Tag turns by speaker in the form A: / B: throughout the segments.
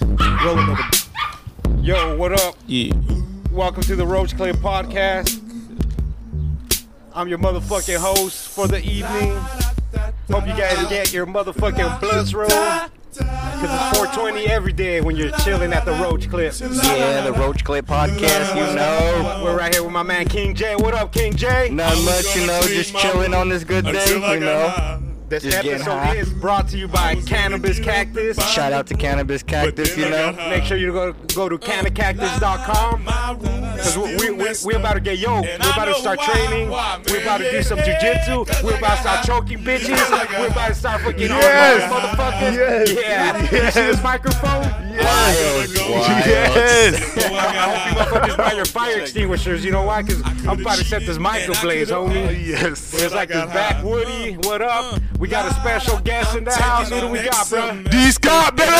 A: Rolling over.
B: Yo, what up?
C: Yeah.
B: Welcome to the Roach Clear Podcast. I'm your motherfucking host for the evening. Hope you guys get your motherfucking blunts rolled. Cause it's 420 every day when you're chilling at the Roach Clip.
A: Yeah, the Roach Clip podcast, you know.
B: We're right here with my man King J. What up, King J?
A: Not much, you know, just chilling on this good day, you know.
B: This
A: just getting
B: episode
A: high.
B: is brought to you by Cannabis Cactus.
A: Shout out to Cannabis Cactus, you know.
B: Make sure you go go to cannacactus.com. Cause we, we, we, we about to get yo, we're about to start training, we're about to do some jujitsu, we're about to start choking bitches, we're about to start fucking
D: Yes.
B: all those motherfuckers.
D: Yes.
B: Yeah, you see this microphone?
A: Wild, wild.
D: Yes.
B: I hope you motherfuckers buy your fire extinguishers. You know why? Cause I'm about to set this mic ablaze, homie.
D: yes.
B: It's like this back Woody. What up? We got a special guest in the house. Who do we got, bro?
D: D Scott, baby.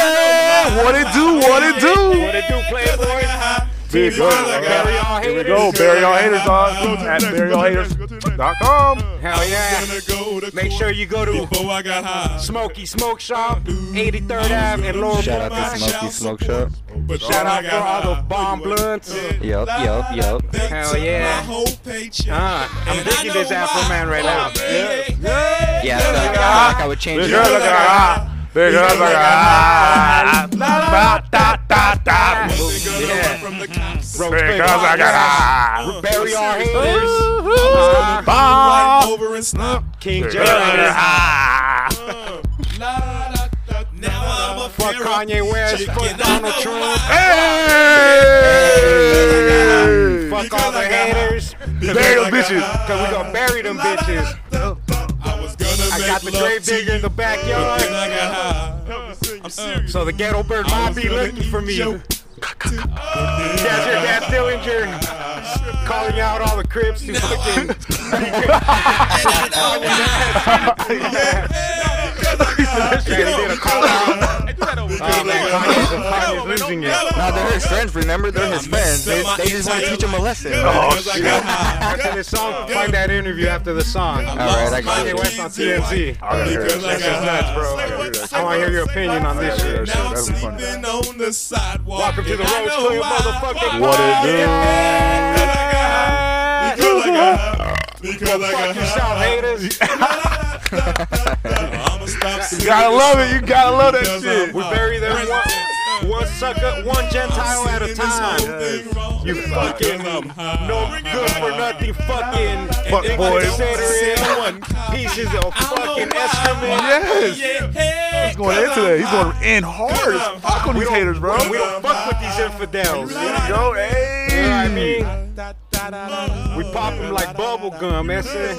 D: What it do? What it
B: What
D: do?
B: it do, Playboy?
D: Big bro.
B: Bury all
D: Here we
B: haters.
D: go. Bury all haters on at buryallhaters.com.
B: Hell yeah. Make sure you go to
E: Before I got high,
B: Smokey Smoke Shop, 83rd Ave in Laurel.
A: Shout out to Smokey Smoke Shop.
E: but
B: Shout out for all the bomb blunts.
A: Yup, yup, yup.
B: Hell yeah. Uh, I'm digging this Afro man right now.
A: Yeah, I felt like, I, felt like I would change
D: Big
A: it
D: girl,
A: up.
D: look at her. Big girl, look at her. Da, da, da, da.
B: Roach
D: Big
B: Clip
D: girl, look at her.
B: Bury our haters. Uh,
D: Bob.
E: Over and slump.
B: King
D: Big girl, look at
B: J.
D: her.
E: Now I'm a
B: Fuck Kanye West. Fuck Donald Trump.
D: Hey.
B: Fuck all the haters.
D: Bury those bitches.
B: Cause we gonna bury them bitches.
E: I was gonna
B: I got the grave digger in the backyard.
E: uh,
B: So the ghetto bird might be looking for me. That's your dad Dillinger calling out all the Crips who fucking. Daddy did a call out. Oh man, Kanye's, Kanye's losing it.
A: Nah, they're his friends, remember? They're his friends. They, they just want to teach him a lesson.
D: Oh,
E: uh,
B: After this song, find that interview after the song.
A: Alright, I got
B: Kanye
A: it.
B: West on TMZ.
D: I gotta hear that.
E: That's
D: That's
E: just nuts,
D: bro.
B: I want to hear your opinion on this shit.
E: Now I'm sleeping on the sidewalk.
B: Welcome to the Roach Clear motherfucking
D: What it do?
B: podcast.
E: Because I got high. Because I
B: Fuck
E: got
B: yourself,
E: high.
B: haters.
E: I'ma stop
D: You gotta love it. You gotta love that
E: Because
D: shit.
E: I'm
B: We bury them one, one sucker, one Gentile at a time.
E: You
B: fucking No good for nothing fucking
D: Fuck boys.
B: inconsiderate pieces of fucking excrement.
D: Yes. He's going in today. He's going in hard as fuck on these haters, bro.
B: We don't fuck with these infidels. You know what
D: Go,
B: I
D: hey.
B: mean? We pop them like bubble gum, that's it.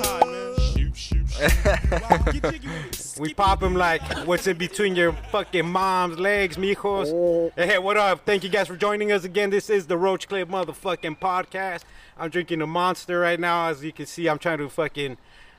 B: We pop them like what's in between your fucking mom's legs, mijos. Hey, what up? Thank you guys for joining us again. This is the Roach Clip motherfucking podcast. I'm drinking a monster right now. As you can see, I'm trying to fucking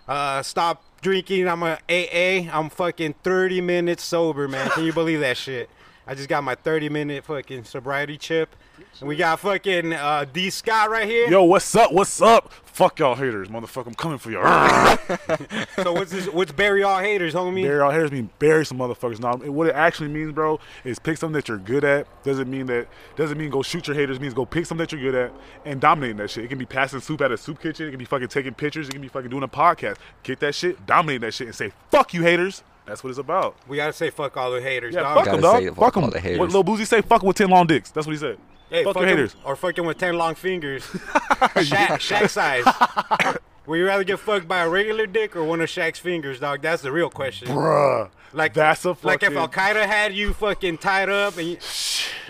B: uh, stop drinking. I'm a AA. I'm fucking 30 minutes sober, man. Can you believe that shit? I just got my 30 minute fucking sobriety chip. And we got fucking uh, D Scott right here.
D: Yo, what's up? What's up? Fuck y'all haters, motherfucker. I'm coming for you. Arrgh.
B: So what's this? What's bury all haters, homie?
D: bury all haters mean bury some motherfuckers. Now, what it actually means, bro, is pick something that you're good at. Doesn't mean that. Doesn't mean go shoot your haters. Means go pick something that you're good at and dominating that shit. It can be passing soup at a soup kitchen. It can be fucking taking pictures. It can be fucking doing a podcast. Kick that shit, dominate that shit, and say fuck you haters. That's what it's about.
B: we gotta say fuck all the haters,
D: Yeah,
B: dog.
D: fuck
A: Gotta
D: them, dog.
A: say fuck
D: Fuck
A: all
D: them.
A: the haters.
D: What Lil Boozy say? Fuck with ten long dicks. That's what he said.
B: Hey,
D: fuck your
B: fucking-
D: haters.
B: Or fucking with 10 long fingers. Shaq, Shaq size. Would you rather get fucked by a regular dick or one of Shaq's fingers, dog? That's the real question.
D: Bruh.
B: like
D: that's a
B: Like if
D: fucking-
B: Al Qaeda had you fucking tied up and you,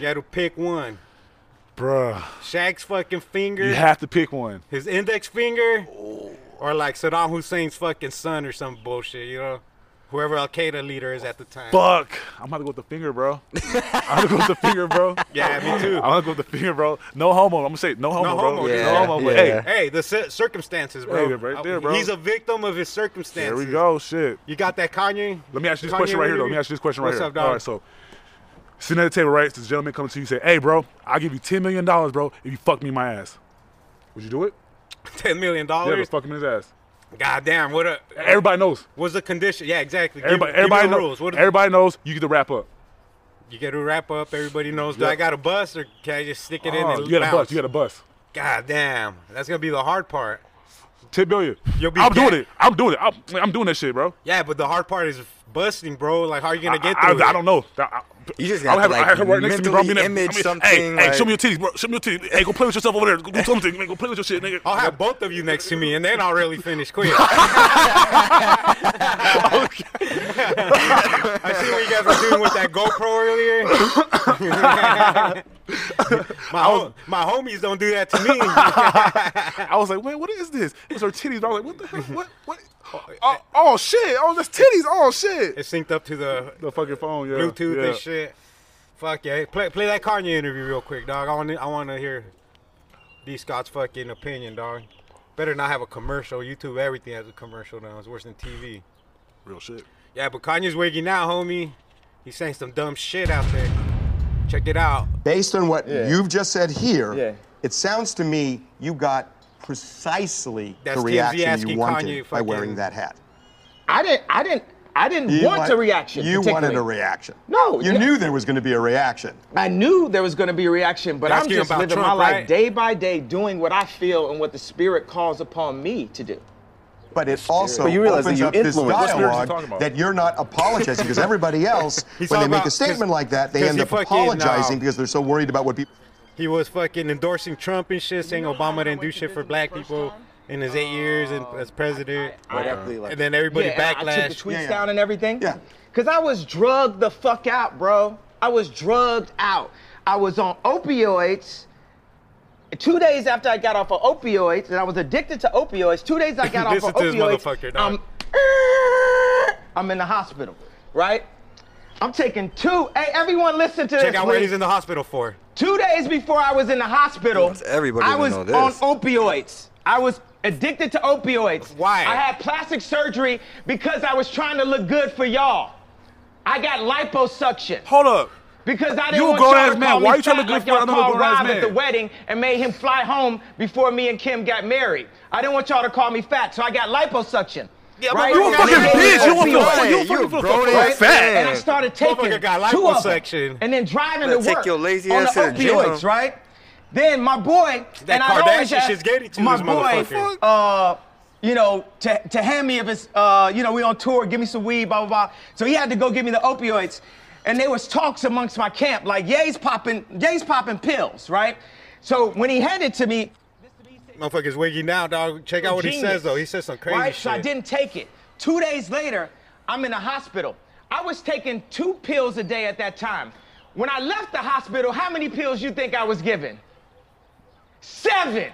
B: you had to pick one.
D: Bruh.
B: Shaq's fucking finger,
D: You have Oh. to pick one.
B: his index finger, or like Saddam Hussein's fucking son or some bullshit, you know? Whoever Al Qaeda leader is at the time.
D: Fuck. I'm gonna go with the finger, bro. I'm gonna go with the finger, bro.
B: Yeah, me
D: I'm
B: too.
D: gonna go with the finger, bro. No homo. I'm gonna say no homo, bro.
B: homo,
A: yeah.
D: No homo. but
A: Yeah.
D: hey,
B: Hey, the cir- circumstances, bro. Uh,
D: Hey, right there, bro.
B: He's a victim of his circumstances.
D: there we go. Shit.
B: You got that, Kanye?
D: Let me ask you this
B: Kanye
D: question right here, though. Let
B: interview?
D: me ask you this question right
B: What's
D: here.
B: up, dog?
D: All right, so sitting at the table, right? This gentleman comes to you, say, "Hey, bro, I'll give you ten million dollars, bro, if you fuck me in my ass." Would you do it?
B: ten million
D: Yeah, but
B: dollars.
D: fuck him in his ass.
B: God damn, what a
D: Everybody knows.
B: what's the condition? Yeah, exactly. Give-
D: Everybody,
B: give me
D: everybody
B: the
D: knows.
B: rules. What
D: everybody knows. You get to wrap up.
B: You get a wrap up. Everybody knows. Do
E: Yeah.
B: I got a bus or can I just stick it in
E: Oh,
B: and
E: you got a
B: bounce?
E: bus. You got a bus.
B: God damn, that's gonna be the hard part.
E: Ten billion.
B: You'll be
E: I'm
B: dead.
E: doing it. I'm doing it. I'm, I'm doing that shit, bro.
B: Yeah, but the hard part is busting, bro. Like, how are you
E: I,
B: gonna get
E: I,
B: through?
E: I
B: it?
E: don't know. I, I,
A: You just
E: I
A: gotta,
E: have,
A: like,
E: I have her right next to me, bro. I'm in
A: mentally
E: there- I'm in-
A: image
E: Hey,
A: something,
E: hey, show
A: like-
E: me your titties, bro. Show me your titties. Hey, go play with yourself over there. Go do something. Go play with your shit, nigga.
B: I'll have both of you next to me, and then I'll really finish quick. I see what you guys were doing with that GoPro earlier. my, hom- my homies don't do that to me.
E: I was like, man, what is this? It's her titties. Bro. I was like, what the hell? What? What? Oh, oh shit! Oh, that's titties. Oh shit!
B: it's synced up to the
E: The fucking phone, yeah.
B: Bluetooth
E: yeah.
B: and shit. Fuck yeah! Play play that Kanye interview real quick, dog. I want to I want to hear D Scott's fucking opinion, dog. Better not have a commercial. YouTube everything has a commercial now. It's worse than TV.
E: Real shit.
B: Yeah, but Kanye's wiggy now, homie. He's saying some dumb shit out there. Check it out.
F: Based on what
G: Yeah.
F: you've just said here,
G: Yeah.
F: it sounds to me you got precisely
B: That's
F: the
B: TMZ
F: reaction
B: asking
F: you
B: Kanye
F: wanted by
B: fucking-
F: wearing that hat.
G: I didn't. I didn't. I didn't
F: You
G: want
F: want-
G: a reaction.
F: You wanted a
G: particularly.
F: reaction.
G: No,
F: You
G: yeah.
F: knew there was going to be a reaction.
G: I knew there was going to be a reaction, but
B: You're
G: I'm
B: asking
G: just
B: about
G: living
B: Trump,
G: my life
B: right?
G: day by day, doing what I feel and what the Spirit calls upon me to do.
F: But it also
G: But you realize
F: opens
G: that you
F: up this
G: influenced- What
E: spirit is he talking
F: dialogue
E: about?
F: that you're not apologizing because everybody else,
B: He's
F: when they
B: talking
F: make
B: about-
F: a
B: 'cause-
F: statement like that, they
B: 'cause
F: end
B: he
F: up
B: fucking,
F: apologizing
B: uh,
F: because they're so worried about what people.
B: He was fucking endorsing Trump and shit, saying Obama didn't do shit for black people in his eight years and
G: Oh.
B: as president. and then everybody
G: Yeah, and I- I took
B: backlash.
G: the tweets
F: yeah.
G: down and everything.
F: Yeah.
G: Cause I was drugged the fuck out, bro. I was drugged out. I was on opioids. Two days after I got off of opioids, and I was addicted to opioids. Two days I got off
B: Listen
G: of
B: to this
G: opioids.
B: motherfucker,
G: I'm,
B: dog.
G: I'm in the hospital, right? I'm taking two. Hey, everyone, listen to
B: Check
G: this.
B: out what
G: please.
B: he's in the hospital for.
G: Two days before I was in the hospital,
A: Everybody
G: I
A: would
G: was
A: know this.
G: on opioids. I was addicted to opioids.
B: Why?
G: I had plastic surgery because I was trying to look good for y'all. I got liposuction
E: Hold up.
G: because I didn't
E: You a
G: want
E: grown
G: y'all
E: ass
G: to
E: man.
G: call me
E: Why you tryna
G: fat
E: look good
G: like
E: for
G: y'all
E: another
G: called
E: grown ass
G: Rob at
E: man?
G: the wedding and made him fly home before me and Kim got married. I didn't want y'all to call me fat, so I got liposuction.
B: Yeah, but
G: right?
B: you a
G: I
B: fucking
G: got
B: bitch. You a
G: opioids.
A: fucking- you a fucking grown ass
G: Right?
A: fat.
G: And I started taking
B: Motherfucker got
G: two of them
B: liposuction.
G: and then driving to
A: Better take
G: work
A: your lazy
G: on
A: ass
G: the
A: to the gym.
G: opioids, right? Then my boy
B: That
G: and I always
B: Kardashian
G: ask
B: shit's getting to
G: my
B: this
G: boy,
B: motherfucker.
G: uh, you know, to, to hand me if it's, uh, you know, we on tour, give me some weed, blah blah blah. So he had to go give me the opioids, and there was talks amongst my camp like, Ye's popping, Ye's popping pills, right? So when he handed to me,
B: Motherfucker's wiggy now, dog. Check out what he
G: genius,
B: says though. He says some crazy
G: right?
B: shit.
G: So I didn't take it. Two days later, I'm in the hospital. I was taking two pills a day at that time. When I left the hospital, how many pills you think I was given? Seven.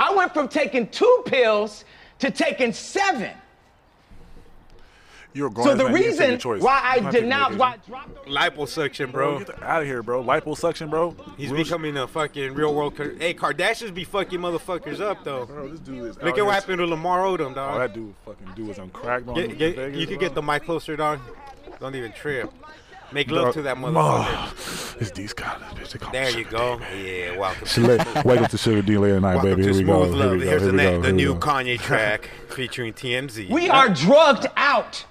G: I went from taking two pills to taking seven.
E: You're a grown
G: So
E: ass
G: the
E: man. You can take your
G: reason
E: choice.
G: why
E: You
G: I
E: don't have to
G: did
E: make
G: not,
E: it.
G: why I dropped the
B: Liposuction,
E: Bro,
B: bro.
E: get the out of here, bro. Liposuction, bro.
B: He's
E: Real shit.
B: becoming a fucking real world. Car- hey, Kardashians be fucking motherfuckers up though.
E: Bro, this dude is out
B: Look
E: here.
B: at what happened to Lamar Odom,
E: Oh,
B: dog.
E: that dude fucking dude was on crack. on
B: Get-
E: Vegas,
B: get- you could
E: bro.
B: get the mic closer, dog. Don't even trip. Make
E: Dog,
B: love to that motherfucker.
E: Ma, It's D Scott, bitch. They call me
B: There you
E: Sugar
B: go. Yeah, welcome.
E: D. Let- Wake up to Sugar D late at night,
B: Welcome
E: baby.
B: to
E: Here we go.
B: Smooth
E: Here
B: Love.
E: we go.
B: Here's
E: Here
B: the,
E: we
B: na-
E: go.
B: the
E: Here we
B: new
E: go.
B: Kanye track featuring TMZ.
G: We are drugged out.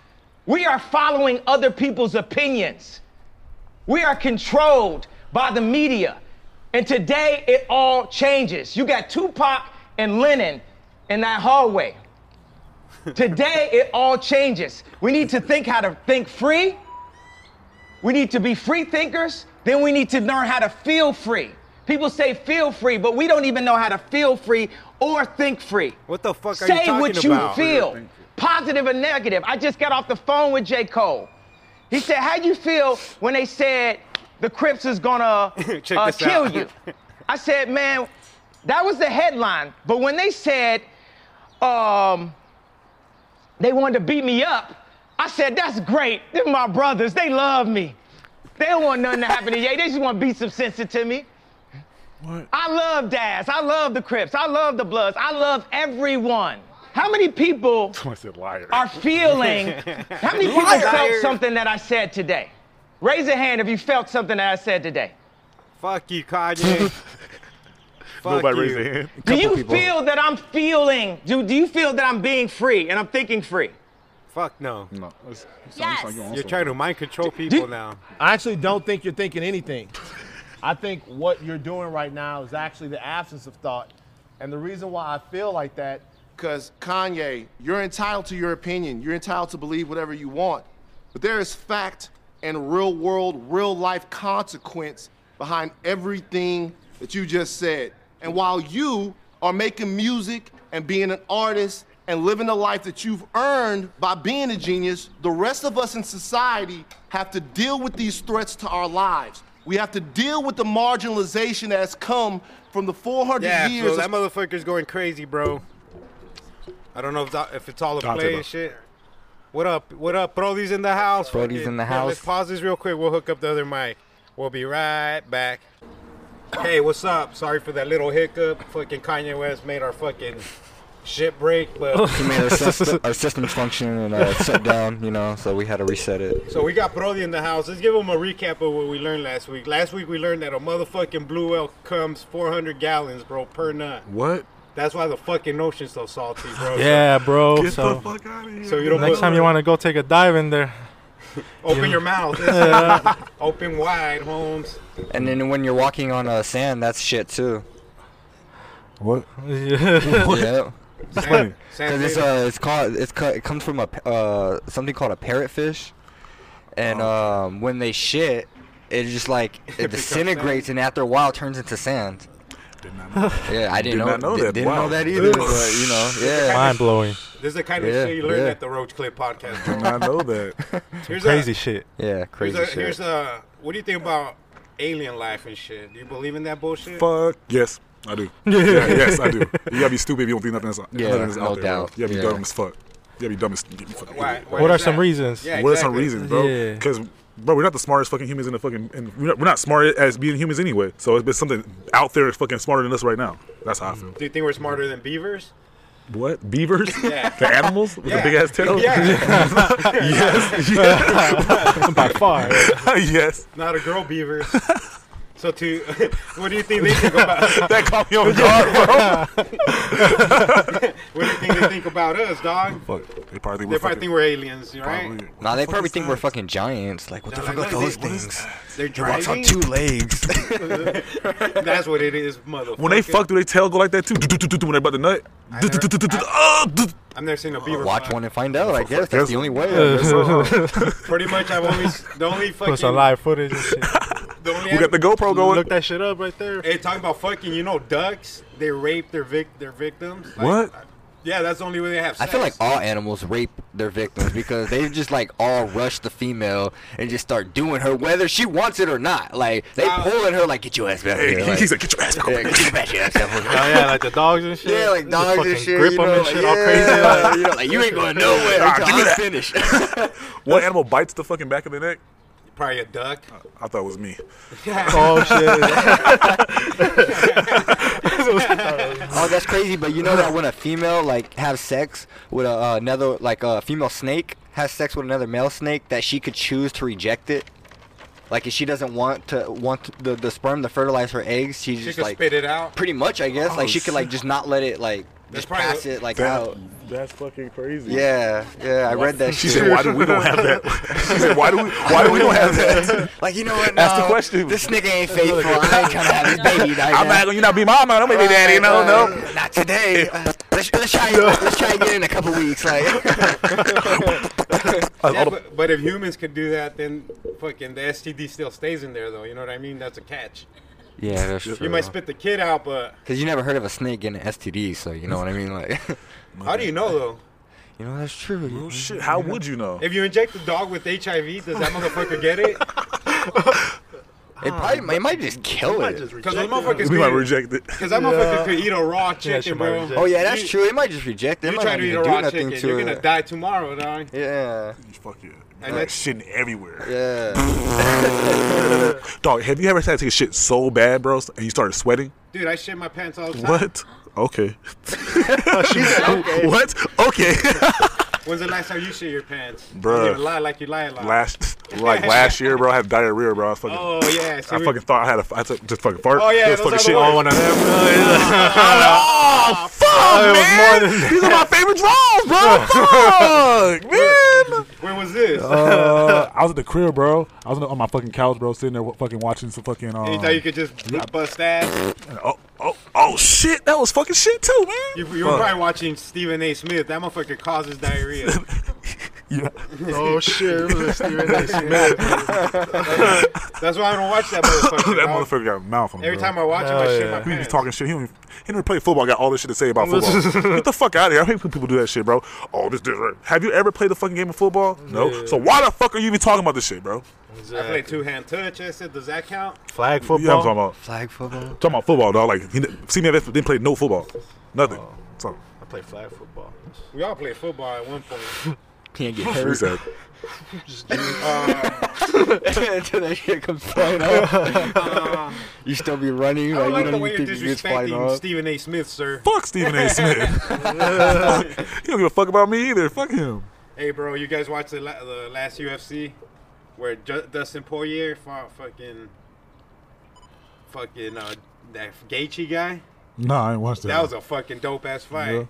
G: We are following other people's opinions. We are controlled by the media. And today it all changes. You got Tupac and Lennon in that hallway. Today it all changes. We need to think how to think free. We need to be free thinkers. Then we need to learn how to feel free. People say feel free, but we don't even know how to feel free or think free.
B: What the fuck are you
G: Say
B: talking
G: what
B: about?
G: you feel, positive or negative. I just got off the phone with J. Cole. He said, "How you feel when they said the Crips is gonna
B: Check
G: uh,
B: this
G: kill
B: out.
G: you?" I said, "Man, that was the headline. But when they said um, they wanted to beat me up, I said, that's great. They're my brothers. They love me. They don't want nothing to happen to Ye. They just want to beat some sense into me.
E: What?
G: I love Daz. I love the Crips. I love the Bloods. I love everyone. How many people
E: I said liar.
B: Ah,
G: are feeling? How many people felt something that I said today? Raise a hand if you felt something that I said today.
B: Fuck you, Kanye. Fuck
E: Nobody
B: you.
E: raised their hand.
G: Do you feel that I'm feeling? Do, do you feel that I'm being free and I'm thinking free?
B: Fuck no.
D: No. it's- it sounds
H: Yes.
D: like you're on
B: You're
D: something.
B: trying to mind control people now.
I: I actually don't think you're thinking anything. I think what you're doing right now is actually the absence of thought. And the reason why I feel like that,
J: Because Kanye, you're entitled to your opinion. You're entitled to believe whatever you want. But there is fact and real world, real life consequence behind everything that you just said. And while you are making music and being an artist and living the life that you've earned by being a genius, the rest of us in society have to deal with these threats to our lives. We have to deal with the marginalization that has come from the 400
B: Yeah,
J: years
B: Flo,
J: of
B: that motherfucker's going crazy, bro. I don't know if, that, if it's all a
D: Dante,
B: play
D: bro.
B: and shit. What up? What up? Brody's in the house.
A: Brody's in the
B: Yeah, let's
A: house.
B: pause this real quick. We'll hook up the other mic. We'll be right back. Hey, what's up? Sorry for that little hiccup. Fucking Kanye West made our fucking shit break, but
A: He made our, system, our systems function and uh, shut down, you know, so we had to reset it.
B: So we got Brody in the house. Let's give him a recap of what we learned last week. Last week we learned that a motherfucking blue elk comes 400 gallons, bro, per nut.
D: What?
B: That's why the fucking ocean's so salty, bro.
G: Yeah, bro.
D: Get the
G: so
D: fuck out of here.
B: So you don't
G: next
B: put-
G: time you want to go take a dive in there.
B: open your mouth, open wide, Holmes.
A: And then when you're walking on uh, sand, that's shit too.
D: What?
A: Yeah.
B: San-
D: funny.
B: San
A: 'Cause it's
B: Diego.
A: uh, it's called it's ca- it comes from a pa- uh something called a parrotfish,
D: Oh.
A: and um when they shit, it just like it disintegrates and after a while turns into sand.
D: Did not know.
A: Yeah, I didn't
D: Did
A: know.
D: not know
A: di-
D: that.
A: Didn't
D: Wow.
A: know that either. but you know, yeah.
G: Mind blowing.
B: this is the kind of
A: yeah,
B: shit you learn
A: yeah.
B: at the Roach Clip podcast. bro.
D: Did not know that.
B: Here's
G: Crazy
B: a,
G: shit.
A: Yeah,
B: Here's
A: crazy
B: a,
A: shit.
B: here's a. What do you think about alien life and shit? Do you believe in that bullshit?
D: Fuck. Yes, I do. Yeah, yes, I do. You gotta be stupid if you don't think nothing is,
A: Yeah,
D: nothing is
A: no
D: out there. bro.
A: doubt.
D: You gotta be
A: Yeah.
D: dumb as fuck. You gotta be dumb as. You gotta be fucking
B: Why-
D: idiot.
B: why
G: What
B: is
G: are some
B: that?
G: reasons?
B: Yeah,
D: What are some
B: exactly.
D: reasons, bro?
G: Yeah.
D: Because bro, we're not the smartest fucking humans in the fucking, and we're not, we're not smart as being humans anyway. So it's been something out there fucking smarter than us right now. That's how I feel.
B: Do you think we're smarter than beavers?
D: What beavers? The animals with
B: Yeah.
D: the big ass tail?
B: Yeah,
D: yes, yes,
G: By far.
D: yes.
B: not a girl beaver. So to, what do you think they think about?
D: That caught me on guard, bro.
B: What do you think they think about us, dog?
D: Fuck. They
B: They
D: probably think we're
B: probably
D: fucking.
B: think we're aliens, you right?
A: Nah, they probably think we're fucking
D: fucking.
A: giants. Like, what the
B: Nah,
A: fuck
B: like,
A: are
B: what
A: those
B: is- what is
A: things?
B: They're
A: It walks on
B: driving.
A: two legs.
B: That's what it is, motherfucker.
D: When they fuck, do they tail go like that too? Do-do-do-do-do When they about to nut?
B: never-
D: Do-do-do-do-do-do. Oh, do-
B: I've never seen a beaver.
A: Watch
B: fuck.
A: one and find out. I guess
D: There's-
A: that's the only way. I guess.
B: Pretty much, I've always the only fucking.
G: Put some live footage and shit.
B: The only
D: We got the GoPro going.
G: Look that shit up right there.
B: Hey, talking about fucking, you know, ducks. They rape their vic their victims. Like,
D: What?
B: Yeah, that's the only way they have.
A: I
B: Sex.
A: feel like all animals rape their victims because they just like all rush the female and just start doing her whether she wants it or not. Like they
B: Wow.
A: pull at her like get your ass back here.
D: Hey,
A: Like,
D: he's like, get your ass back
A: yeah,
D: over
A: get your ass- your ass back over here.
G: Oh yeah, like the dogs and shit.
A: Yeah, like
G: Just
A: dogs
G: fucking
A: and shit.
G: Grip
A: you
G: 'em
A: know,
G: and
A: like,
G: shit all crazy.
A: yeah,
G: like-
A: you know, like you ain't going nowhere
D: Nah,
A: until
D: give me
A: I'm
D: that.
A: finished.
D: One animal bites the fucking back of the neck.
B: probably a duck.
D: I thought it was me.
G: Oh shit.
A: oh, that's crazy. But you know that when a female like have sex with a, uh, another like a female snake has sex with another male snake, that she could choose to reject it. Like if she doesn't want to want the, the sperm to fertilize her eggs, she
B: She
A: just
B: could
A: like
B: spit it out.
A: pretty much i guess like
D: Oh,
A: she could like just not let it like
B: That's
A: just
B: probably
A: pass
B: what-
A: it like out
D: That's fucking crazy.
A: yeah yeah i read that
D: She
A: shit
D: said, why do we don't have that? She said, why do we, why do we don't have that?
A: like you know what
D: Ask the
A: no,
D: question.
A: this nigga ain't faithful i ain't trying to have his baby right
D: I'm
A: now.
D: not gonna, you not be my mom, I'm gonna be daddy. No, no.
A: not today Uh, let's, let's try let's try again in a couple weeks like
B: Yeah, but, but if humans could do that, then fucking the STD still stays in there, though. You know what I mean? That's a catch.
A: yeah that's true
B: You might spit the kid out, but
A: because you never heard of a snake getting an std so you know what i mean like
B: how do you know though?
A: you know that's true
D: Oh, shit, how would you know?
B: If you inject the dog with HIV, does that motherfucker get it?
A: it
B: Ah,
A: probably it might just kill it
B: Because those motherfuckers
D: We might
B: could,
D: reject it.
B: because that motherfucker could eat a raw
G: she
B: chicken,
G: might
B: bro.
G: reject
A: oh yeah that's
B: You-
A: true it might just reject it, it
B: You
A: might
B: try
A: not
B: to eat a
A: even do
B: raw
A: nothing
B: chicken,
A: to
B: you're gonna
A: it.
B: die tomorrow, dog.
A: yeah
D: Fuck yeah.
B: And
D: Like,
B: that's-
D: shitting everywhere.
A: yeah
D: Dog, have you ever had to take a shit so bad, bro, and you started sweating?
B: Dude, I shit my pants all the time.
A: Oh,
D: What? Okay. what? Okay.
B: When's the last time you shit your pants?
D: Bruh.
B: You lie like you lie a lot.
D: Last like last year, bro, I had diarrhea, bro. I was fucking.
B: Oh yeah. see,
D: I
B: we-
D: fucking thought I had a. I took, just fucking fart.
B: Oh, yeah,
D: Just
B: those
D: fucking
B: are the ones.
D: shit all went out.
E: Oh, fuck, man.
D: These are my favorite draws, bro. Fuck, man.
B: When was this?
D: Uh, I was at the crib, bro. I was on the- on my fucking couch, bro, sitting there wa- fucking watching some fucking. Um,
B: you thought you could just b- bust ass?
D: oh, oh, oh, shit! That was fucking shit too, man.
B: You, you were probably watching Stephen A. Smith. That motherfucker causes diarrhea.
D: Yeah.
E: Oh shit! It was Stephen A. Smith.
B: That's why I don't watch that motherfucker.
D: that
B: dog.
D: motherfucker got a mouth on.
B: Every
D: bro.
B: time I watch him, I
E: Hell
B: shit
E: yeah.
B: my
D: We be
B: pants.
D: talking shit. He don't even, he don't even play football. Got all this shit to say about football. Get the fuck out of here. I hate when people do that shit, bro. Oh, this different. Have you ever played a fucking game of football? No. So why the fuck are you even talking about this shit,
B: I
D: bro?
B: play two hand touch. I said, does that count?
E: Flag
D: You know what I'm talking
E: football.
D: about?
A: Flag football.
D: Talking about football, dog. Like, he, see me didn't play no football. Nothing. So,
E: I play flag football.
B: We all played football at one point.
A: Can't get
D: he
A: hurt
D: said,
A: until that shit comes flying off. you still be running
B: Uh, I
A: like,
B: don't like the
A: you don't
B: way
A: even
B: you're
A: think it's flying
B: disrespecting
A: off.
B: Stephen A. Smith, sir.
D: fuck Stephen A. Smith. he don't give a fuck about me either. Fuck him.
B: Hey, bro, you guys watched the, la- the last UFC where Ju- Dustin Poirier fought fucking fucking uh, that Gaethje guy?
D: Nah, I ain't watched that.
B: That was a fucking dope ass fight.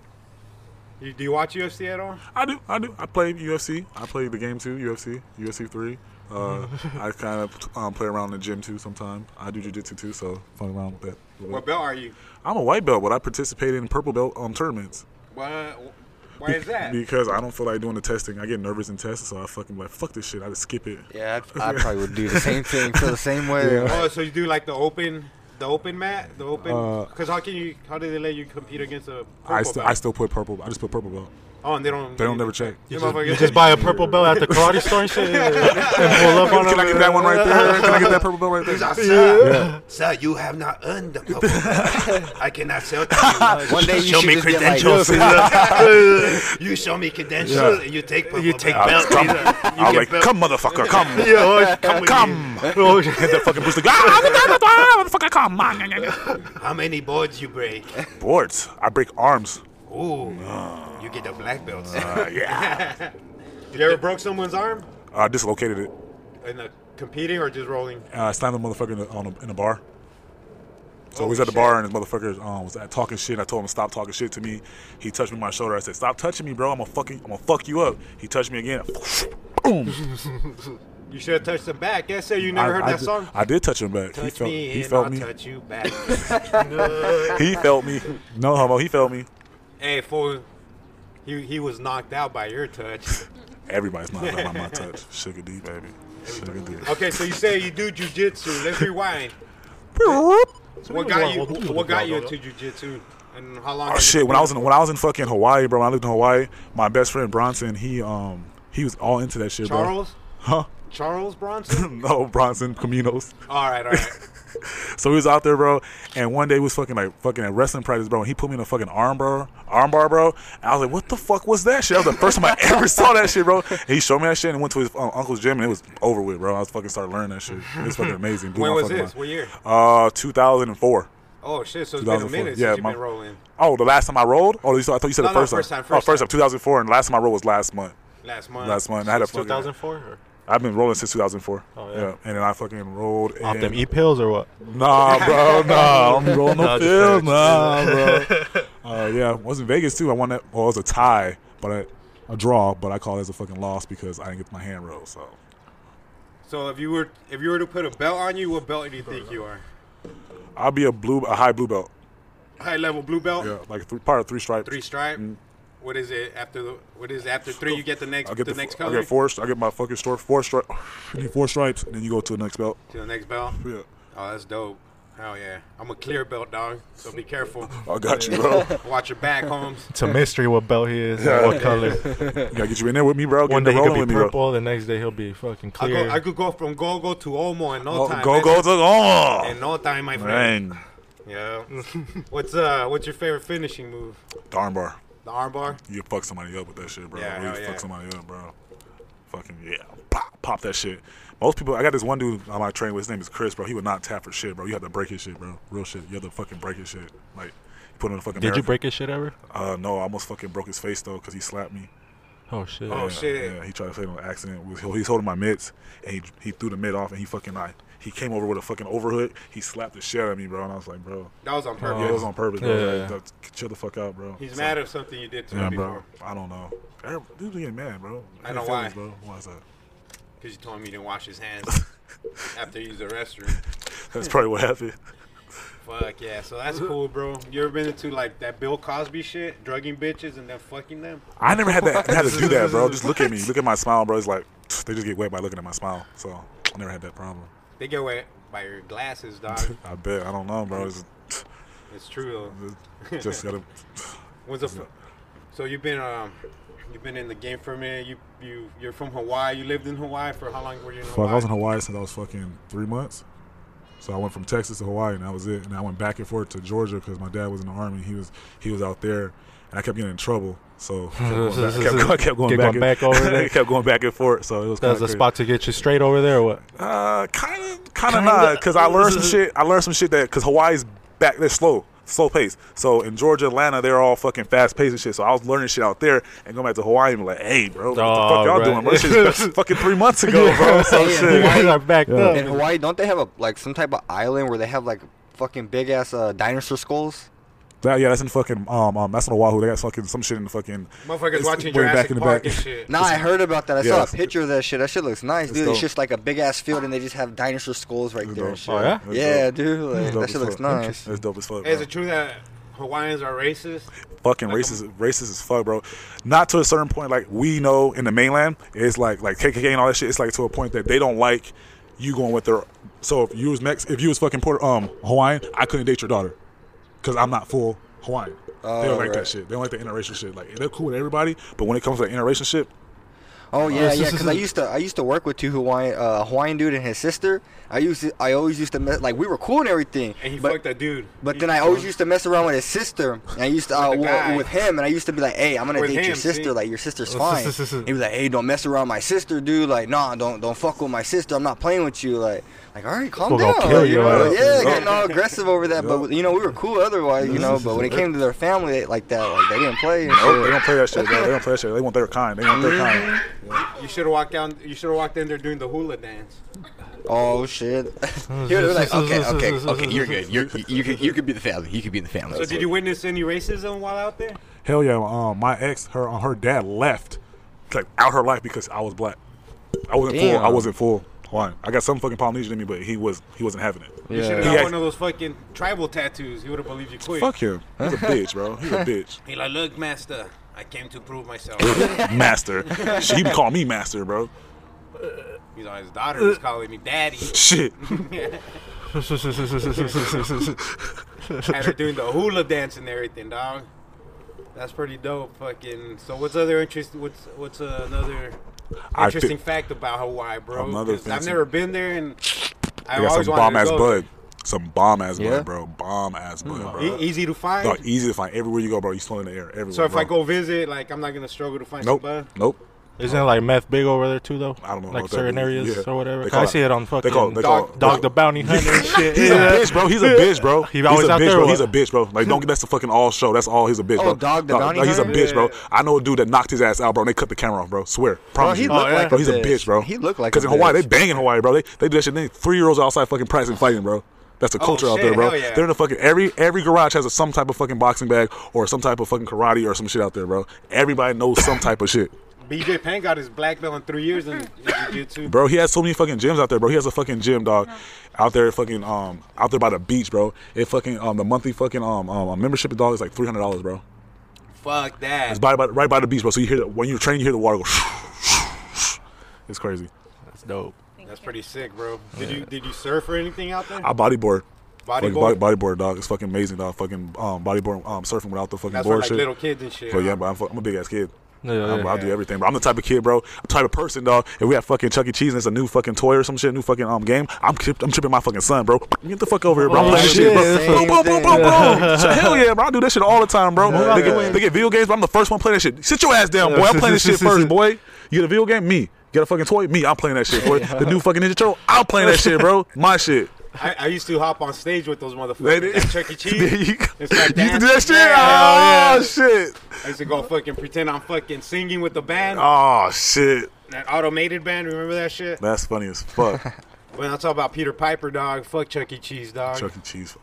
B: You, do you watch UFC at all?
D: I do, I do. I play UFC. I play the game too, UFC, UFC three. Uh, I kind of um, play around in the gym too sometimes. I do jiu-jitsu too, so fun around with that. a little
B: What
D: bit.
B: belt are you?
D: I'm a white belt, but I participate in purple belt um, tournaments
B: What? Why is that?
D: because I don't feel like doing the testing. I get nervous in tests, so I fucking like fuck this shit. I just skip it.
A: Yeah, I probably would do the same thing, feel the same way.
B: Oh, so you do like the open, the open mat, the open? Because how can you? How do they let you compete against a purple
D: Uh, I still,
B: belt?
D: I still put purple. I just put purple belt.
B: oh, and they don't.
D: They don't never check.
B: Them
E: You
B: motherfuckers-
E: just buy a purple belt at the karate store and shit, and pull up on
D: Can I get that one right there? Can I get that purple belt right there?
B: Sir, sir, you have not earned the purple belt. I cannot sell to
A: One day you should just get like,
B: you. You show me credentials and you take purple
E: You take
B: belt.
E: belt.
D: Come, I was like, come, motherfucker, come. Come, Oh, Hit that fucking Bruce Lee. Ah, motherfucker, come on.
B: How many boards you break?
D: Boards. I break arms.
B: Ooh, you get a black belt.
D: Uh, yeah.
B: You ever broke someone's arm
D: I dislocated it.
B: in a competing or just rolling?
D: Uh, I slammed a motherfucker in a, on a, in a bar. So we was at the bar and this motherfucker um, was at talking shit. I told him to stop talking shit to me. He touched me on my shoulder. I said, "Stop touching me, bro. I'm gonna fucking, I'm gonna fuck you up." He touched me again. Boom.
B: You should have touched them back. Yes, sir. You never heard
D: I,
B: that
D: did,
B: song?
D: I did touch him back. he
B: Touch
D: felt,
B: me
D: he
B: and
D: felt
B: I'll
D: me.
B: touch you back.
D: He felt me. No homo. He felt me.
B: hey, fool. He, he was knocked out by your touch.
D: Everybody's not about my touch. Sugar D, baby. Sugar D.
B: Okay, so you say you do jujitsu. Let's rewind. What got you? What got you into jujitsu? And how long?
D: Oh shit! When I was in when I was in fucking Hawaii, bro. When I lived in Hawaii, my best friend Bronson, he um he was all into that shit,
B: Charles.
D: bro.
B: Charles Bronson.
D: Huh? no, Bronson Caminos.
B: all right, all right.
D: So he was out there, bro. And one day we was fucking like fucking at wrestling practice, bro. And he put me in a fucking arm bar, arm bar, bro. And I was like, what the fuck was that shit? That was the first time I ever saw that shit, bro. And he showed me that shit and went to his um, uncle's gym and it was over with, bro. I was fucking started learning that shit. It was fucking amazing. Blew
B: When
D: my
B: was
D: fucking
B: this?
D: mind.
B: What year?
D: Uh, 2004.
B: Oh shit! So it's been a
D: 2004.
B: minute
D: Yeah,
B: since you've
D: my-
B: been rolling.
D: Oh, the last time I rolled? Oh, you saw- I thought you said
B: No,
D: the
B: no,
D: first,
B: first time,
D: oh,
B: first
D: first
B: time.
D: time, 2004, and the last time I rolled was last month.
B: Last month.
D: Last month, I had a fucking.
E: 2004. Or?
D: I've been rolling since 2004.
E: Oh,
D: yeah.
E: yeah.
D: and then I fucking rolled.
E: Off
D: And,
E: them e pills or what?
D: nah, bro, nah, I'm rolling no
E: Nah, just
D: pills,
E: facts.
D: nah, bro. Uh, yeah, I was in Vegas too. I won that. Well, it was a tie, but I, a draw, but I call it as a fucking loss because I didn't get my hand rolled. So
B: So if you were if you were to put a belt on you, what belt do you think you are?
D: I'll be a blue, a high blue belt.
B: High level blue belt,
D: Yeah, Mm. like three, part of three stripes.
B: three stripe. What is it after the? What is it after three? You get the next
D: I get
B: the,
D: the,
B: next
D: I
B: color
D: get four. I get my fucking store four stripes. You need four stripes, and then you go to the next belt.
B: to the next belt.
D: Yeah.
B: Oh, that's dope. Hell yeah! I'm a clear belt dog, so be careful.
D: I got you, bro.
B: Watch your back, Holmes.
E: It's a mystery what belt he is, and what color.
D: Gotta get you in there with me, bro. Get
E: One
D: in there
E: day he
D: rolling
E: could
D: with
E: be
D: me, bro.
E: purple, the next day he'll be fucking
B: I, go,
E: clear.
B: I could go from Gogo to Omo in no
D: Oh,
B: time.
D: go,
B: man.
D: go, go,
B: In
D: on.
B: no time, my friend.
D: Man,
B: Yeah. what's uh? What's your favorite finishing move?
D: the arm bar.
B: The armbar.
D: You fuck somebody up with that shit, bro.
B: Yeah,
D: Really
B: hell yeah.
D: fuck somebody up, bro. Fucking yeah, pop, pop that shit. Most people, I got this one dude on my train with. His name is Chris, bro. He would not tap for shit, bro. You have to break his shit, bro. Real shit. You have to fucking break his shit. Like, you put him in a fucking.
E: Did you
D: barricade.
E: break his shit ever?
D: Uh, no, I almost fucking broke his face though because he slapped me.
E: Oh shit.
B: Oh, shit.
D: Yeah, he tried to say it on accident. He was- he was holding my mitts, and he, he threw the mitt off, and he fucking like he came over with a fucking overhood. He slapped the shit out of me, bro, and I was like, bro,
B: That was on
D: yeah, it was
B: purpose.
D: on purpose, bro.
E: Oh. Yeah.
D: Like, that- chill the fuck out, bro.
B: He's
D: So-
B: mad at something you did to
D: Yeah,
B: him
D: bro.
B: before.
D: I don't know. Every- Dudes are getting mad, bro.
B: I know
D: Feelings,
B: why.
D: Bro. Why is that?
B: Because you told him you didn't wash his hands after he used the restroom.
D: That's probably what happened.
B: Fuck yeah, so that's cool, bro. You ever been into like that Bill Cosby shit, drugging bitches and then fucking them?
D: I never had that had to do that, bro. Just look at me, look at my smile, bro. It's like they just get wet by looking at my smile. So I never had that problem.
B: They get wet by your glasses, dog.
D: I bet I don't know, bro. It's
B: It's true though.
D: it's just gotta.
B: When's the f- so you've been um you've been in the game for a minute. You you you're from Hawaii. You lived in Hawaii for how long were you in
D: Fuck,
B: Hawaii?
D: I was in Hawaii since I was fucking three months. So I went from Texas to Hawaii, and that was it. And I went back and forth to Georgia because my dad was in the army. He was he was out there, and I kept getting in trouble. So I kept going back- I kept, going- I kept
E: Kept
D: going back,
E: going back over there.
D: and, kept going back and forth. So it was
E: That was
D: kinda
E: a
D: crazy.
E: spot to get you straight over there or what?
D: Uh, kind of, kind of not, because I learned some shit. I learned some shit that because Hawaii's back, they're slow, slow pace. So in Georgia, Atlanta, they're all fucking fast paced and shit. So I was learning shit out there and going back to Hawaii and be like, hey, bro, what the
E: Oh,
D: fuck y'all
E: right.
D: doing? Bro, this shit's fucking three months ago, bro. So
A: Yeah.
D: shit.
E: You are backed
A: In
E: up.
A: Hawaii, don't they have a like some type of island where they have like fucking big ass uh, dinosaur skulls?
D: That, yeah, that's in fucking um, um that's in Oahu. They got fucking some shit in the fucking
B: Motherfuckers
D: it's
B: watching
D: way
B: Jurassic
D: back in the
B: Park
D: back.
B: and shit.
A: Nah, I heard about that. I
D: Yeah,
A: saw a
D: it's-
A: picture of that shit. That shit looks nice, dude.
D: dope.
A: It's just like a big ass field, and they just have dinosaur skulls right there. And
D: dope.
A: shit.
E: Oh, yeah?
D: That's
A: yeah,
D: dope.
A: dude. like,
D: That's dope
A: that
D: as
A: shit looks
D: fuck.
A: nice.
D: That's dope as fuck.
B: Is
D: bro.
B: it true that Hawaiians are racist?
D: fucking racist, racist as fuck, bro. Not to a certain point, like we know in the mainland, it's like like KKK and all that shit. It's like to a point that they don't like you going with their. So if you was Mex, if you was fucking Puerto, um Hawaiian, I couldn't date your daughter because I'm not full Hawaiian. they don't like that
A: right.
D: shit. They don't like the interracial shit. Like they're cool with everybody, but when it comes to the interracial shit,
A: Oh yeah, yeah. Because I used to I used to work with two Hawaiian uh, Hawaiian dude and his sister. I used to, I always used to mess, like we were cool and everything.
B: And he
A: but,
B: fucked that dude.
A: But then I always used to mess around with his sister. And I used to uh,
B: With the guy.
A: with, with him, and I used to be like, "Hey, I'm gonna
B: With
A: date
B: him,
A: your sister.
B: see? Oh,
A: Like your sister's fine." he was like, "Hey, don't mess around my sister, dude. Like, nah, don't don't fuck with my sister. I'm not playing with you. Like, like all right, calm
E: Fuck,
A: down.
E: I'll kill
A: you
E: your
A: know?
E: ass.
A: Yeah, getting all aggressive over that. But you know, we were cool otherwise. You know, but when it came to their family they- like that, like they didn't play. and
D: oh, they
A: shit.
D: don't play that shit. Bro. They don't play that shit. They want their kind. They want their kind.
B: You should have walked down. You should have walked in there doing the hula dance.
A: Oh shit. he was like, "Okay, okay, okay, you're good. You're, you you could you could be the family. You could be the family."
B: So did you witness any racism while out there?
D: Hell yeah, um, my ex, her her dad left, like out her life because I was black. I wasn't full. I
A: Damn.
D: wasn't full. Hawaiian. I got some fucking Polynesian in me, but he was he wasn't having it.
B: You should have
D: He
B: got
D: act-
B: one of those fucking tribal tattoos. He would have believed you quick.
D: Fuck him. He's a bitch, bro. He's a bitch.
B: He like, look, master, I came to prove myself.
D: Master. Shit, he be calling me master, bro.
B: He's like, his daughter was calling me daddy.
D: Shit.
B: Had her doing the hula dance and everything, dog. That's pretty dope. Fucking. So what's other interest? What's what's uh, another
D: I
B: interesting
D: thi-
B: fact about Hawaii, bro?
D: Another
B: 'Cause I've
D: fancy-
B: never been there, and I
D: I got
B: always
D: some
B: wanted
D: bomb
B: to
D: ass
B: go.
D: bud. Some bomb ass
A: Yeah?
D: bud, bro. Bomb ass bud, bro.
B: E- easy to find.
D: Dog, easy to find everywhere you go, bro. You slow in the air everywhere.
B: so if
D: bro.
B: I go visit, like I'm not gonna struggle to find some
D: nope,
B: bud.
D: nope.
E: Isn't it like meth big over there too though?
D: I don't know
E: Like
D: about that,
E: certain
D: but
E: areas
D: yeah.
E: or whatever.
D: They
E: 'Cause I
D: call
E: see
D: it-
E: it on
D: they
E: fucking
D: call- they
E: dog,
D: call-
E: dog the bounty hunter and shit.
D: He's
E: Yeah.
D: a bitch, bro. He's a bitch, bro.
E: He always
D: he's a
E: out
D: bitch,
E: there
D: bro.
E: or
D: He's a
E: what?
D: bitch, bro. Like, don't get that's the fucking all show. That's all. He's a bitch,
A: Oh,
D: bro.
A: dog, the bounty
D: like, He's a
A: hunter?
D: bitch, bro. I know a dude that knocked his ass out, bro. And they cut the camera off, bro. Swear, promise
A: he
D: you.
B: Oh,
A: looked like
D: bro,
A: a
D: he's a
A: bitch.
D: bitch, bro.
A: He looked like
D: because
A: a
D: in Hawaii
A: bitch.
D: they bang in Hawaii, bro. They they do that shit. They three year olds outside fucking practicing fighting, bro. That's the culture out
B: Oh, shit,
D: there, bro.
B: hell yeah.
D: They're in the fucking every every garage has a, some type of fucking boxing bag or some type of fucking karate or some shit out there, bro. Everybody knows some type of shit.
B: BJ Penn got his black belt in three years in, in jiu-jitsu.
D: Bro, he has so many fucking gyms out there, bro. He has a fucking gym, dog, out there, fucking um, out there by the beach, bro. It fucking um, the monthly fucking um, um membership dog is like three hundred dollars, bro.
B: Fuck that.
D: It's by, by right by the beach, bro. So you hear that when you're training, you hear the water go. It's crazy.
E: That's dope.
B: That's pretty sick, bro. Did you did you surf or anything out there?
D: I bodyboard. Fucking
B: Bodyboard?
D: Body, bodyboard, dog. It's fucking amazing, dog. Fucking um, bodyboard, um, surfing without the fucking
B: That's for
D: board
B: like
D: shit.
B: little kids and shit.
D: But yeah, but I'm, fu- I'm a big ass kid.
E: Yeah,
D: I'm,
E: yeah.
D: I'll do everything, bro. I'm the type of kid, bro. I'm the type of person, dog. If we have fucking Chuck E. Cheese and it's a new fucking toy or some shit, new fucking um game, I'm tri- I'm tripping my fucking son, bro. Get the fuck over here, bro. I'm
E: Oh,
D: playing this shit,
E: shit,
D: bro.
E: that's
D: Boom,
A: what-
D: boom, boom, boom, boom. So, Hell yeah, bro. I do that shit all the time, bro.
E: Yeah,
D: they, get,
E: yeah.
D: they get video games, but I'm the first one playing that shit. Sit your ass down, boy. I'm playing this shit first, boy. You get a video game, me. You get a fucking toy, me. I'm playing that shit, boy. The new fucking Ninja Turtle, I'm playing that shit, bro. My shit.
B: I, I used to hop on stage with those
D: They
B: motherfuckers.
D: did-
B: at Chuck E.
D: There
B: Cheese.
D: you go.
B: It's like
D: You can do that
B: dancing.
D: shit?
B: Yeah,
D: oh,
B: hell yeah.
D: shit.
B: I used to go fucking pretend I'm fucking singing with the band,
D: Oh, shit.
B: that automated band. Remember that shit?
D: That's funny as fuck.
B: When I talk about Peter Piper, dog, fuck Chuck E. Cheese, dog.
D: Chuck E. Cheese.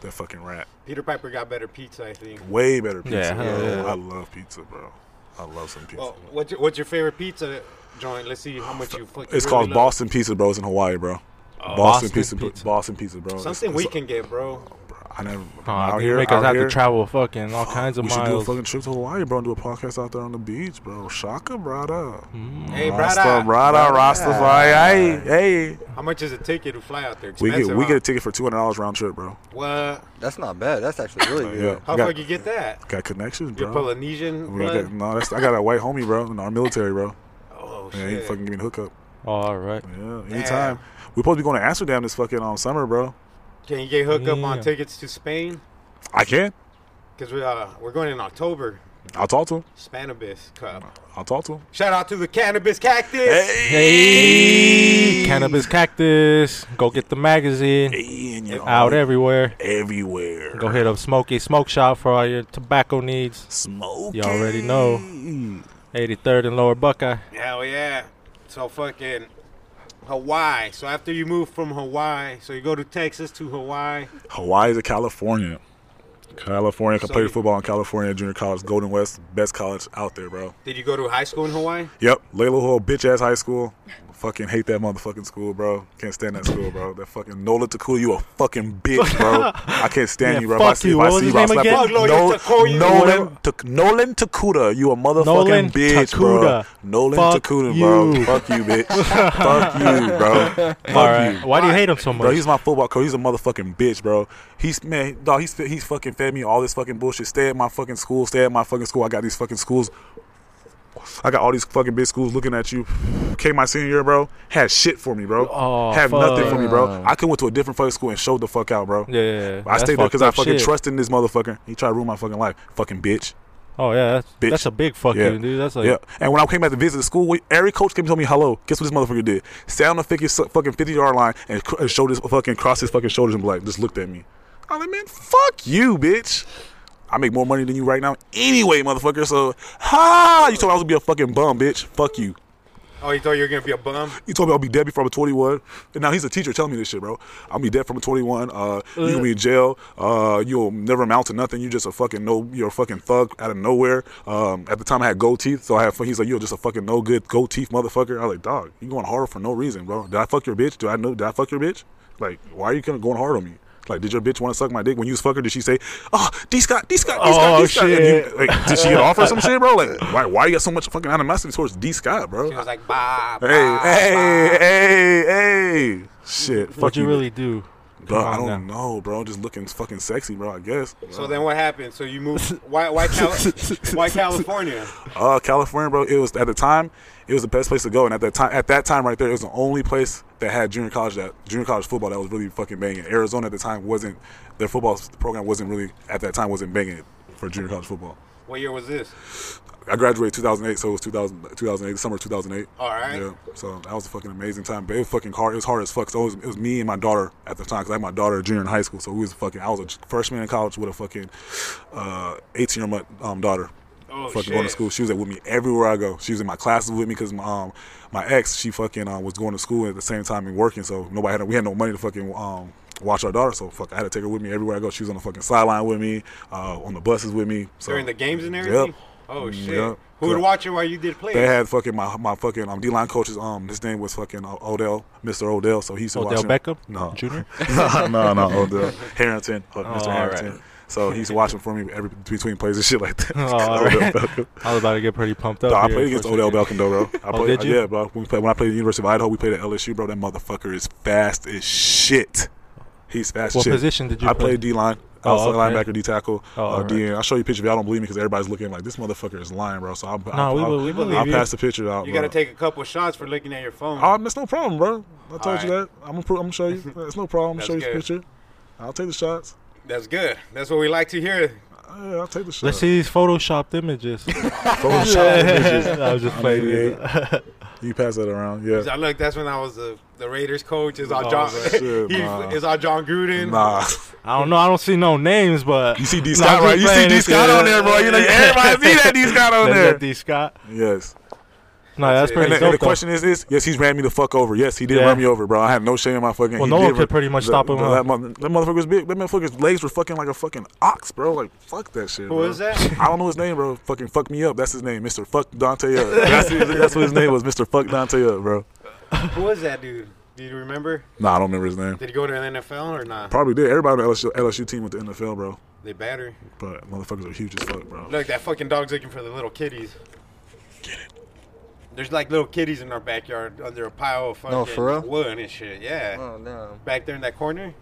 D: That fucking rat.
B: Peter Piper got better pizza, I think.
D: Way better pizza.
G: Yeah, hell
D: bro.
G: yeah.
D: I love pizza, bro. I love some pizza.
B: Well, what's your, what's your favorite pizza joint? Let's see how much you fucking.
D: it's
B: really
D: called
B: love.
D: Boston Pizza, bro. It's in Hawaii, bro. Boston,
G: Oh, Boston
D: pizza,
G: Pizza. Oh,
D: Boston Pizza, bro. It's-
B: Something
D: it's,
B: we can get, bro.
D: I never.
G: Nah,
D: out
G: you
D: here,
G: make
D: out
G: us have
D: here,
G: to travel fucking all kinds of
D: We should do a
G: miles.
D: fucking trip to Hawaii, bro, and do a podcast out there on the beach, bro. Shaka, brada.
G: Hmm.
B: Hey,
D: Rasta,
B: brother,
D: brada, Rastafari. Hey, hey.
B: how much is a ticket to fly out there?
D: We
B: Expensive,
D: get we
B: huh?
D: get a ticket for two hundred dollars round trip, bro.
B: What?
A: That's not bad. That's actually really
D: Yeah,
A: good.
B: How
D: we got,
B: fuck you get that?
D: got connections,
B: Your
D: bro.
B: Polynesian
D: We got
B: blood?
D: that- no, that's, I got a white homie, bro, in our military, bro.
B: Oh
D: Yeah, he
B: shit!
D: fucking give me the hookup.
G: All right.
D: Yeah, anytime. We supposed to be going to Amsterdam this fucking um, summer, bro.
B: Can you get hooked up on
G: Yeah.
B: tickets to Spain?
D: I can.
B: Cause we uh, we're going in October.
D: I'll talk to him.
B: Spanibus Cup.
D: I'll talk to him.
B: Shout out to the Cannabis Cactus.
G: Hey, cannabis cactus. Go get the magazine.
D: Hey, and you're
G: Out everywhere.
D: everywhere.
G: Go hit up Smokey Smoke Shop for all your tobacco needs.
D: Smoke.
G: You already know. 83rd and Lower Buckeye.
B: Hell yeah! So fucking Hawaii. So after you move from Hawaii, so you go to Texas to Hawaii.
D: Hawaii is a California. California. I
B: So
D: played
B: you-
D: football in California junior college, Golden West, best college out there, bro.
B: Did you go to high school in Hawaii?
D: Yep, Layla Hall, bitch ass high school. Fucking hate that motherfucking school, bro. Can't stand that school, bro. That fucking Nola Takula, you a fucking bitch, bro. I can't stand
G: Yeah,
D: you, bro.
G: fuck
D: if I see If
G: you.
D: I
G: What was
D: see
G: his
D: you, I'll
G: name
D: slap
G: again?
D: you.
B: Fuck Lola Takuya,
D: Nolan,
B: whatever.
D: Tak- Nolan Takuda, you a motherfucking
G: Nolan
D: bitch, bro.
G: Takuda.
D: Nolan
G: Fuck
D: Takuda, bro.
G: you.
D: Fuck you, bitch. fuck you, bro. Fuck
G: All right.
D: you.
G: Why do you hate him so
D: Bro,
G: much?
D: he's my football coach. He's a motherfucking bitch, bro. He's man, dog. He's he's fucking fed me all this fucking bullshit. Stay at my fucking school. Stay at my fucking school. I got these fucking schools. I got all these fucking big schools looking at you. Came my senior year, bro. Had shit for me, bro.
G: Oh,
D: Had nothing for me, bro.
G: fuck.
D: I could went to a different fucking school and showed the fuck out, bro.
G: yeah,
D: I
G: that's
D: stayed there because
G: fucked
D: I
G: up
D: fucking
G: shit.
D: trusted in this motherfucker. He tried to ruin my fucking life. Fucking bitch.
G: Oh yeah, that's,
D: Bitch.
G: that's a big fuck
D: Yeah.
G: you, dude. That's like
D: yeah. And when I came back to visit the school, we- every coach came and told me hello. Guess what this motherfucker did? Sat on the fucking fucking fifty yard line and, cr- and showed his fucking crossed his fucking shoulders and be like just looked at me. I'm like, man, fuck you, bitch. I make more money than you right now, anyway, motherfucker. So, ha! You told me I was gonna be a fucking bum, bitch. Fuck you.
B: Oh, you thought you were gonna be a bum?
D: You told me I'll be dead before I'm 21. And now he's a teacher telling me this shit, bro. I'll be dead from 21. Uh, you gonna be in jail. Uh, you'll never amount to nothing. You just a fucking no. You're a fucking thug out of nowhere. Um, at the time I had gold teeth, so I had. He's like, you're just a fucking no good gold teeth motherfucker. I was like, dog, you going hard for no reason, bro. Did I fuck your bitch? Do I know? Did I fuck your bitch? Like, why are you kinda going hard on me? Like, did your bitch want to suck my dick when you was fucking? Did she say, "Oh, D Scott, D Scott, D Scott,
G: Oh,
D: D Scott"? And
G: shit.
D: you- like, did she get off or some shit, bro? Like, why, why you got so much fucking animosity towards D Scott, bro?
B: He was like, bah, bah,
D: Hey, hey,
B: bah.
D: hey, hey! Shit, fuck
G: Ah, what you
D: you,
G: really do.
D: bro.
G: Come
D: I
G: on
D: don't know, bro. Just looking fucking sexy, bro. I guess.
B: So then what happened? So you moved? Why, why, Cali- why California?
D: Uh, California, bro. It was at the time, it was the best place to go, and at that time, at that time right there, it was the only place that had junior college that junior college football that was really fucking banging. Arizona at the time wasn't their football program wasn't really at that time wasn't banging it for junior college football.
B: What year was this?
D: I graduated 2008, so it was 2000, 2008, the summer of 2008.
B: All right.
D: Yeah. So that was a fucking amazing time, but it was fucking hard. It was hard as fuck. So it was, it was me and my daughter at the time, because I had my daughter junior in high school. So we was fucking. I was a freshman in college with a fucking uh, 18 year month um, daughter.
B: Oh,
D: fucking going to
B: shit.
D: school. She was at with me everywhere I go. She was in my classes with me because my um, my ex she fucking uh, was going to school at the same time and working. So nobody had we had no money to fucking um, watch our daughter. So fuck, I had to take her with me everywhere I go. She was on the fucking sideline with me, uh, on the buses with me. So
B: During the games and everything? Oh shit!
D: Mm, Yep.
B: Who would
D: Yep.
B: watch it while you did play?
D: They had fucking my my fucking um D line coaches. Um, his name was fucking uh, Odell, Mr. Odell. So he's
G: Odell Beckham
D: No,
G: Jr.?
D: no, no, no, Odell Harrington, uh, Mr.
G: all
D: Harrington.
G: right.
D: So he's watching for me every between plays and shit like that.
G: Oh, all
D: Odell
G: right.
D: Beckham.
G: I was about to get pretty pumped up.
D: Dog, I
G: here
D: played against
G: for a
D: Odell
G: second.
D: Beckham though, bro. I
G: Oh,
D: played,
G: did you?
D: Yeah, bro. When, we played, when I played at the University of Idaho, we played at LSU, bro. That motherfucker is fast as shit. He's fast. as
G: What
D: shit.
G: position did you
D: I
G: play?
D: played D line. I
G: Oh,
D: was
G: okay.
D: linebacker, D tackle,
G: Oh,
D: uh,
G: alright.
D: DN. I'll show you a picture. If y'all don't believe me, because everybody's looking like this motherfucker is lying, bro. So I'll, I'll,
G: we
D: I'll,
G: will- we believe
D: I'll
G: you.
D: pass the picture out.
B: you
D: bro.
B: gotta take a couple shots for looking at your phone.
D: Oh, that's no problem, bro. I told you
B: Alright.
D: that. I'm gonna, pro- I'm gonna show you. It's no problem. I'm gonna show you
B: That's
D: the picture. I'll take the shots. Uh,
B: That's good. That's what we like to hear.
D: Yeah, I'll take the shots.
G: Let's see these photoshopped images.
D: Photoshop.
G: I was just playing.
D: Maybe
G: with
D: eight.
G: it.
D: You pass that around, yeah.
B: I look, that's when I was the, the Raiders coach. Is our
D: Oh,
B: John?
D: shit,
B: he-
D: nah.
B: Is our John Gruden?
D: Nah.
J: I don't know. I don't see no names, but
D: You see D
J: Nah,
D: Scott,
J: I'm
D: right?
J: just
D: You see
J: playing
D: D
J: this,
D: Scott
J: yeah.
D: on there, bro. You know, everybody see that D Scott on
J: That-
D: there.
J: that D Scott.
D: Yes.
J: No, that's
D: And,
J: pretty
D: the- and
J: dope.
D: the
J: though.
D: question is this: Yes, he's ran me the fuck over. Yes, he did
J: Yeah.
D: run me over, bro. I had no shame in my fucking.
J: Well,
D: he
J: no one
D: did
J: could
D: run-
J: pretty much stop him, huh?
D: That, mother- that motherfucker was big. That motherfucker's legs were fucking like a fucking ox, bro. Like fuck that shit. Who
B: is that?
D: I don't know his name, bro. Fucking fuck me up. That's his name, Mister Fuck Dante Up. That's, his- that's what his name was, Mister Fuck Dante Up, bro.
B: Who was that dude? Do you remember?
D: Nah, I don't remember his name.
B: Did he go to the NFL or not?
D: Probably did. Everybody on the LSU, LSU team went to NFL, bro.
B: They batter.
D: But motherfuckers are huge as fuck, bro.
B: Look, that fucking dog's looking for the little kitties. Get it. There's like little kitties in our backyard under a pile of fucking
A: No, for real?
B: wood and shit. Yeah.
A: Oh no.
B: Back there in that corner.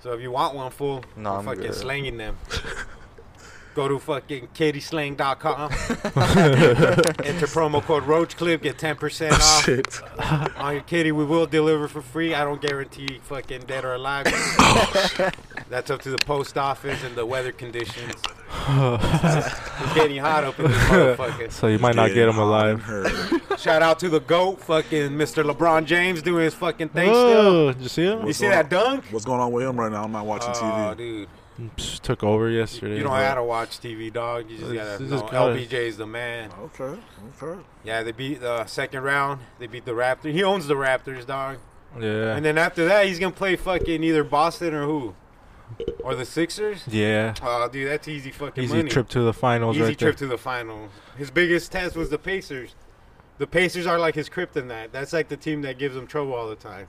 B: So if you want one, fool,
A: Nah,
B: I'm
A: I'm
B: fucking
A: good.
B: slanging them. Go to fucking kittyslang.com. Enter promo code ROACHCLIP, get 10% off
D: Shit.
B: on your kitty. We will deliver for free. I don't guarantee fucking dead or alive. That's up to the post office and the weather conditions. it's getting hot up in this motherfucker.
J: So you might not
D: Dead
J: get him
D: hot
J: alive.
D: and hurt.
B: Shout out to the GOAT, fucking Mr. LeBron James doing his fucking thing still.
J: Oh, did you see him?
B: You
J: He
B: see that dunk?
D: What's going on with him right now? I'm not watching
B: Oh,
D: TV.
B: dude.
J: took over yesterday.
B: You don't have to watch TV, dog. You just
J: It's-
B: gotta
J: it's
B: know
J: just Oh, gotta-
B: LBJ's the man.
D: Okay, okay.
B: Yeah, they beat the second round. They beat the Raptors. He owns the Raptors, dog.
J: Yeah.
B: And then after that, he's gonna play fucking either Boston or who, or the Sixers.
J: yeah.
B: Oh, dude, that's easy fucking
J: Easy
B: money.
J: trip to the finals
B: easy
J: right
B: trip to
J: there.
B: the finals. His biggest test was the Pacers. The Pacers are like his kryptonite. That's like the team that gives him trouble all the time.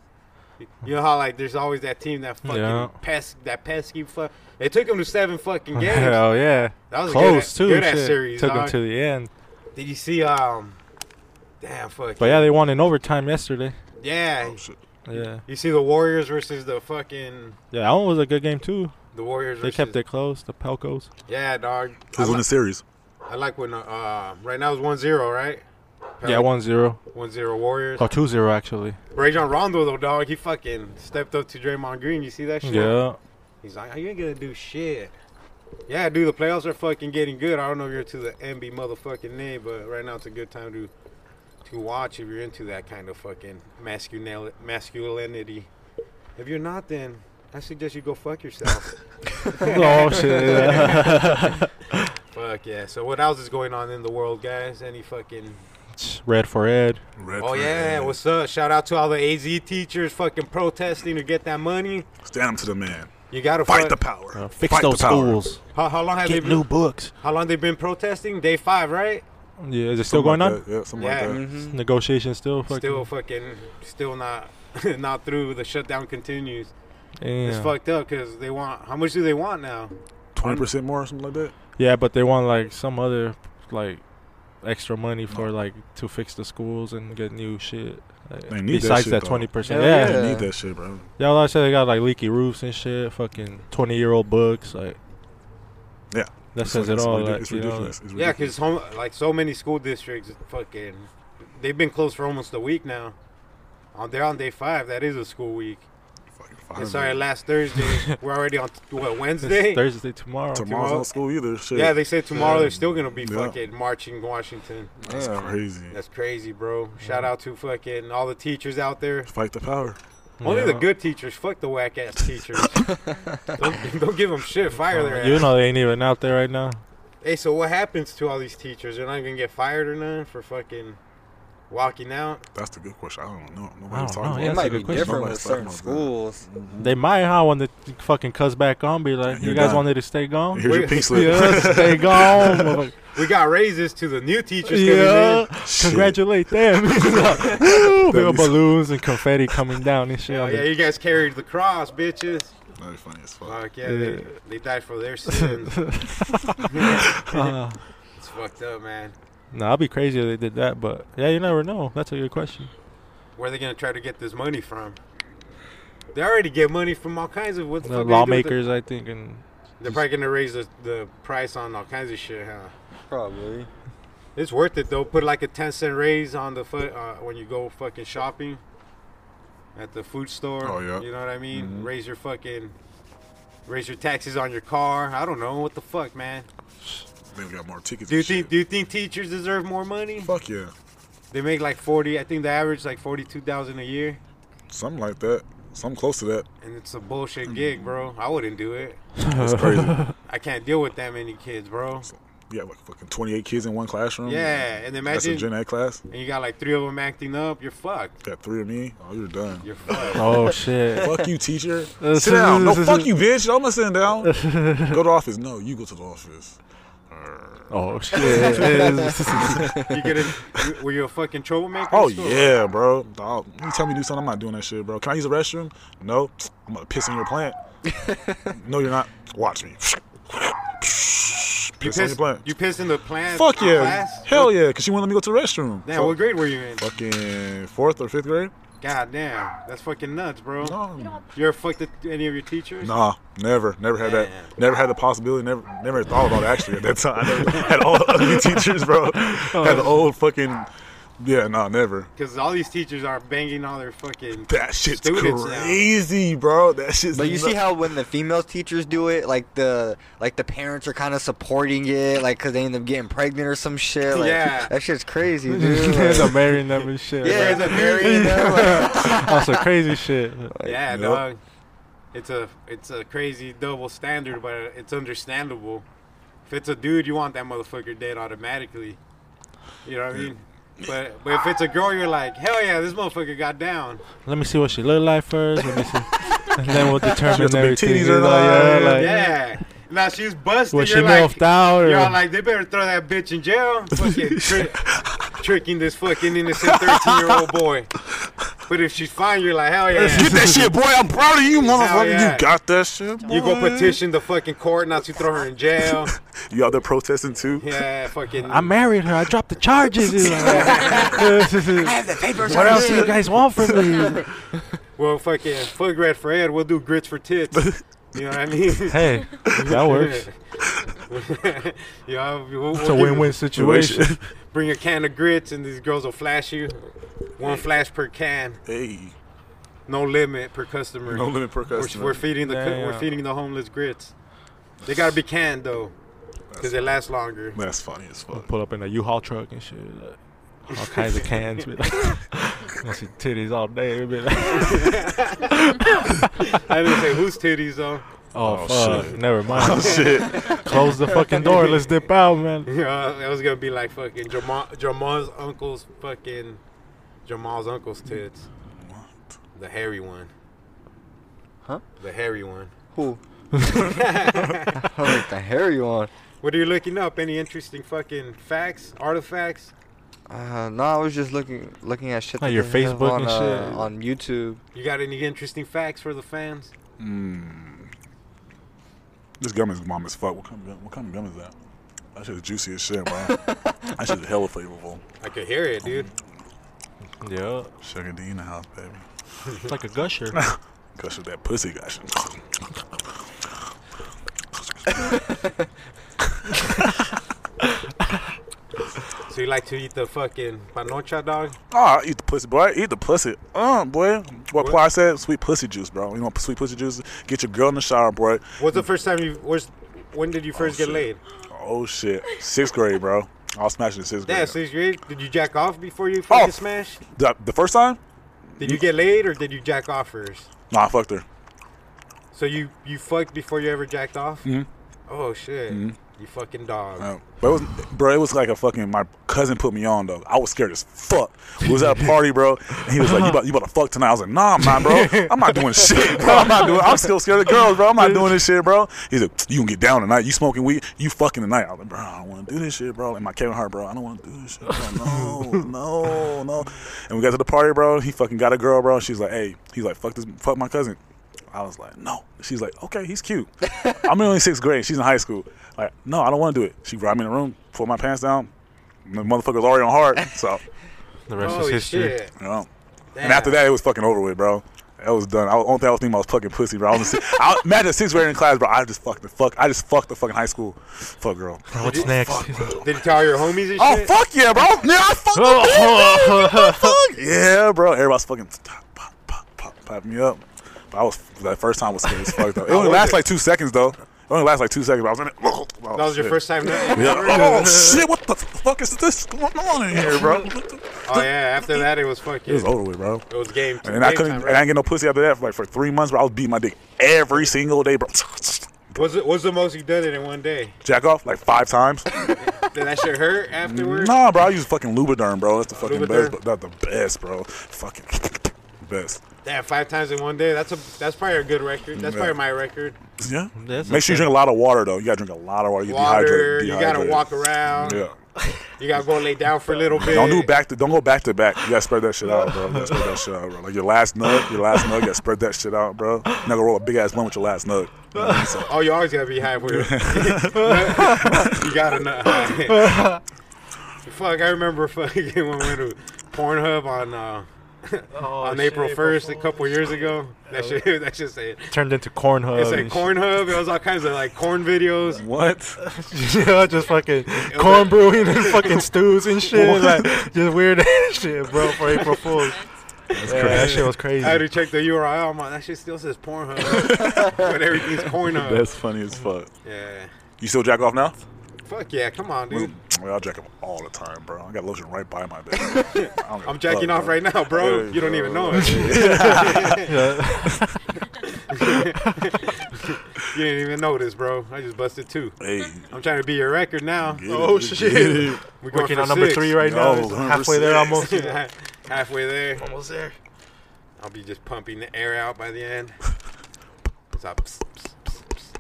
B: You know how like there's always that team that fucking
J: Yeah.
B: pes- that pesky fuck. It took him to seven fucking games.
J: Hell yeah.
B: That was a good
J: Close
B: ass-
J: too.
B: good ass
J: shit.
B: series,
J: Took
B: dog.
J: him to the end.
B: Did you see? Um, damn fuck.
J: But yeah, they won in overtime yesterday.
B: yeah.
J: Yeah.
B: You see the Warriors versus the fucking
J: Yeah, that one was a good game too.
B: the Warriors.
J: They
B: versus,
J: kept it close. The Pelcos.
B: Yeah, dog. I,
D: Who's in
B: li-
D: the series?
B: I like when uh, uh right now it's 1-0, right?
J: Yeah, 1-0.
B: 1-0 Warriors.
K: Oh,
J: Or 2-0 actually.
B: Rajon Rondo though, dog, he fucking stepped up to Draymond Green. You see that shit?
J: Yeah.
B: He's like, you ain't gonna do shit. Yeah, dude, the playoffs are fucking getting good. I don't know if you're to the MB motherfucking name, but right now it's a good time to to watch if you're into that kind of fucking masculinity. masculinity. If you're not, then I suggest you go fuck yourself.
J: oh shit. yeah.
B: fuck yeah. So what else is going on in the world, guys? Any fucking
J: Red for Ed.
D: Red
B: Oh yeah, what's up? Shout out to all the AZ teachers fucking protesting to get that money.
D: Stand up to the man.
B: You gotta
D: Fight
B: fuck-
D: the power.
J: Fix
D: Fight the
J: those
D: power.
J: schools.
B: How, how long have they
J: Get
B: been?
J: new books.
B: How long they been protesting? Day five, right?
J: Yeah, is it still
D: Something
J: going
D: like
J: on?
D: that, Yeah, something
B: Yeah. Mm-hmm.
D: like that.
J: Negotiations still. Fucking,
B: Still fucking, still not, not through. The shutdown continues. It's
J: Damn.
B: fucked up because they want. How much do they want now?
J: Mm-hmm.
D: Twenty percent more, or something like that.
J: Yeah, but they want like some other like extra money for like to fix the schools and get new shit. Like,
D: They need that
J: besides
D: shit,
J: that
D: though.
J: twenty percent,
A: Hell
J: yeah.
A: yeah.
J: yeah.
D: You need that shit, bro.
J: Y'all always say they got like leaky roofs and shit. Fucking twenty year old books, like
D: Yeah.
J: that
D: It's
J: says
D: like-
J: it
D: it's
J: all.
D: ridic-
J: Like,
D: it's
J: you know,
D: ridiculous. It's
B: Yeah,
D: ridiculous.
B: because like so many school districts, fucking, they've been closed for almost a week now. On they're on day five. That is a school week. And
D: Fucking fine,
B: sorry,
D: man.
B: last Thursday. We're already on what
J: it's
B: Wednesday.
J: Thursday tomorrow.
D: Tomorrow's
B: tomorrow-
D: not school either. Shit.
B: Yeah, they said tomorrow they're still gonna be
D: Yeah.
B: fucking marching Washington. Mm-hmm.
D: That's crazy.
B: That's crazy, bro. Shout out to fucking all the teachers out there.
D: Fight the power.
B: Only the
J: Yeah.
B: good teachers. Fuck the whack ass teachers. don't, don't give them shit. Fire their ass.
J: You know they ain't even out there right now.
B: Hey, so what happens to all these teachers? They're not gonna get fired or nothing for fucking walking out.
D: That's the good question. I don't know. Nobody's
J: I don't
D: talking
J: know,
D: about
J: yeah.
D: it.
A: It
J: that's a
A: might be
J: good question.
A: different
D: Nobody's
A: with certain
D: talking about that.
A: schools.
J: They might, huh? When the fucking cuss back on, be like,
D: You're
J: you guys
D: done.
J: wanted to stay gone.
D: Here's your
B: Wait.
D: pink slip.
J: yeah, stay gone. motherfucker.
B: We got raises to the new teachers
J: Yeah,
B: coming
D: Shit.
J: congratulate them. Ooh, there were
D: be-
J: balloons and confetti coming down and shit.
B: in.
J: on
B: Oh, yeah,
J: the-
B: you guys carried the cross, bitches.
D: That'd be funny as fuck.
B: Fuck yeah, they,
J: Yeah.
B: they died for their sins. it's fucked up, man.
J: Nah, I'd be crazy if they did that, but yeah, you never know. That's a good question.
B: Where are they gonna try to get this money from? They already get money from all kinds of what the
J: The
B: fuck they do with it?
J: lawmakers, I think, and
B: They're probably gonna raise the, the price on all kinds of shit, huh?
A: Probably.
B: It's worth it though. Put like a ten cent raise on the foot uh, when you go fucking shopping at the food store.
D: Oh, yeah.
B: You know what I mean?
J: Mm-hmm.
B: Raise your fucking raise your taxes on your car. I don't know what the fuck, man.
D: They got more tickets.
B: Do you
D: and
B: think
D: shit.
B: do you think teachers deserve more money?
D: Fuck yeah.
B: They make like 40. I think the average is like 42,000 a year,
D: Something like that. Something close to that.
B: and it's a bullshit
J: Mm.
B: gig, bro. I wouldn't do it.
D: That's crazy.
B: I can't deal with that many kids, bro.
D: yeah, like fucking 28 kids in one classroom.
B: Yeah, and
D: That's a
B: imagine-
D: gen ed class.
B: And you got like three of them acting up. You're fucked.
D: Got three of me. Oh, you're done.
B: You're fucked.
K: Oh shit.
D: fuck you, teacher.
K: Uh,
D: Sit down. No,
K: so-
D: fuck you, bitch. I'm not sitting down. go to the office. No, you go to the office.
K: Oh shit.
B: you gonna? Were you a fucking troublemaker? in
D: Oh
B: school?
D: yeah, bro. Dog, you tell me to do something. I'm not doing that shit, bro. Can I use the restroom? No. I'm gonna piss in your plant. no, you're not. Watch me. Piss
B: You
D: on your
B: pissed.
D: plant.
B: You pissed in the plant.
D: Fuck yeah.
B: Class?
D: Hell yeah. Cause she wouldn't let me go to the restroom.
B: Damn, what grade were you in?
D: Fucking fourth or fifth grade?
B: God damn, that's fucking nuts, bro.
D: No.
B: You ever fucked with any of your teachers?
D: Nah, never, never had that.
B: Man.
D: Never had the possibility. Never, never thought about it actually at that time. I never had all ugly teachers, bro. Had the old fucking, yeah, nah, never.
B: Because all these teachers are banging all their fucking.
D: That shit's
B: Students now.
D: crazy, bro. That shit's.
A: But you see
D: nu-
A: how when the female teachers do it, like the like the parents are kind of supporting it, like because they end up getting pregnant or some shit. Like,
B: Yeah.
A: that shit's crazy, dude.
K: End
A: Like,
K: up marrying them and shit.
A: yeah,
K: like,
A: it's a marrying them. Like,
K: on some crazy shit.
B: yeah,
D: Yep.
B: dog. It's a it's a crazy double standard, but it's understandable. If it's a dude, you want that motherfucker dead automatically. You know what I mean? But but if it's a girl, you're like, hell yeah, this motherfucker got down.
K: Let me see what she look like first. Let me see. And then we'll
D: She got
K: determine
D: the big
K: everything.
D: titties
K: you
D: or
K: know,
D: not,
K: yeah,
D: yeah.
K: like,
B: Yeah. Now she's busted.
K: Was she
B: you're like,
K: milfed out or?
B: you're all like, they better throw that bitch in jail. Fucking tri- tricking this fucking innocent 13 year old boy. But if she's fine, you're like, hell yeah.
D: Get that shit, boy. I'm proud of you, motherfucker.
B: yeah.
D: You got that shit. Boy.
B: You go petition the fucking court not to throw her in jail.
D: You out there protesting too?
B: Yeah, fucking.
K: I married her. I dropped the charges. It's like-
A: I have the papers.
K: what
A: on
K: else
A: me.
K: do you guys want from me?
B: Well, fucking fuck red for Ed. We'll do grits for tits. You know what I mean?
K: hey, that works.
B: you know, we'll,
K: It's a win-win situation.
B: Bring a can of grits and these girls will flash you. One flash per can,
D: Hey,
B: no limit per customer.
D: no limit per
B: We're,
D: customer.
B: we're feeding the coo- we're
K: Damn.
B: feeding the homeless grits. They gotta be canned though, because they last longer.
D: That's funny as fuck.
K: Pull up in a U-Haul truck and shit. like, all kinds of cans. Be like, gonna see titties all day. Be like,
B: I didn't say whose titties though.
K: oh,
D: Oh,
K: fuck.
D: shit.
K: Never mind.
D: Shit.
K: Close the fucking door. Let's dip out, man.
B: You know, that was gonna be like fucking Jamal, Jamal's uncle's fucking Jamal's uncle's tits. The hairy one.
A: Huh?
B: The hairy one.
A: Who? what the hair you on?
B: What are you looking up? Any interesting fucking facts, artifacts?
A: Uh, no, I was just looking looking at shit.
K: Like
A: that
K: your
A: they have
K: Facebook
A: on,
K: and
A: uh,
K: shit.
A: on YouTube.
B: You got any interesting facts for the fans?
D: This gum is bomb as fuck. What kind of gum, what kind of gum is that? That shit is juicy as shit, bro. that shit is hella flavorful.
B: I could hear it, dude.
K: Yeah,
D: Sugar D in the house, baby.
K: it's like a gusher.
D: Gush with that pussy gush.
B: So you like to eat the fucking panocha, dog?
D: Ah, eat the pussy, boy. Eat the pussy. Uh, boy. What Ply said? Sweet pussy juice, bro. You want sweet pussy juice? Get your girl in the shower, boy.
B: What's the first time you? Where's, when did you first get
D: shit.
B: laid?
D: Oh, shit. Sixth grade, bro. I was smashing in sixth grade.
B: Yeah, sixth grade. Did you jack off before you fucking
D: Oh.
B: smash?
D: the, the first time?
B: Did you get laid or did you jack off first?
D: Nah, I fucked her.
B: So you you fucked before you ever jacked off?
D: Mm-hmm.
B: Oh shit! You fucking dog.
D: Uh, But it was, bro, it was like a fucking. My cousin put me on though. I was scared as fuck. We was at a party, bro, and he was like, "You about, you about to fuck tonight?" I was like, "Nah, I'm not, bro. I'm not doing shit, bro. I'm not doing. I'm still scared of girls, bro. I'm not doing this shit, bro." He's like, "You gonna get down tonight? You smoking weed? You fucking tonight?" I was like, "Bro, I don't want to do this shit, bro." And my Kevin Hart, bro, I don't want to do this shit. Bro. No, no, no. And we got to the party, bro. He fucking got a girl, bro. She's like, "Hey," he's like, "Fuck this, fuck my cousin." I was like, no. She's like, okay, he's cute. I'm in only sixth grade. She's in high school. Like, no, I don't want to do it. She grabbed me in the room, pulled my pants down. The motherfucker's already on hard. So,
K: The rest is
B: Holy
K: history.
B: shit!
D: you know. And after that, it was fucking over with, bro. That was done. I was, only thing I was thinking about was fucking pussy, bro. I was in si- I, imagine sixth grade in class, bro. I just fucked the fuck. I just fucked the fucking high school. Fuck girl.
K: What's next?
B: Did you tell your homies and
D: Oh
B: shit?
D: fuck yeah, bro. Yeah, I fucked.
K: Oh,
D: fuck yeah, bro. Everybody's fucking pop, pop, pop, pop, pop me up. But I was that first time was scary as fuck though. It only
B: was
D: lasts
B: it?
D: like two seconds though. It only lasts like two seconds. But I was in it. Oh,
B: That was your
D: shit.
B: first time.
D: Yeah. Oh shit! What the fuck is this going on in here, bro?
B: Oh yeah, after that it was fucking.
D: It was over with, bro.
B: It was game.
D: And then I
B: game
D: couldn't,
B: time,
D: and I
B: right?
D: didn't get no pussy after that for like for three months. Bro, I was beating my dick every single day, bro.
B: What's the, what's the most you done it in one day?
D: Jack off like five times.
B: Did that shit hurt afterwards?
D: nah, bro, I use fucking Lubriderm, bro. That's the fucking
B: Lubriderm?
D: best. But not the best, bro. Fucking best.
B: Damn, five times in one day. That's a that's probably a good record. That's
D: Yeah.
B: probably my record.
D: Yeah.
B: That's
D: Make sure you
B: okay.
D: drink a lot of water though. You gotta drink a lot of water. You
B: Water.
D: dehydrated.
B: You gotta
D: dehydrated.
B: walk around.
D: Yeah.
B: You gotta go lay down for a little bit.
D: Don't do back to don't go back to back. You gotta spread that shit out, bro. You gotta spread that shit out, bro. Like your last nug, your last nug, you gotta spread that shit out, bro. You're not gonna roll a big ass blunt with your last nug.
B: oh, you always gotta be high for it. you gotta not high. Fuck, I remember fucking when we went to Pornhub on uh, on April
J: shit,
B: first a couple years ago. That shit, that shit said
J: Turned into corn hub.
B: It's a
J: and
B: corn hub. It was all kinds of like corn videos.
D: What?
J: shit. yeah, just fucking corn brewing and fucking stews and shit. Like just weird ass shit, bro. For April Fools. yeah, That shit was crazy.
B: I had to check the URL. I'm like, that shit still says Pornhub, but everything's Pornhub.
D: That's funny as fuck.
B: Yeah.
D: You still jack off now?
B: Fuck yeah, come on, dude.
D: Well, I jack off all the time, bro. I got lotion right by my bed. I don't give a
B: I'm jacking
D: fuck,
B: off right now, bro.
D: Oh, Yeah,
B: You don't
D: bro.
B: even know it. you didn't even notice, bro. I just busted two.
D: Hey.
B: I'm trying to be your record now.
D: Get it, Oh, get shit. it.
B: We're going
J: Working
B: for
J: on number
B: six.
J: three right
D: No, now. number
J: Halfway there
D: six.
J: almost.
B: Halfway there. Almost there. I'll be just pumping the air out by the end. Stop. Psst, psst, psst, psst.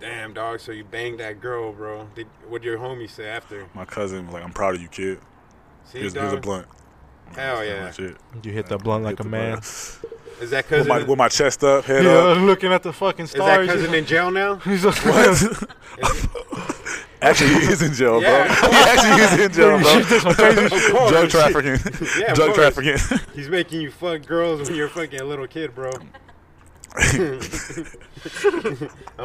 B: Damn, dog. So you banged that girl, bro. Did, what'd your homie say after?
D: My cousin was like, I'm proud of you, kid.
B: See,
D: here's, here's a
B: dog?
D: blunt.
B: Hell yeah.
D: That's it.
J: You hit that blunt like a man.
B: Is that
D: With
B: cousin?
D: my, with my chest up, head
J: Yeah,
D: up.
J: looking at the fucking
B: is that
J: stars.
B: cousin in jail now?
J: He's like,
D: Actually, he is in jail,
B: Yeah.
D: bro. He actually is in jail,
J: She did some
D: bro.
J: crazy
D: Drug trafficking.
B: Yeah, of
D: Drug
B: course.
D: trafficking.
B: He's making you fuck girls when you're fucking a little kid, bro. I'm like,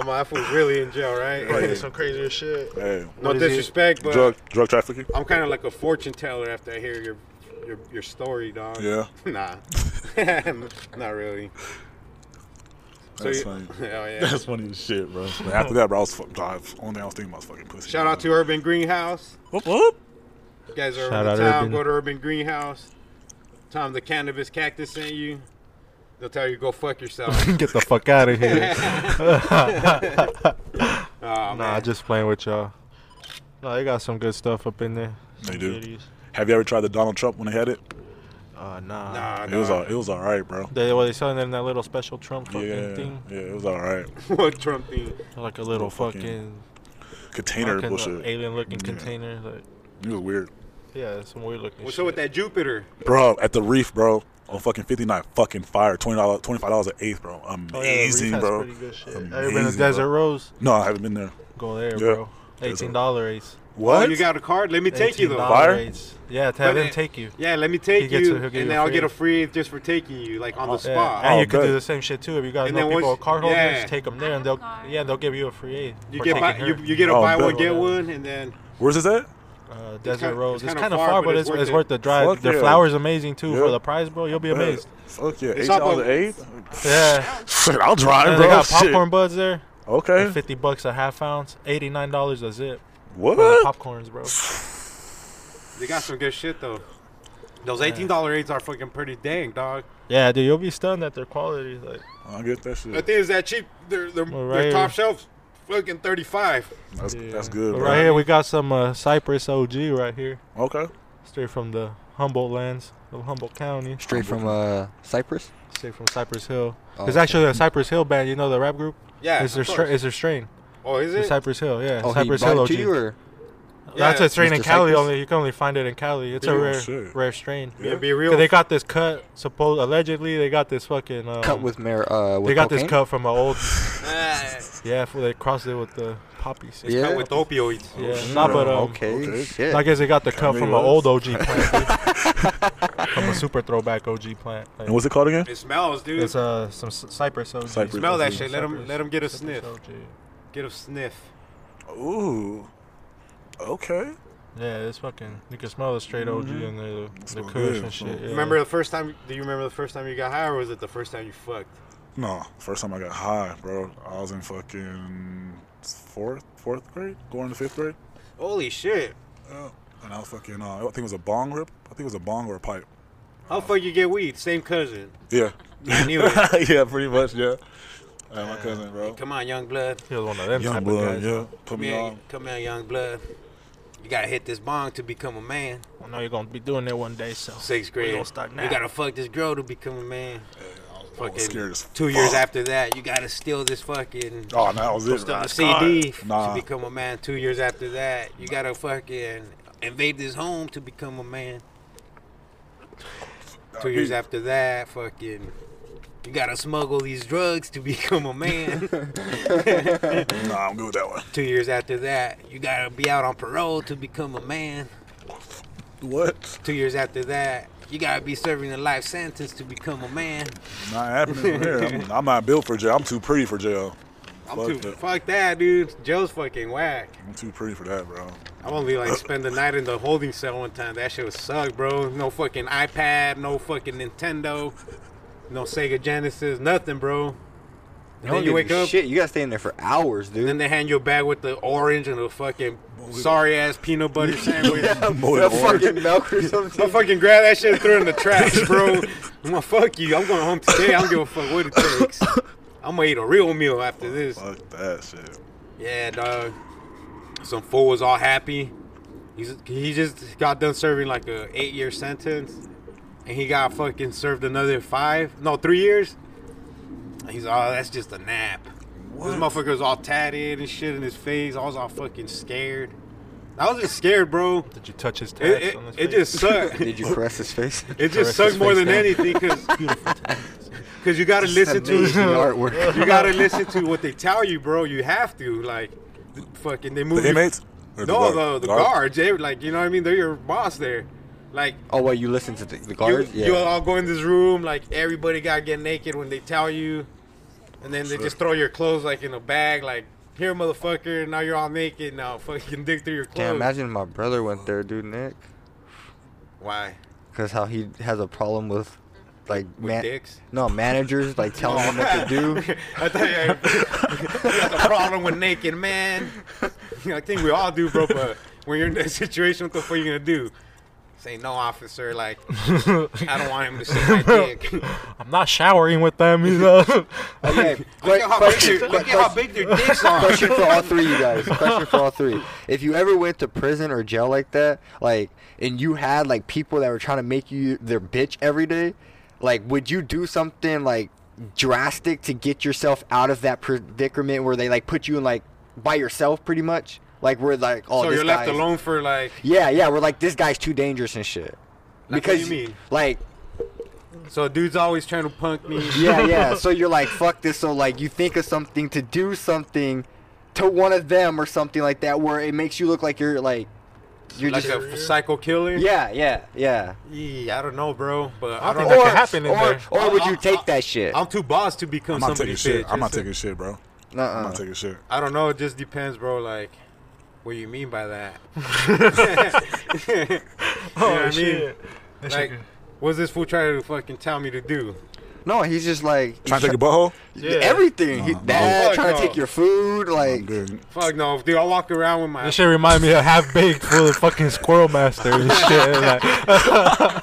B: that fool's really in jail, right?
J: Probably did some crazy shit.
D: Hey,
B: no disrespect, but
D: drug drug trafficking.
B: I'm kind of like a fortune teller after I hear your your, your story, dog.
D: Yeah.
B: Nah. Not really.
D: That's
B: you-
D: funny.
B: Hell yeah.
L: That's funny as shit, bro.
D: But after that, bro, I was fucking. dog, Only thing I was thinking about was fucking pussy.
B: Shout out to Urban Greenhouse.
D: Whoop, whoop.
B: You guys are
J: Shout
B: in
J: out
B: town.
J: Urban.
B: Go to Urban Greenhouse. Tom the cannabis cactus sent you. They'll tell you go fuck yourself.
J: Get the fuck out of here.
B: Aw,
J: Nah, just playing with y'all. No, they got some good stuff up in there.
D: They do. Have you ever tried the Donald Trump when they had it?
J: Uh, nah.
B: Nah,
D: It was
B: nah.
D: all. It was all right, bro.
J: They were they selling it in that little special Trump fucking
D: Yeah,
J: thing,
D: yeah, it was all right.
B: What Trump thing?
J: like a little fucking,
D: fucking Container
J: fucking, uh,
D: bullshit.
J: alien looking container. Like,
D: It was weird,
J: yeah, some weird looking.
B: What's
J: shit.
B: up with that Jupiter?
D: bro. At the reef, bro. On fucking fifty nine, fucking fire. Twenty dollars, twenty five dollars an eighth, bro.
J: Oh, yeah, the Reef
D: Amazing,
J: has
D: bro.
J: pretty good shit. Ever been to
D: Amazing, bro.
J: Desert Rose?
D: No, I haven't been there.
J: Go there,
D: Yeah.
J: bro.
D: Desert-
J: Eighteen dollar ace.
B: Oh,
D: What?
B: you got a card? Let me take you though.
J: $18
D: Fire?
J: ace. Yeah, to
B: But
J: have them
B: it-
J: take you.
B: Yeah, let me take
J: gets
B: you,
J: a- he'll
B: and
J: get
B: then
J: you a
B: I'll get a free just for taking you, like on the
J: Yeah,
B: spot.
J: and
D: Oh,
J: you could do
D: good.
J: the same shit too if you guys
B: And
J: know
B: then
J: people
B: once-
J: with card holders.
B: yeah.
J: Just take them there, and they'll yeah they'll give you a free aid.
B: You
J: for
B: get buy,
J: taking
B: you,
J: her.
B: you get a
D: Oh,
B: buy
D: bet.
B: one get one, and then
D: Where's this at?
J: uh, Desert
B: kinda- it's
J: Rose. It's
B: kinda
J: kind of far, but it's, it's worth the drive.
D: Fuck
J: the
D: yeah.
J: flowers amazing too for
D: Yeah.
J: the prize, bro. You'll be amazed.
D: Fuck yeah, eight
B: up
D: dollars
B: on-
D: an eighth.
J: Yeah,
D: Shit, I'll drive,
J: and
D: bro.
J: they got
D: Shit.
J: popcorn buds there. They're
D: Okay.
J: Fifty bucks a half ounce, eighty nine dollars a zip.
D: What?
J: For the popcorns, bro.
B: they got some good shit though. Those eighteen dollar aids are fucking pretty dang, dog.
J: Yeah, dude, you'll be stunned at their quality. Like,
D: I get that
B: The
D: shit.
B: thing is that cheap. They're they're,
J: Well,
B: they're
J: right
B: top
J: here.
B: shelf, fucking thirty five.
D: That's
J: yeah.
D: that's good,
J: But
D: bro.
J: right here, we got some uh, Cypress OG right here,
D: Okay.
J: straight from the Humboldt lands of Humboldt County,
A: Straight from uh, Cyprus.
J: straight from Cypress Hill.
A: Oh,
J: It's actually a Cypress Hill band. You know the rap group?
B: Yeah,
J: It's their
B: of
J: stra-
B: course.
J: it's their strain.
B: oh, is
J: The
B: it?
J: Cypress Hill, yeah.
A: Oh, he
J: Cypress
A: brought
J: Hill
A: it
J: OG.
A: to you, or
J: That's a strain in
A: Mr.
J: Cali.
A: Cypress?
J: Only you can only find it in Cali. It's a
D: Yeah,
J: rare,
D: shit.
J: rare strain.
B: Yeah, be
J: 'Cause
B: real.
J: They got this cut. Supposed allegedly, they got this fucking um,
A: cut with mar- uh, with
J: They got
A: cocaine?
J: this cut from an old.
B: Ah,
J: Yeah, fool, they crossed it with the poppies.
A: Yeah.
B: cut with opioids.
J: Yeah, nah, but um,
A: okay,
D: okay.
A: shit.
J: I guess they got the cut
D: Kanye
J: from an
D: West.
J: old OG plant, dude. from a super throwback OG plant. Like,
D: And what's it called again?
B: It smells, dude.
J: it's uh some c- cypress OG.
D: Cypress
B: Smell that
D: OG.
B: shit. Let them let them get a sniff.
J: Cypress OG.
B: Get a sniff.
D: Ooh. Okay.
J: Yeah, it's fucking. You can smell the straight OG
K: Mm-hmm.
J: in there, the, the
D: Smell
J: kush
D: good,
J: and shit.
D: smell-
J: yeah.
B: Remember the first time? Do you remember the first time you got high, or was it the first time you fucked?
D: No, first time I got high, bro. I was in fucking fourth, fourth grade, going to fifth grade.
B: Holy shit!
D: Yeah. and I was fucking. Uh, I think it was a bong rip. I think it was a bong or a pipe.
B: How the fuck you get weed? Same cousin.
D: Yeah.
B: I knew it.
D: yeah, pretty much. Yeah. Uh, my cousin, bro.
B: Come on, young blood.
K: He was one of
D: Young blood. Yeah. Put me
B: yeah,
D: on.
B: Come on, young blood. You gotta hit this bong to become a man.
K: I know you're gonna be doing that one day, so
B: Sixth
K: we
B: grade.
K: gonna start now.
B: You gotta fuck this girl to become a man.
D: I was scared as
B: Two years
D: fuck.
B: after that, you gotta steal this fucking.
D: Oh, no, that was it.
B: Steal the
D: Right.
B: CD
D: Nah.
B: to become a man. Two years after that, you gotta fucking invade this home to become a man. Two years after that, fucking. You gotta smuggle these drugs to become a man.
D: Nah, I'm good with that one.
B: Two years after that, you gotta be out on parole to become a man.
D: What?
B: Two years after that, you gotta be serving a life sentence to become a man.
D: Not happening over here. I'm, I'm not built for jail. I'm too pretty for jail.
B: I'm
D: Fuck
B: too
D: that.
B: fuck that, dude. Joe's fucking whack.
D: I'm too pretty for that, bro.
B: I only like spend the night in the holding cell one time. That shit was suck, bro. No fucking iPad, no fucking Nintendo, no Sega Genesis, nothing, bro. And
A: don't
B: then you
A: give
B: wake
A: a
B: up,
A: Shit, you gotta stay in there for hours, dude.
B: then they hand you a bag with the orange and the fucking sorry ass peanut butter sandwich.
D: Boy,
A: That
D: boy.
A: fucking milk or
B: I
A: something.
B: fucking grab that shit and throw it in the trash, bro. I'm gonna fuck you. I'm going home today. I don't give a fuck what it takes. I'm gonna eat a real meal after this.
D: Fuck that shit.
B: Yeah, dog. Some fool was all happy. He's, he just got done serving like a eight year sentence, and he got fucking served another five, no three years. And he's all, that's just a nap. This motherfucker was all tatted and shit in his face. I was all fucking scared. I was just scared, bro.
K: Did you touch his tats
B: It, it,
K: on his
B: it
K: face?
B: just sucked.
A: Did you caress his face?
B: It just
K: Caress his
B: sucked more
K: face
B: than
K: down.
B: anything because you got to listen to
A: Amazing artwork.
B: you got to listen to what they tell you, bro. You have to like fucking they move
D: The
B: you-
D: inmates? Or
B: no,
D: guard-
B: the, the guards. They like you know what I mean. They're your boss there. Like
A: Oh, wait, you listen to the, the
B: you,
A: guards?
B: you
A: yeah.
B: all go in this room. Like everybody got to get naked when they tell you, and then they just throw your clothes like in a bag. Like here, motherfucker. Now you're all naked. Now fucking dig through your
A: Damn,
B: clothes.
A: imagine my brother went there, dude, Nick.
B: Why?
A: Because how he has a problem with, like, man-
B: dicks?
A: No, managers, like, telling him what to do.
B: I thought you had, you had a problem with naked man. I think we all do, bro. But when you're in that situation, what the fuck you gonna do? Say no, officer. Like I don't want him to see my dick. look,
K: I'm not showering with them. You know?
A: Okay,
B: at how big
A: question,
B: their, look at how big their dicks are.
A: question for all three, you guys. Question for all three. If you ever went to prison or jail like that, like, and you had like people that were trying to make you their bitch every day, like, would you do something like drastic to get yourself out of that predicament where they like put you in like by yourself, pretty much? Like, where like, oh,
B: so
A: this
B: you're left
A: guy's-
B: alone for like.
A: Yeah, yeah, we're like, this guy's too dangerous and
B: Like,
A: shit.
B: what do
A: because
B: you mean?
A: like
B: So dude's always trying to punk me.
A: yeah, yeah. So you're like, fuck this. So like, you think of something to do something to one of them or something like that, where it makes you look like you're like, you're
B: Like
A: just,
B: a f- psycho killer?
A: yeah, yeah, yeah.
B: Yee, I don't know, bro. But I
K: I
B: don't
K: think that
B: know.
K: could happen in
A: Or,
K: there.
A: or would you
B: I'll-
A: take
B: I'll-
A: that shit?
B: I'm too boss to become
D: I'm not taking
B: somebody's
D: shit.
B: bitch.
D: I'm not
B: It's-
D: taking shit, bro. I'm
A: Nuh-uh.
D: not taking shit.
B: I don't know. It just depends, bro. Like, what you mean by that? you know what I mean?
K: Oh, shit.
B: Like, what's this fool trying to fucking tell me to do?
A: No, he's just like he's
D: Trying to take a butthole?
A: try- everything. He, that
B: Fuck
A: trying
B: no.
A: to take your food,
D: I'm
A: like.
D: good.
B: Fuck no, dude. I walk around with my.
K: This shit remind me of half baked full of fucking squirrel master and shit. Like,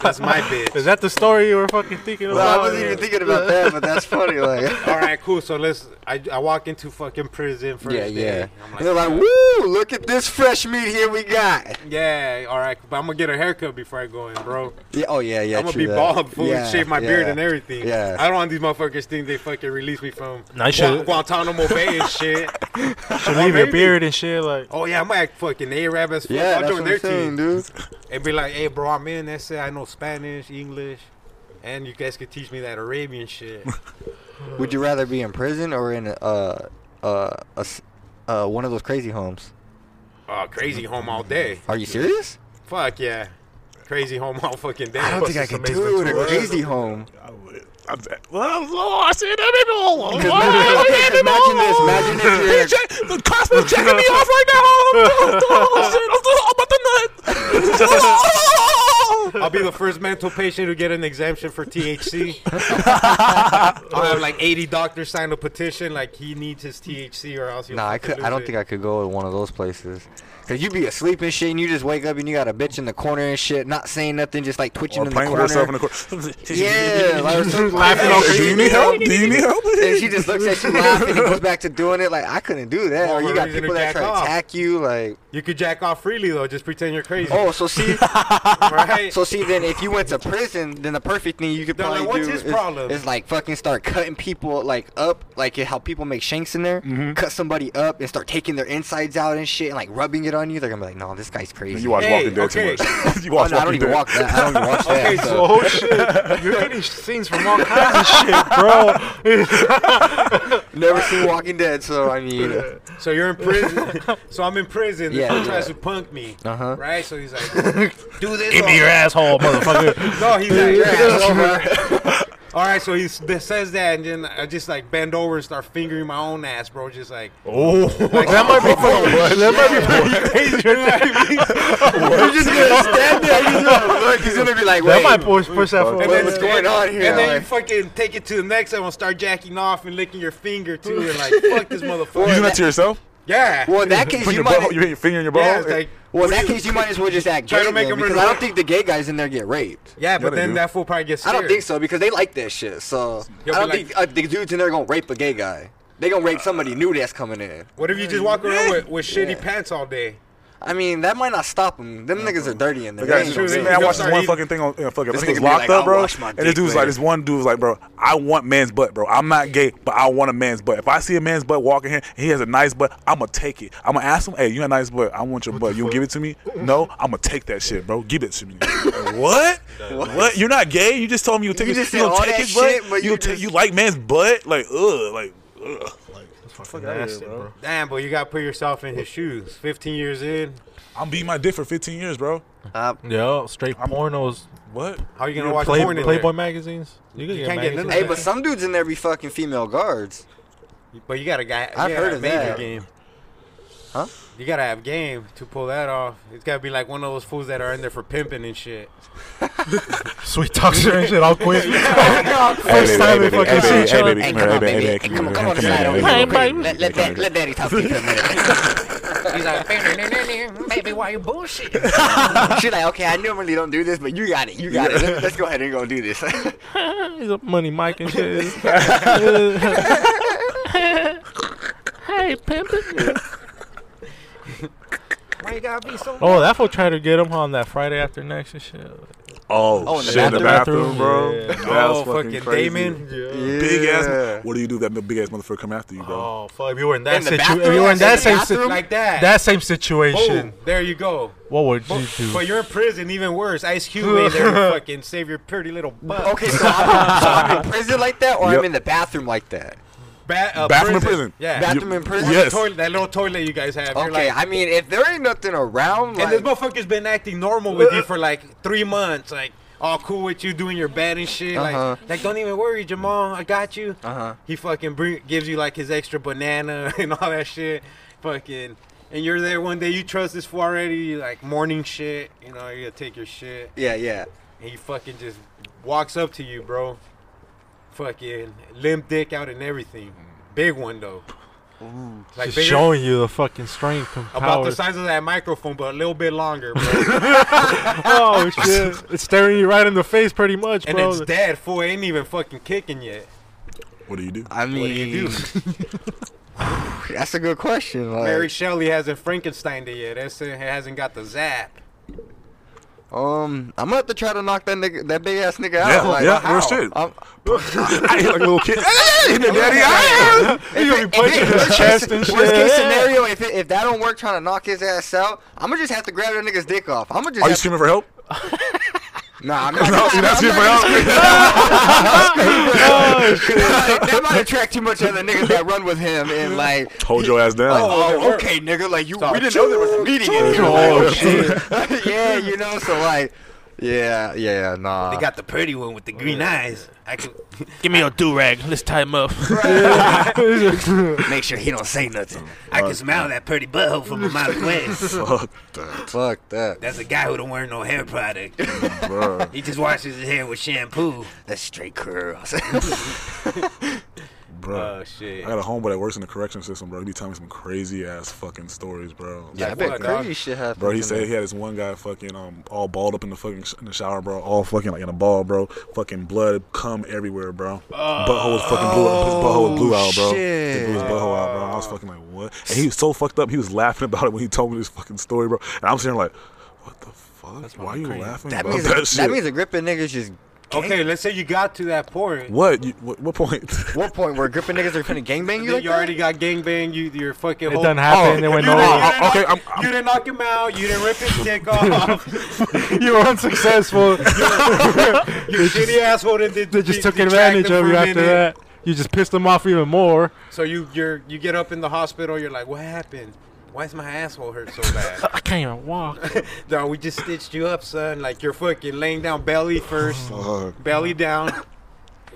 B: That's my
K: is
B: bitch.
K: that the story you were fucking thinking
A: No, I
K: about?
A: wasn't even thinking about that, but that's funny. Like,
B: All right, cool. So let's. I, I walk into fucking prison first
A: yeah, yeah.
B: day.
A: And
B: I'm
A: they're
B: like,
A: like, "Woo! Look at this fresh meat here we got."
B: yeah, all right. But I'm gonna get a haircut before I go in, bro.
A: Yeah, oh yeah, yeah.
B: I'm gonna
A: true
B: be
A: that.
B: bald, fool,
A: yeah,
B: and shave my beard
A: yeah,
B: and everything.
A: Yeah.
B: I don't want these motherfuckers think they fucking release me from
K: Nah,
B: Gua-
K: you should-
B: Guantanamo Bay and shit.
K: Should leave your
B: maybe.
K: beard and shit. Like,
B: Oh yeah, I'm gonna act fucking Arab as fuck.
A: Yeah,
B: I'll
A: that's
B: join
A: what
B: their
A: I'm saying,
B: team
A: dude.
B: and be like, "Hey, bro, I'm in. That's it. I know Spanish, English, and you guys could teach me that Arabian shit."
A: Would you rather be in prison or in uh, uh, a s- uh, one of those crazy homes?
B: Oh, crazy home all day.
A: Are you serious?
B: Fuck yeah, crazy home all fucking day.
A: I don't think I can do it in a crazy home.
D: I would. I'm, well, Lord, I said that
A: Okay, 'cause imagine this. Imagine if you're.
D: baby all. The Cosby's jacking me off right now. I'm doing- I'm doing- I'm about to nut.
B: I'll be the first mental patient to get an exemption for THC. I'll have like 80 doctors sign a petition like he needs his THC or else. he'll
A: Nah, I
B: fucking
A: could. I
B: lose
A: don't
B: it.
A: think I could go to one of those places. Cause you be asleep and shit, and you just wake up and you got a bitch in the corner and shit, not saying nothing, just like twitching
D: Or
A: in the
D: playing
A: corner.
D: with herself in the corner.
A: yeah, like, or something like
D: Laughing
A: that.
D: over, "Do you need help? Do you need help?"
A: And she just looks at you laughing and goes back to doing it. Like I couldn't do that.
B: Or
A: Or you
B: a
A: got
B: reason to
A: people that
B: jack
A: try to
B: off.
A: attack you, like.
B: You could jack off freely though. Just pretend you're crazy.
A: Oh, so see,
B: right?
A: So see, then if you went to prison, then the perfect thing you could
B: They're like,
A: probably
B: "What's
A: do
B: his
A: is,
B: problem?"
A: is, like fucking start cutting people like up, like how people make shanks in there, cut somebody up and start taking their insides out and shit, and like rubbing it on you. They're gonna be like, no, this guy's crazy.
D: You watch
B: Hey,
D: Walking Dead
B: okay.
D: too much. You
A: Oh,
D: watch
A: no, I don't
D: Walking
A: even
D: Dead.
A: watch that. I don't even watch that.
B: Okay,
A: so.
B: so-
K: Oh shit! You're getting scenes from all kinds of shit, bro.
A: never seen Walking Dead, so I mean,
B: So you're in prison. so I'm in prison. This
A: Yeah,
B: dude
A: yeah.
B: tries to punk me.
A: Uh-huh.
B: Right? So he's like, do this.
K: Give
B: or-
K: me your asshole, motherfucker.
B: No, he's like,
A: Yeah, it's
B: "Yeah."
A: over.
B: all right. So he says that, and then I just like bend over and start fingering my own ass, bro. Just like,
K: Oh, that might be funny. That might be funny.
A: You're just gonna stand there. He's gonna look. He's gonna be like,
K: That
A: wait,
K: might push push that forward.
B: and
A: What-
B: then-
A: what's going on here?
B: And then you
A: Like-
B: fucking take it to the next level and start jacking off and licking your finger too, and like, fuck this
D: You doing
B: motherfucker.
D: that to yourself?
B: yeah.
A: Well, in that case,
D: Put
A: you
D: your
A: might.
D: butthole, you hit your finger in your
B: yeah.
D: butthole.
B: it's like,
A: well, in that case, you might as well just act
B: Try
A: gay
B: to make
A: then,
B: him
A: because I don't
B: revert.
A: think the gay guys in there get raped.
B: yeah, but
D: they
B: then
D: do.
B: that fool probably gets
A: I
B: scared.
A: don't think so because they like that shit. So
B: Yo,
A: I
B: but
A: don't
B: like-
A: think uh, the dudes in there gonna rape a gay guy. They gonna rape somebody new that's coming in.
B: What if you just walk around with, with shitty pants all day?
A: I mean, that might not stop them. Them niggas are dirty in there.
D: The guy-
A: They ain't
B: true,
A: gonna
B: they-
A: do
D: man, I
A: it.
B: they
D: watched this
B: start
D: one
B: eating-
D: fucking thing on yeah, fucking.
A: This
D: I
A: nigga
D: think it's
A: be
D: locked
A: like,
D: up,
A: "I'll
D: bro.
A: wash my
D: And this
A: dick
D: dude's like,
A: later."
D: this one dude was like, bro, I want man's butt, bro. I'm not gay, but I want a man's butt. If I see a man's butt walking here, and he has a nice butt, I'ma take it. I'ma ask him, hey, you got a nice butt? I want your butt. You gonna give it to me? No, I'ma take that shit, bro. Give it to me. what? What? You're not gay? You just told me you take
A: You
D: it.
A: just
D: you
A: said
D: gonna
A: all
D: take
A: that
D: his
A: shit,
D: butt?
A: but
D: you
A: you
D: gonna take-
A: just-
D: you like man's butt? Like, ugh, like. Ugh.
B: Damn, but you gotta put yourself in his shoes. 15 years in,
D: I'm beating my dick for 15 years, bro.
A: Uh,
K: Yo, straight pornos.
D: What?
B: how you
K: You
B: gonna
K: can
B: watch
K: play,
B: porn in
K: Playboy
B: there?
K: magazines. You, can
B: can't get none of
A: Hey,
K: magazines.
A: but some dudes in there be fucking female guards.
B: But you gotta guy.
A: I've
B: you gotta
A: heard
B: have
A: of
B: major
A: that.
B: Game.
A: Huh?
B: You gotta have game to pull that off. It's gotta be like one of those fools that are in there for pimping and shit.
K: Sweet talks her and shit. I'll quit.
D: Hey,
K: First time we fucking see each other.
A: Hey, come on, baby. Hey, come on, come on, slide over here. real quick. Let let dad- let daddy talk to you for a minute.
G: He's like, baby, why you bullshit?
A: She's like, okay, I normally don't do this, but you got it. You got it. Let's- Let's go ahead and go do this.
K: He's a money mic and shit. hey, pimpin'.
B: Why you gotta be so?
K: Oh, that fool tried to get him on that Friday after next and shit.
D: Oh,
A: Oh, in the
D: shit, in the bathroom,
K: bathroom?
D: bro.
K: Yeah.
D: That was
B: Oh,
D: fucking,
B: fucking
D: crazy.
B: Damon.
D: Big
A: Yeah.
D: ass. What do you do if that big ass motherfucker come after you, bro?
K: Oh fuck! If you were in that
A: In the
K: situation,
A: bathroom?
K: if you were in that
A: In the
K: same
A: bathroom?
K: si-
B: Like that.
K: that same
B: Boom.
K: situation,
B: There you go.
K: what would
B: Bo-
K: you do?
B: But you're in prison, even worse. Ice Cube ain't there to fucking save your pretty little butt.
A: Okay, so I'm, so I'm in prison like that, or
D: Yep.
A: I'm in the bathroom like that.
B: Ba- uh,
D: Bathroom in prison.
B: Yeah.
A: Bathroom in prison.
D: Yes.
B: Toilet, that little toilet you guys have. You're
A: Okay,
B: like,
A: I mean, if there ain't nothing around,
B: and this
A: like, Uh,
B: motherfucker's been acting normal with you for like three months. Like, all cool with you doing your bed and shit.
A: Uh-huh.
B: Like, like, don't even worry, Jamal. I got you.
A: Uh-huh.
B: He fucking bring, gives you like his extra banana and all that shit. Fucking. And you're there one day, you trust this fool already, you like morning shit, you know, you gotta take your shit.
A: yeah, yeah.
B: And he fucking just walks up to you, bro. Fucking limp dick out and everything. Big one though. Like
K: Just
B: bigger-
K: showing you the fucking strength and
B: about
K: power.
B: the size of that microphone, but a little bit longer, bro.
K: oh shit! It's staring you right in the face, pretty much,
B: and
K: bro.
B: it's dead. Fool ain't even fucking kicking yet.
D: What do you do?
A: I mean, that's a good question. Like,
B: Mary Shelley hasn't Frankenstein it yet. That's it. hasn't got the zap.
A: um, I'm gonna have to try to knock that nigga, that big ass nigga
D: Yeah,
A: out. Like,
D: yeah,
A: how?
D: real shit.
A: I'm-
D: I hit like a little kid. Hey, daddy, I
K: You're gonna be
A: if
K: punching
A: it-
K: his
A: worst
K: chest
A: case-
K: and shit.
A: Worst case
K: Yeah.
A: scenario, if, it, if that don't work, trying to knock his ass out, I'm gonna just have to grab that nigga's dick off. I'm gonna just.
D: Are you
A: have to-
D: screaming for help?
A: Nah, I'm not.
D: No, you're not screaming for help. Oh,
A: that might attract too much other niggas that run with him and like.
D: Hold your ass down.
A: Oh, okay, nigga. Like you, we didn't know there was a meeting in here.
K: Oh,
A: Like, okay. yeah, you know. So like, Yeah, yeah, nah.
M: They got the pretty one with the green eyes. I could give me a do rag. Let's tie him up. Make sure he don't say nothing. I can
A: Fuck
M: smell that pretty butthole from a mile away.
A: Fuck that. Fuck that.
M: That's a guy who don't wear no hair product.
A: Bruh.
M: he just washes his hair with shampoo. That's straight curls.
B: Uh,
D: bro.
M: Oh, shit.
D: I got a homeboy that works in the correction system, bro. He be telling me some crazy ass fucking stories, bro.
A: Yeah, I
D: Like,
A: bet
D: what,
A: crazy shit happens
D: Bro, he
A: in
D: said
A: there.
D: he had this one guy fucking um all balled up in the fucking sh- in the shower, bro. All fucking like in a ball, bro. Fucking blood cum everywhere, bro. butthole was fucking blew up. His butthole was blew out, bro. He
B: Oh,
D: blew his butthole out, bro. I was fucking like, what? And he was so fucked up. He was laughing about it when he told me this fucking story, bro. And I'm sitting there like, what the fuck? Why are you laughing
A: That
D: about
A: means,
D: that
A: that,
D: shit?
A: means a gripping niggas just.
B: Okay, let's say you got to that point.
D: what? You, what? What point?
A: What point where gripping niggas are finna gangbang
B: You,
A: you like that?
B: already got gangbang. You, you're fucking.
A: It
B: whole-
A: done happened, it went
B: you didn't-
A: over.
B: you didn't
A: Oh, okay,
B: knock- you didn't knock him out. You didn't rip his dick off.
K: you were unsuccessful.
B: You shitty asshole. Did, did,
K: They just took advantage of you after that. You just pissed them off even more.
B: So you you're you get up in the hospital. You're like, what happened? Why is my asshole hurt so bad?
K: I can't even walk.
B: no, we just stitched you up, son. Like you're fucking laying down belly first,
K: Oh,
B: belly down.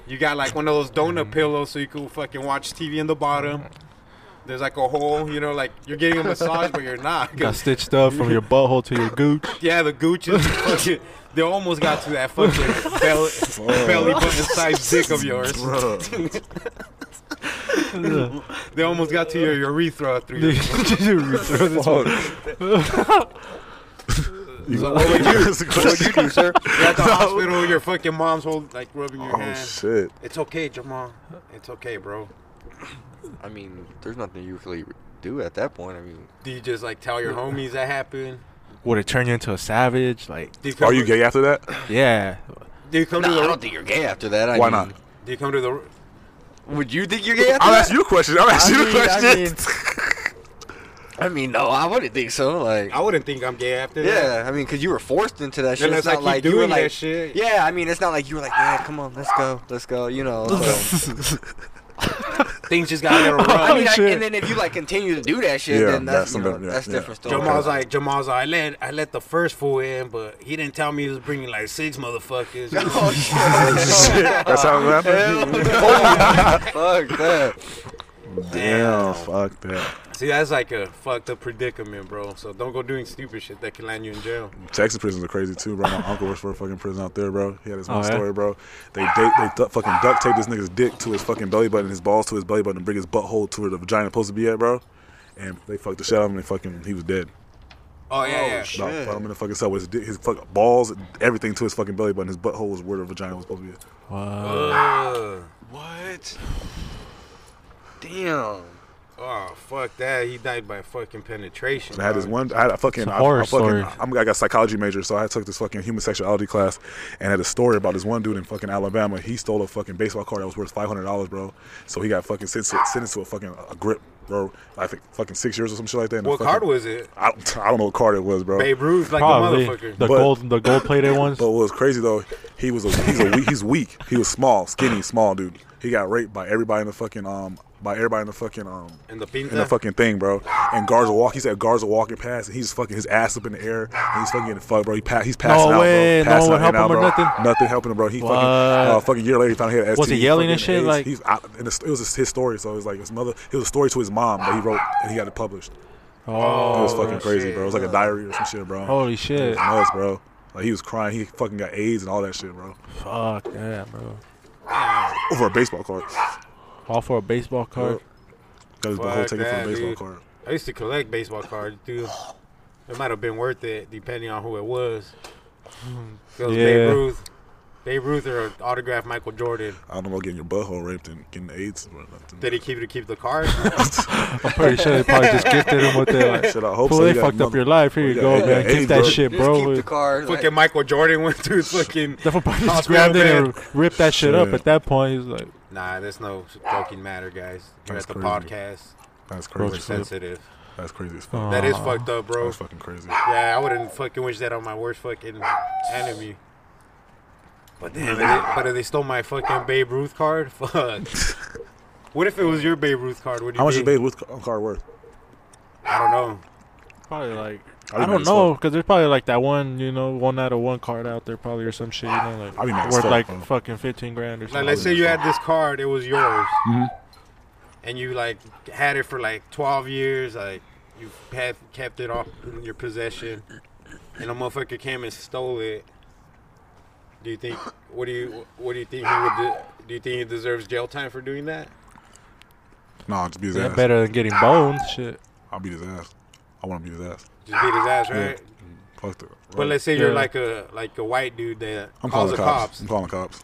B: You got like one of those donut pillows so you can fucking watch TV in the bottom. There's like a hole, you know, like you're getting a massage, but you're not.
K: Got stitched up from your butthole to your gooch.
B: Yeah, the Gucci. fucking, they almost got to that fucking belly,
K: Oh.
B: belly button size dick of yours. they almost got to your urethra through your.
K: Urethra, this
B: so what would you,
D: That's a
B: what would you do, sir? You're at the
D: No.
B: hospital. Your fucking mom's hold like rubbing your
D: Oh,
B: hand.
D: shit.
B: It's okay, Jamal. It's okay, bro.
A: I mean, there's nothing you can really do at that point. I mean,
B: Do you just like tell your homies that happened?
K: Would it turn you into a savage? Like,
B: Do you come Are you to-
D: gay after that?
K: Yeah.
B: Do you come to
A: Nah,
B: the?
A: I don't think you're gay after that. I
D: Why
A: mean,
D: not?
B: Do you come to the?
A: Would you think you're gay after
D: I'll
A: that?
D: ask you a question. I'll ask
A: I
D: you a
A: mean,
D: question.
A: I mean, I mean, no, I wouldn't think so. Like,
B: I wouldn't think I'm gay after
A: yeah,
B: that.
A: I mean, because you were forced into that shit.
B: Unless
A: it's
B: I
A: not
B: keep
A: like you were
B: doing
A: like,
B: that shit.
A: Yeah, I mean, it's not like you were like, yeah, come on, let's go, let's go. You know. so.
B: Things just got a little rough.
A: I mean, I-
B: Shit.
A: and then if you like continue to do that shit,
D: Yeah,
A: then that's
D: that's
A: you know,
D: something- yeah,
A: that's
D: yeah.
A: different story.
B: Jamal's like Jamal's like I let I let the first fool in, but he didn't tell me he was bringing like six motherfuckers. oh
D: shit! That's how it happened.
A: Fuck that.
D: Damn, fuck that.
B: See, that's like a fucked up predicament, bro. So don't go doing stupid shit that can land you in jail.
D: Texas prisons are crazy too, bro. My uncle works for a fucking prison out there, bro. He had this one
B: Oh, yeah?
D: story, bro. They date, they du- fucking duct tape this nigga's dick to his fucking belly button, his balls to his belly button, and bring his butthole to where the vagina supposed to be at, bro. And they fucked the shit out of him, and fucking he was dead.
B: Oh yeah, yeah.
D: Dog, put him in the fucking cell with his, dick, his fucking balls, everything to his fucking belly button. His butthole was where the vagina was supposed to be. At.
A: What? Damn.
B: Oh fuck that! He died by fucking penetration.
D: I had this
B: dog.
D: one. I had a fucking.
K: It's a
D: I-
K: horror
D: I, fucking
K: story.
D: I'm, I got a psychology major, so I took this fucking human sexuality class, and had a story about this one dude in fucking Alabama. He stole a fucking baseball card that was worth five hundred dollars, bro. So he got fucking sentenced, sentenced to a fucking a grip, bro. I think fucking six years or some shit like that. and the
B: What
D: fucking-
B: card was it?
D: I, I don't know what card it was, bro.
B: Babe Ruth, like
K: Probably.
B: a motherfucker.
K: The gold- the gold plated ones.
D: But what was crazy though, he was a, he's a weak, he's weak. He was small, skinny, small dude. He got raped by everybody in the fucking um by everybody in the fucking um
B: In the pinta?
D: in the fucking thing, bro. And guards were walk. He said guards were walking past, and he's fucking his ass up in the air, and he's fucking getting fucked, bro. He pa- he's passing out,
K: way. No
D: bro. Passing
K: one
D: out,
K: help him
D: and
K: or
D: out, bro.
K: nothing?
D: Nothing helping him, bro. He
K: What?
D: fucking uh, fucking year later he found he had STD.
K: Was he yelling and
D: fucking
K: shit,
D: AIDS.
K: like-
D: he's out, and it's- it was his story. So it was like his mother. It was a story to his mom that he wrote, and he got it published.
K: Oh,
D: it was fucking
K: shit.
D: crazy, bro. It was like a diary or some shit, bro.
K: Holy
D: It was
K: shit.
D: nuts, bro. Like he was crying. He fucking got AIDS and all that shit, bro.
K: Fuck that, bro.
D: Over a baseball card.
K: All for a baseball card.
D: Got his
B: Fuck
D: whole taken from
B: that,
D: a baseball
B: dude.
D: card.
B: I used to collect baseball cards, dude. It might have been worth it depending on who it was. If it was
D: Yeah.
B: Babe Ruth, Babe Ruth or autograph Michael Jordan.
D: I don't know about getting your butthole raped and getting AIDS or nothing.
B: Did he keep to keep the card?
K: I'm pretty sure they probably just gifted him with that.
D: Shit, I hope
K: Fool,
D: so.
K: They
D: You got
K: fucked up
D: mother-
K: your life. Here you
D: Yeah,
K: go,
D: yeah,
K: man.
D: hey,
K: Keep that
D: bro.
K: shit,
D: Just
K: bro.
D: keep the
A: card.
B: Fucking Michael Jordan went to his fucking.
J: Oh,
K: Just
B: hospital
K: grabbed it
B: bed.
K: and ripped that shit up.
D: Shit.
K: At that point, he's like,
B: Nah, there's no joking matter, guys. You're
D: That's
B: at the
D: crazy.
B: podcast.
D: That's crazy.
B: We're sensitive.
D: That's crazy as fuck.
B: That is fucked up, bro.
D: That's fucking crazy.
B: Yeah, I wouldn't fucking wish that on my worst fucking enemy. But damn, they, but if they stole my fucking Babe Ruth card, fuck. what if it was your Babe Ruth card? What do you
D: How much is
B: think?
D: Babe Ruth card worth?
B: I don't know.
K: Probably like
D: I be
J: I
D: mad
J: don't
D: as
J: know because there's probably like that one, you know, one out of one card out there probably or some shit. You know, like
D: I be mad as
J: worth
D: fuck,
J: like
D: bro.
J: fucking fifteen grand or something.
B: Like, let's say you had this card, it was yours,
D: Mm-hmm.
J: Mhm.
B: and you like had it for like 12 years, like you had kept it off in your possession, and a motherfucker came and stole it. Do you think? What do you? What do you think he would do? Do you think he deserves jail time for doing that?
D: Nah, just beat his
J: That
D: ass.
J: better than getting boned. Shit.
D: I'll beat his ass. I want to beat his ass.
B: Just beat his ass,
D: Yeah.
B: right?
D: Fuck the.
B: But let's say you're like a like a white dude that
D: I'm
B: calls
D: calling
B: the
D: the
B: cops.
D: cops. I'm calling the cops.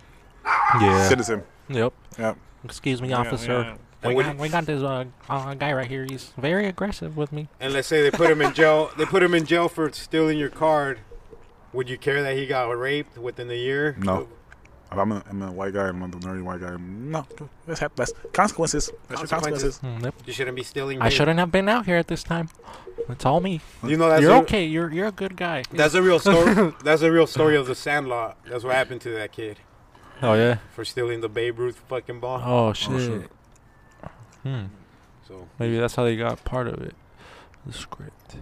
J: Yeah.
D: Citizen.
J: Yep.
D: Yep.
G: Excuse me,
D: Yeah,
G: officer.
D: yeah.
G: We,
D: What
G: got, we got this uh, uh, guy right here. He's very aggressive with me.
B: And let's say they put him in jail. They put him in jail for stealing your card. Would you care that he got raped within a year?
D: No. If I'm a, I'm a white guy, I'm a nerdy white guy. No, that's, hap- that's consequences. That's your consequences.
B: Consequences. You shouldn't be stealing.
G: I
B: rape.
G: shouldn't have been out here at this time. It's all me.
B: You know that's
G: you're
B: a-
G: okay. You're you're a good guy.
B: That's a real story. that's a real story of the Sandlot. That's what happened to that kid
J: Oh yeah.
B: for stealing the Babe Ruth fucking ball.
J: Oh, shit. Hmm.
B: So-
J: maybe that's how they got part of it. The script.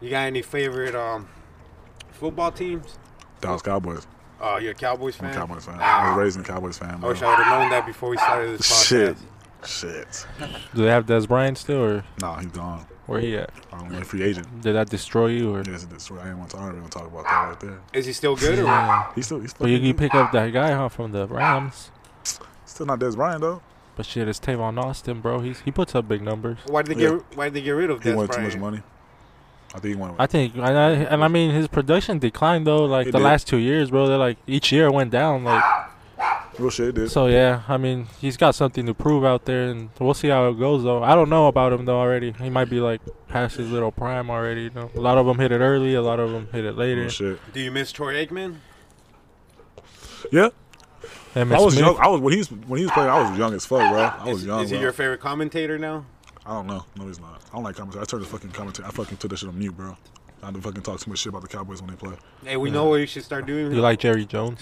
B: You got any favorite um football teams?
D: Dallas Cowboys.
B: Oh, you're a Cowboys
D: I'm
B: fan.
D: a Cowboys fan. I was raised in a Cowboys fan.
B: I
D: Bro.
B: wish I would have known that before we started this podcast.
D: Shit. Shit.
J: Do they have Des Bryant still or?
D: Nah, he's gone.
J: Where he at?
D: I don't know. Free agent.
J: Did that destroy you or?
D: Yes, that's right. I didn't want to, I don't even want to talk about that right there.
B: Is he still good or?
J: Yeah.
D: He's still, he's still,
J: Well, Oh, you, you pick up that guy huh, from the Rams,
D: still not Des Bryant, though.
J: but shit, it's Tavon Austin, bro. He's he puts up big numbers.
B: Why did they
D: Yeah.
B: get Why did they get rid of
D: He
B: Des
D: wanted too
B: Bryant?
D: much money. I think he wanted.
J: I think, and I, and I mean, his production declined though. Like
D: It
J: the
D: did.
J: last two years, bro. They're like each year went down. Like
D: Real shit, it did.
J: so, yeah. I mean, he's got something to prove out there, and we'll see how it goes though. I don't know about him though. Already, he might be like past his little prime already. You know, a lot of them hit it early, a lot of them hit it later.
D: Real Oh, shit.
B: Do you miss Troy Aikman?
D: Yeah.
J: Emmitt
D: I was
J: Smith.
D: young. I was when he was when he was playing. I was young as fuck, bro. I was
B: Is,
D: young.
B: is he
D: Oh, bro.
B: your favorite commentator now?
D: I don't know. No, he's not. I don't like commentary. I turned the fucking commentary. I fucking put that shit on mute, bro. I don't fucking talk too much shit about the Cowboys when they play.
B: Hey, we know what you should start doing.
J: You like Jerry Jones?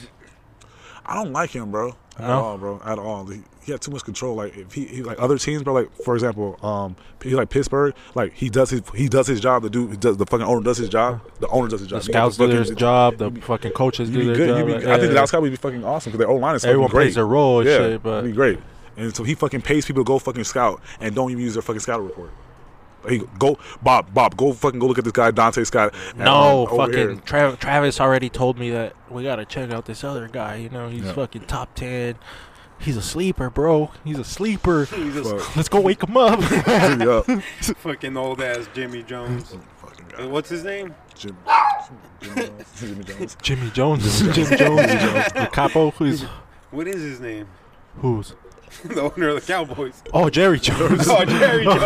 D: I don't like him, bro. At
J: No?
D: all, bro. At all. He, he had too much control. Like if he, he like other teams, bro. Like for example, um, he like Pittsburgh. Like he does his he does his job. The dude does the fucking owner does his job. The owner does his
J: The
D: job. You
J: scouts
D: have
J: do
D: to
J: their
D: fucking-
J: job. The fucking coaches
D: You
J: do
D: be
J: their
D: good.
J: job.
D: You be,
J: like,
D: I think the
J: yeah.
D: Dallas Cowboys be fucking awesome because their old line is
J: Everyone
D: fucking great.
J: plays their role and
D: yeah,
J: shit, but-
D: it'd be great. And so he fucking pays people to go fucking scout and don't even use their fucking scout report. Hey, go Bob, Bob, go fucking go look at this guy Dante Scott. at,
G: No,
D: um, over here.
G: fucking Tra- Travis already told me that we gotta check out this other guy. You know, he's
D: Yeah.
G: fucking top ten. He's a sleeper, bro. He's a sleeper.
D: Fuck.
G: Let's go wake him up.
D: Yep.
B: Fucking old ass Jimmy Jones. Uh, What's his name?
D: Jim, Jimmy Jones.
J: Jimmy Jones, Jim Jones, the capo who's
B: What is his name?
J: who's.
B: the owner of the Cowboys.
J: Oh, Jerry Jones.
B: Oh, Jerry Jones.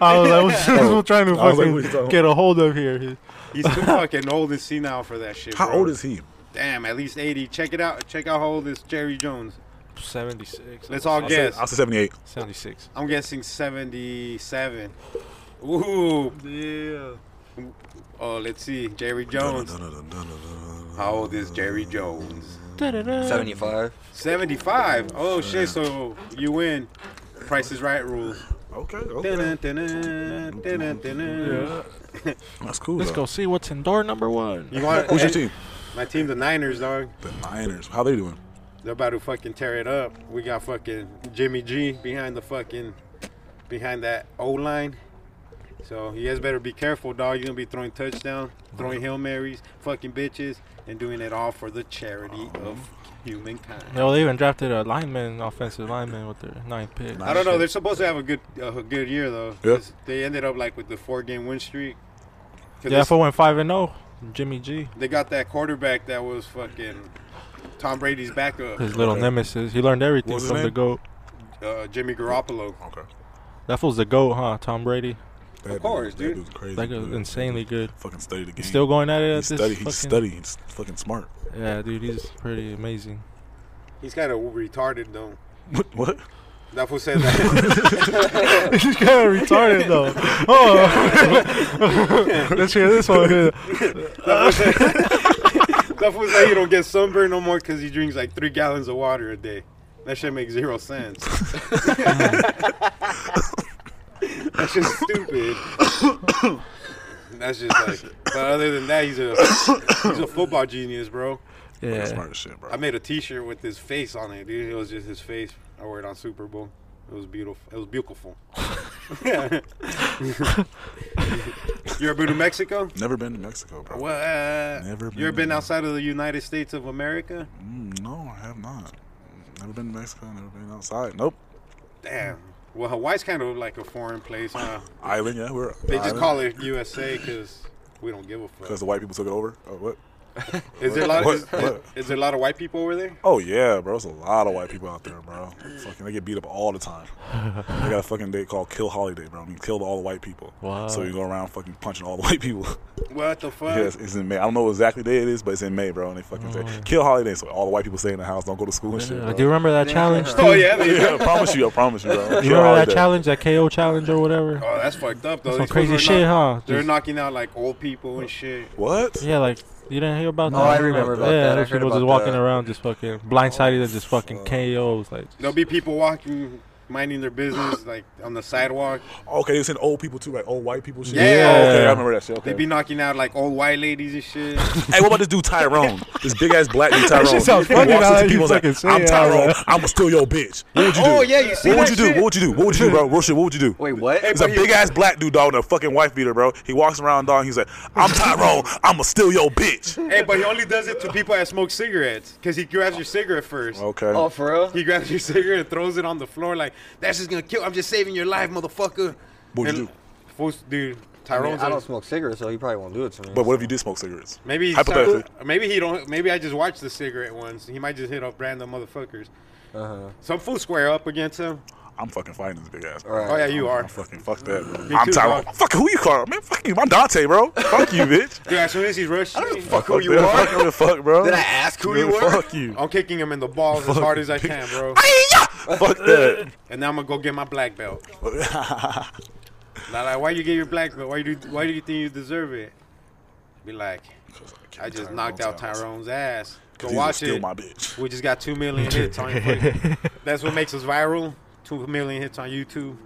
J: I was like, we're trying to
D: I was like, what you
J: fucking
D: talking
J: get a hold of here. He-
B: He's too fucking old and senile for that shit.
D: How
B: bro.
D: old is he?
B: Damn, at least 80. Check it out. Check out how old is Jerry Jones.
J: 76.
B: Let's all
D: I'll say,
B: guess.
D: I'll say 78.
J: 76.
B: I'm guessing 77. Ooh.
J: Yeah.
B: Oh, let's see. Jerry Jones. How old is Jerry Jones?
A: 75.
B: 75. Oh, shit. So you win. Price is right rules.
D: Okay, okay.
B: Dun-dun, dun-dun, dun-dun, dun-dun.
D: That's cool.
G: Let's
D: though.
G: go see what's in door number one.
B: You want
D: Who's your team?
B: My team, the Niners, dog.
D: The Niners. How they doing?
B: They're about to fucking tear it up. We got fucking Jimmy G behind the fucking behind that O line. So you guys better be careful, dog. You're gonna be throwing touchdowns, throwing hail marys, fucking bitches, and doing it all for the charity of humankind.
J: No, they even drafted a lineman, offensive lineman, with their ninth pick.
B: I don't know. They're supposed to have a good a good year though.
D: Yeah.
B: 'Cause They ended up like with the four game win streak. 'Cause
J: Yeah,
B: they-
J: if I went 5 and 0, Jimmy G,
B: they got that quarterback that was fucking Tom Brady's backup,
J: his little nemesis. He learned everything
D: What's his
J: from the
D: name?
J: GOAT.
B: uh, Jimmy Garoppolo.
D: Okay.
J: That fool's the GOAT, huh? Tom Brady.
D: That
B: course,
D: dude,
B: dude.
D: That dude's crazy.
J: That
D: dude.
J: guy's insanely good.
D: Fucking study the game.
J: He's still going at it
D: He
J: at this
D: study. He
J: fucking-
D: study. He's fucking smart.
J: Yeah, dude, he's pretty amazing.
B: He's kind of retarded though.
D: What? What?
B: That fool said that.
J: He's kind of retarded though. Oh, let's hear this one.
B: that fool said, that fool said he don't get sunburned no more because he drinks like three gallons of water a day. That shit makes zero sense. That's just stupid. That's just like. But other than that, he's a he's a football genius, bro.
M: Yeah. Smart as
D: shit, bro.
B: I made a T-shirt with his face on it, dude. It was just his face. I wore it on Super Bowl. It was beautiful. It was beautiful. you ever been to Mexico?
D: Never been to Mexico, bro.
B: What?
D: Never
B: You ever
D: been
B: been outside of the United States of America?
D: Mm, no, I have not. Never been to Mexico. Never been outside. Nope.
B: Damn. Well, Hawaii's kind of like a foreign place, huh?
D: Island, yeah, we're
B: They just call it USA because we don't give a fuck.
D: because the white people took it over. Oh, what?
B: Is there a lot?
D: What?
B: Is,
D: What?
B: is there a lot of white people over there?
D: Oh yeah, bro. There's a lot of white people out there, bro. Fucking, they get beat up all the time. They got a fucking day called Kill Holiday, bro. I mean, kill all the white people.
K: Wow.
D: So you go around fucking punching all the white people.
B: What the fuck?
D: Yes, it's in May. I don't know what exactly day it is, but it's in May, bro. And they fucking say kill holiday, so all the white people stay in the house, don't go to school and shit.
K: Oh. Yeah,
D: Bro.
K: I do remember that challenge,
B: Oh, too. yeah, they-
D: yeah. I promise you, I promise you, bro. Kill
K: You remember that
D: Holiday.
K: challenge, that KO challenge or whatever?
B: Oh, that's fucked up though.
K: Some
B: These
K: crazy
B: people are
K: shit,
B: knock-
K: huh?
B: They're
K: Just-
B: knocking out like old people and shit.
D: What?
K: Yeah, like you didn't hear about
A: No,
K: that.
A: I remember about
K: yeah,
A: that. I
K: those
A: heard
K: people just
A: about
K: walking
A: that.
K: around, just fucking blindsided and just fucking KOs. Like,
B: There'll be people walking, minding their business, like on the sidewalk.
D: Okay, they send old people too, like old white people shit.
B: Yeah.
D: Oh, okay, I remember that shit. Okay.
B: They be knocking out like old white ladies and shit.
D: Hey, what about this dude Tyrone? This big ass black dude
B: That
D: Tyrone.
B: shit sounds
D: He
B: funny
D: walks
B: now
D: up
B: that
D: to
B: you
D: people and's
B: fucking
D: like,
B: say
D: I'm
B: it out
D: Tyrone.
B: loud."
D: I'ma steal your bitch. What would you do?
B: Oh, yeah, you see
D: What would
B: that
D: you do?
B: shit?
D: What would you do? What would you do, bro? Real shit, what would you do? Wait,
A: what?
D: It's a big ass black dude dog and a fucking wife beater, bro. He walks around dog and he's like, I'm Tyrone, I'ma steal your bitch.
B: hey, but he only does it to people that smoke cigarettes, cause he grabs your cigarette first.
D: Okay. Oh,
A: for real?
B: He grabs your cigarette and throws it on the floor like that's just gonna kill. I'm just saving your life, motherfucker.
D: What'd you
B: And-
D: do?
B: Fools- dude,
A: I,
B: Tyrone's
A: I
B: like-
A: don't smoke cigarettes, so he probably won't do it to me.
D: But what if you did smoke cigarettes?
B: Maybe he's
D: hypothetically.
B: maybe he don't. Maybe I just watched the cigarette ones. He might just hit up random motherfuckers.
A: Uh-huh.
B: Some fool square up against him.
D: I'm fucking fighting this big ass. Bro.
B: Oh yeah, you
D: I'm,
B: are.
D: I'm fucking fuck that. Bro.
B: Me
D: I'm
B: too,
D: Tyrone.
B: dog.
D: Fuck who you call, man? Fuck you. I'm Dante, bro. Fuck you, bitch.
B: Dude, as soon as he's rushed, I don't
D: fuck who you are. Fuck, fuck, bro.
A: Did I ask who you
D: Really
A: were?
D: Fuck you.
B: I'm kicking him in the balls as
D: Fuck
B: hard as I
D: you.
B: can, bro.
D: Fuck that.
B: And now I'm gonna go get my black belt. Now, like, why you get your black belt? Why do Why do you think you deserve it? Be like, I just knocked out Tyrone's ass. Go
D: Cause he
B: watch
D: steal
B: it.
D: my bitch.
B: We just got two million hits on. fucking- That's what makes us viral. Two million hits on YouTube.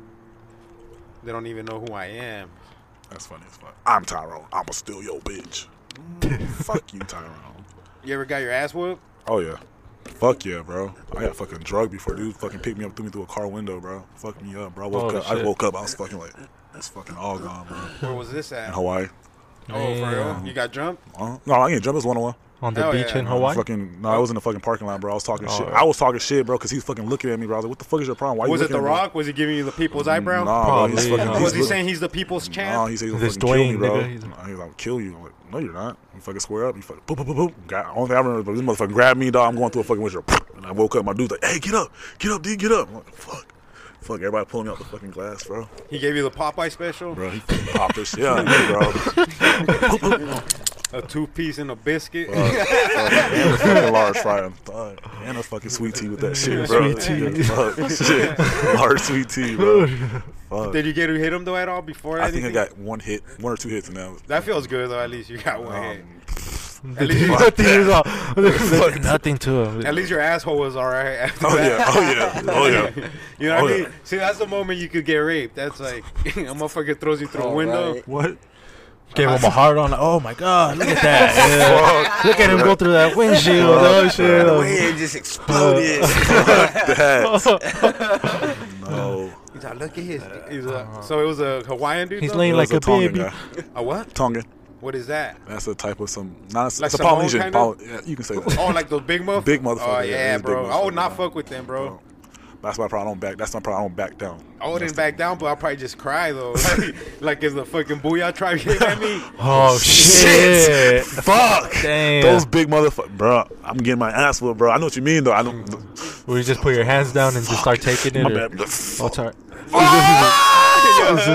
B: They don't even know who I am.
D: That's funny as fuck. I'm Tyrone. I'ma steal your bitch. Mm, fuck you, Tyrone.
B: You ever got your ass whooped?
D: Oh yeah. Fuck yeah, bro. I got fucking drugged before dude fucking picked me up, threw me through a car window, bro. Fucked me up, bro. I woke
K: Holy
D: up. I
K: shit.
D: woke up. I was fucking like, it's fucking all gone, bro.
B: Where was this
D: In
B: at?
D: Hawaii.
B: Oh, for real? You got jumped?
D: Uh, no, I ain't jump. It's one on one.
K: On the Hell beach yeah. in
D: No,
K: Hawaii?
D: Fucking, no, I was in the fucking parking lot, bro. I was talking
K: Oh,
D: shit.
K: yeah.
D: I was talking shit, bro, because he was fucking looking at me, bro. I was like, what the fuck is your problem? Why you
B: was it
D: looking
B: The
D: at me?
B: Rock? Was he giving you the people's eyebrow?
D: Nah, bro, he's
K: Probably,
D: fucking,
K: huh?
B: Was he
D: looking-
B: saying he's the people's champ?
D: No, he said he's gonna
K: This
D: fucking kill
K: Dwayne
D: me, bro.
K: nigga, he's-
D: Nah, He's gonna kill you. I'm like, no, you're not. You fucking square up. You fucking boop, boop, boop, boop. God, only thing I remember is this motherfucker grabbed me, dog. I'm going through a fucking windshield. And I woke up. My dude's like, hey, get up. Get up, dude. Get up. I'm like, fuck. Fuck, everybody pulling me out the fucking glass, bro.
B: He gave you the Popeye special?
D: Bro, he fucking popped this shit out of me, bro.
B: A two piece and a biscuit?
D: And a fucking large fry and thug. And a fucking sweet tea with that shit, bro.
K: Sweet tea.
D: Yeah, Fuck, shit. Large sweet tea, bro. Fuck.
B: Did you get to hit him though at all before
D: I
B: anything?
D: think I got one hit, one or two hits, and that was
B: that feels good though. At least you got one hit. At least,
K: nothing is all. There's nothing to him.
B: at least your asshole was all right. After
D: Oh
B: that.
D: yeah, oh yeah, oh yeah.
B: You know what
D: Oh,
B: I
D: yeah.
B: mean? See, that's the moment you could get raped. That's like a motherfucker throws you through a
A: All
B: window.
A: right.
K: What? Gave him a hard on. Oh my god, look at that. Yeah. Look at him go through that windshield. Oh shit.
A: The way it just exploded.
D: No,
B: He's like, look at his. Uh-huh. He's a, so it was a Hawaiian dude.
K: He's
B: though?
K: laying
D: That was
K: like a
D: Tongan
K: baby.
D: guy.
B: A what?
D: Tongan.
B: What is that?
D: That's a type of some. Not it's-
B: Like
D: it's a
B: Samoan
D: Polynesian.
B: kinda?
D: Poly, yeah, you can say that.
B: Oh, like those big motherfuckers.
D: Big
B: Oh
D: motherfucker, yeah,
B: yeah,
D: he's a big
B: bro. I would
D: motherfucker,
B: not
D: yeah.
B: fuck with them, bro.
D: That's my problem. I don't back. That's my problem. I don't back down.
B: I wouldn't back down, but I'll probably just cry though. Like, like if the fucking booyah tribe came at me.
K: Oh shit.
D: Fuck.
K: Damn.
D: Those big motherfuckers, bro. I'm getting my ass whooped, bro. I know what you mean, though. I don't.
K: Will you just put your hands down and Mm. just start taking it?
D: My
K: or-
D: bad.
K: Oh, it's alright. Ah!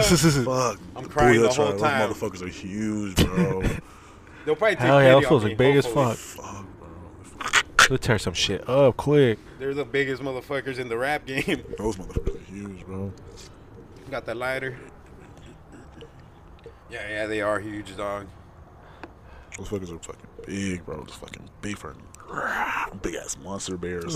D: Fuck.
B: I'm crying
D: Booyah
B: the whole
D: tribe,
B: time.
D: Those motherfuckers are huge, bro.
B: They'll probably take
K: Hell yeah,
B: pity
K: those
B: on
K: fools
B: me,
K: are big as
B: hopefully.
K: fuck. They'll tear some shit up quick.
B: They're the biggest motherfuckers in the rap game.
D: Those motherfuckers are huge, bro.
B: Got that lighter. Yeah, yeah, they are huge, dog.
D: Those fuckers are fucking big, bro. Just fucking big for Big ass monster bears.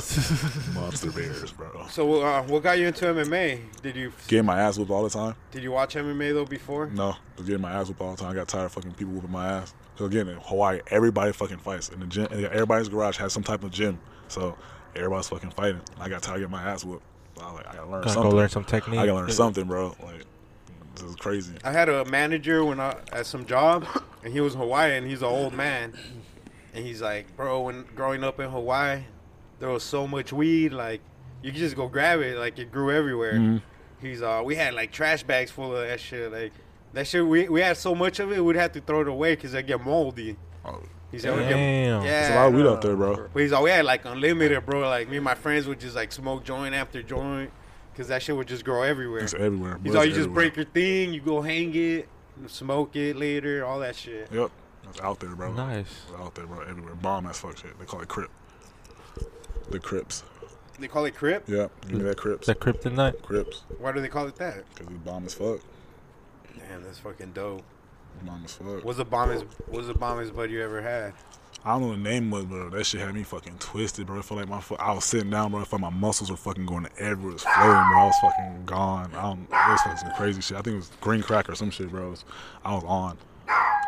D: monster bears, bro.
B: So uh, what got you into MMA? Did you
D: Getting my ass whooped all the time.
B: did you watch MMA though before?
D: No, I was getting my ass whooped all the time. I got tired of fucking people whooping my ass. Because again, in Hawaii, everybody fucking fights. In the gym, and everybody's garage has some type of gym. So everybody's fucking fighting. I got tired of getting my ass whooped. So I was like, I gotta learn
K: Gotta go
D: something.
K: learn some technique.
D: I gotta learn
K: Yeah.
D: something, bro. Like, this is crazy.
B: I had a manager when I at some job, and he was Hawaiian. He's an old man, and he's like, "Bro, when growing up in Hawaii, there was so much weed. Like, you could just go grab it. Like, it grew everywhere.
D: Mm-hmm.
N: Mhm.
B: He's uh, we had like trash bags full of that shit. Like, that shit we we had so much of it, we'd have to throw it away because it get moldy. He's like,
D: Oh, Damn.
B: yeah,
D: There's a lot of weed out there, bro.
B: But he's like, we had like unlimited, bro. Like me and my friends would just like smoke joint after joint, cause that shit would just grow everywhere.
D: It's everywhere, bro.
B: He's all
D: It's
B: you just
D: everywhere.
B: break your thing, you go hang it, smoke it later, all that shit.
D: Yep. It's out there, bro.
K: Nice.
D: It's out there, bro. Everywhere. Bomb ass fuck shit. They call it Crip. The Crips.
B: They call it crip.
D: Yeah. Give me that Crips.
K: That kryptonite.
D: Crips.
B: Why do they call it that?
D: Because it's bomb as fuck.
B: Damn, that's fucking dope.
D: Bomb as fuck.
B: What's the bombest? What's the bombest bud you ever had?
D: I don't know the name of it, bro. That shit had me fucking twisted, bro. It felt like my fu- I was sitting down, bro. I felt my muscles were fucking going everywhere. It was flowing, bro. I was fucking gone. I don't, it was fucking some crazy shit. I think it was green crack or some shit, bro. It was- I was on.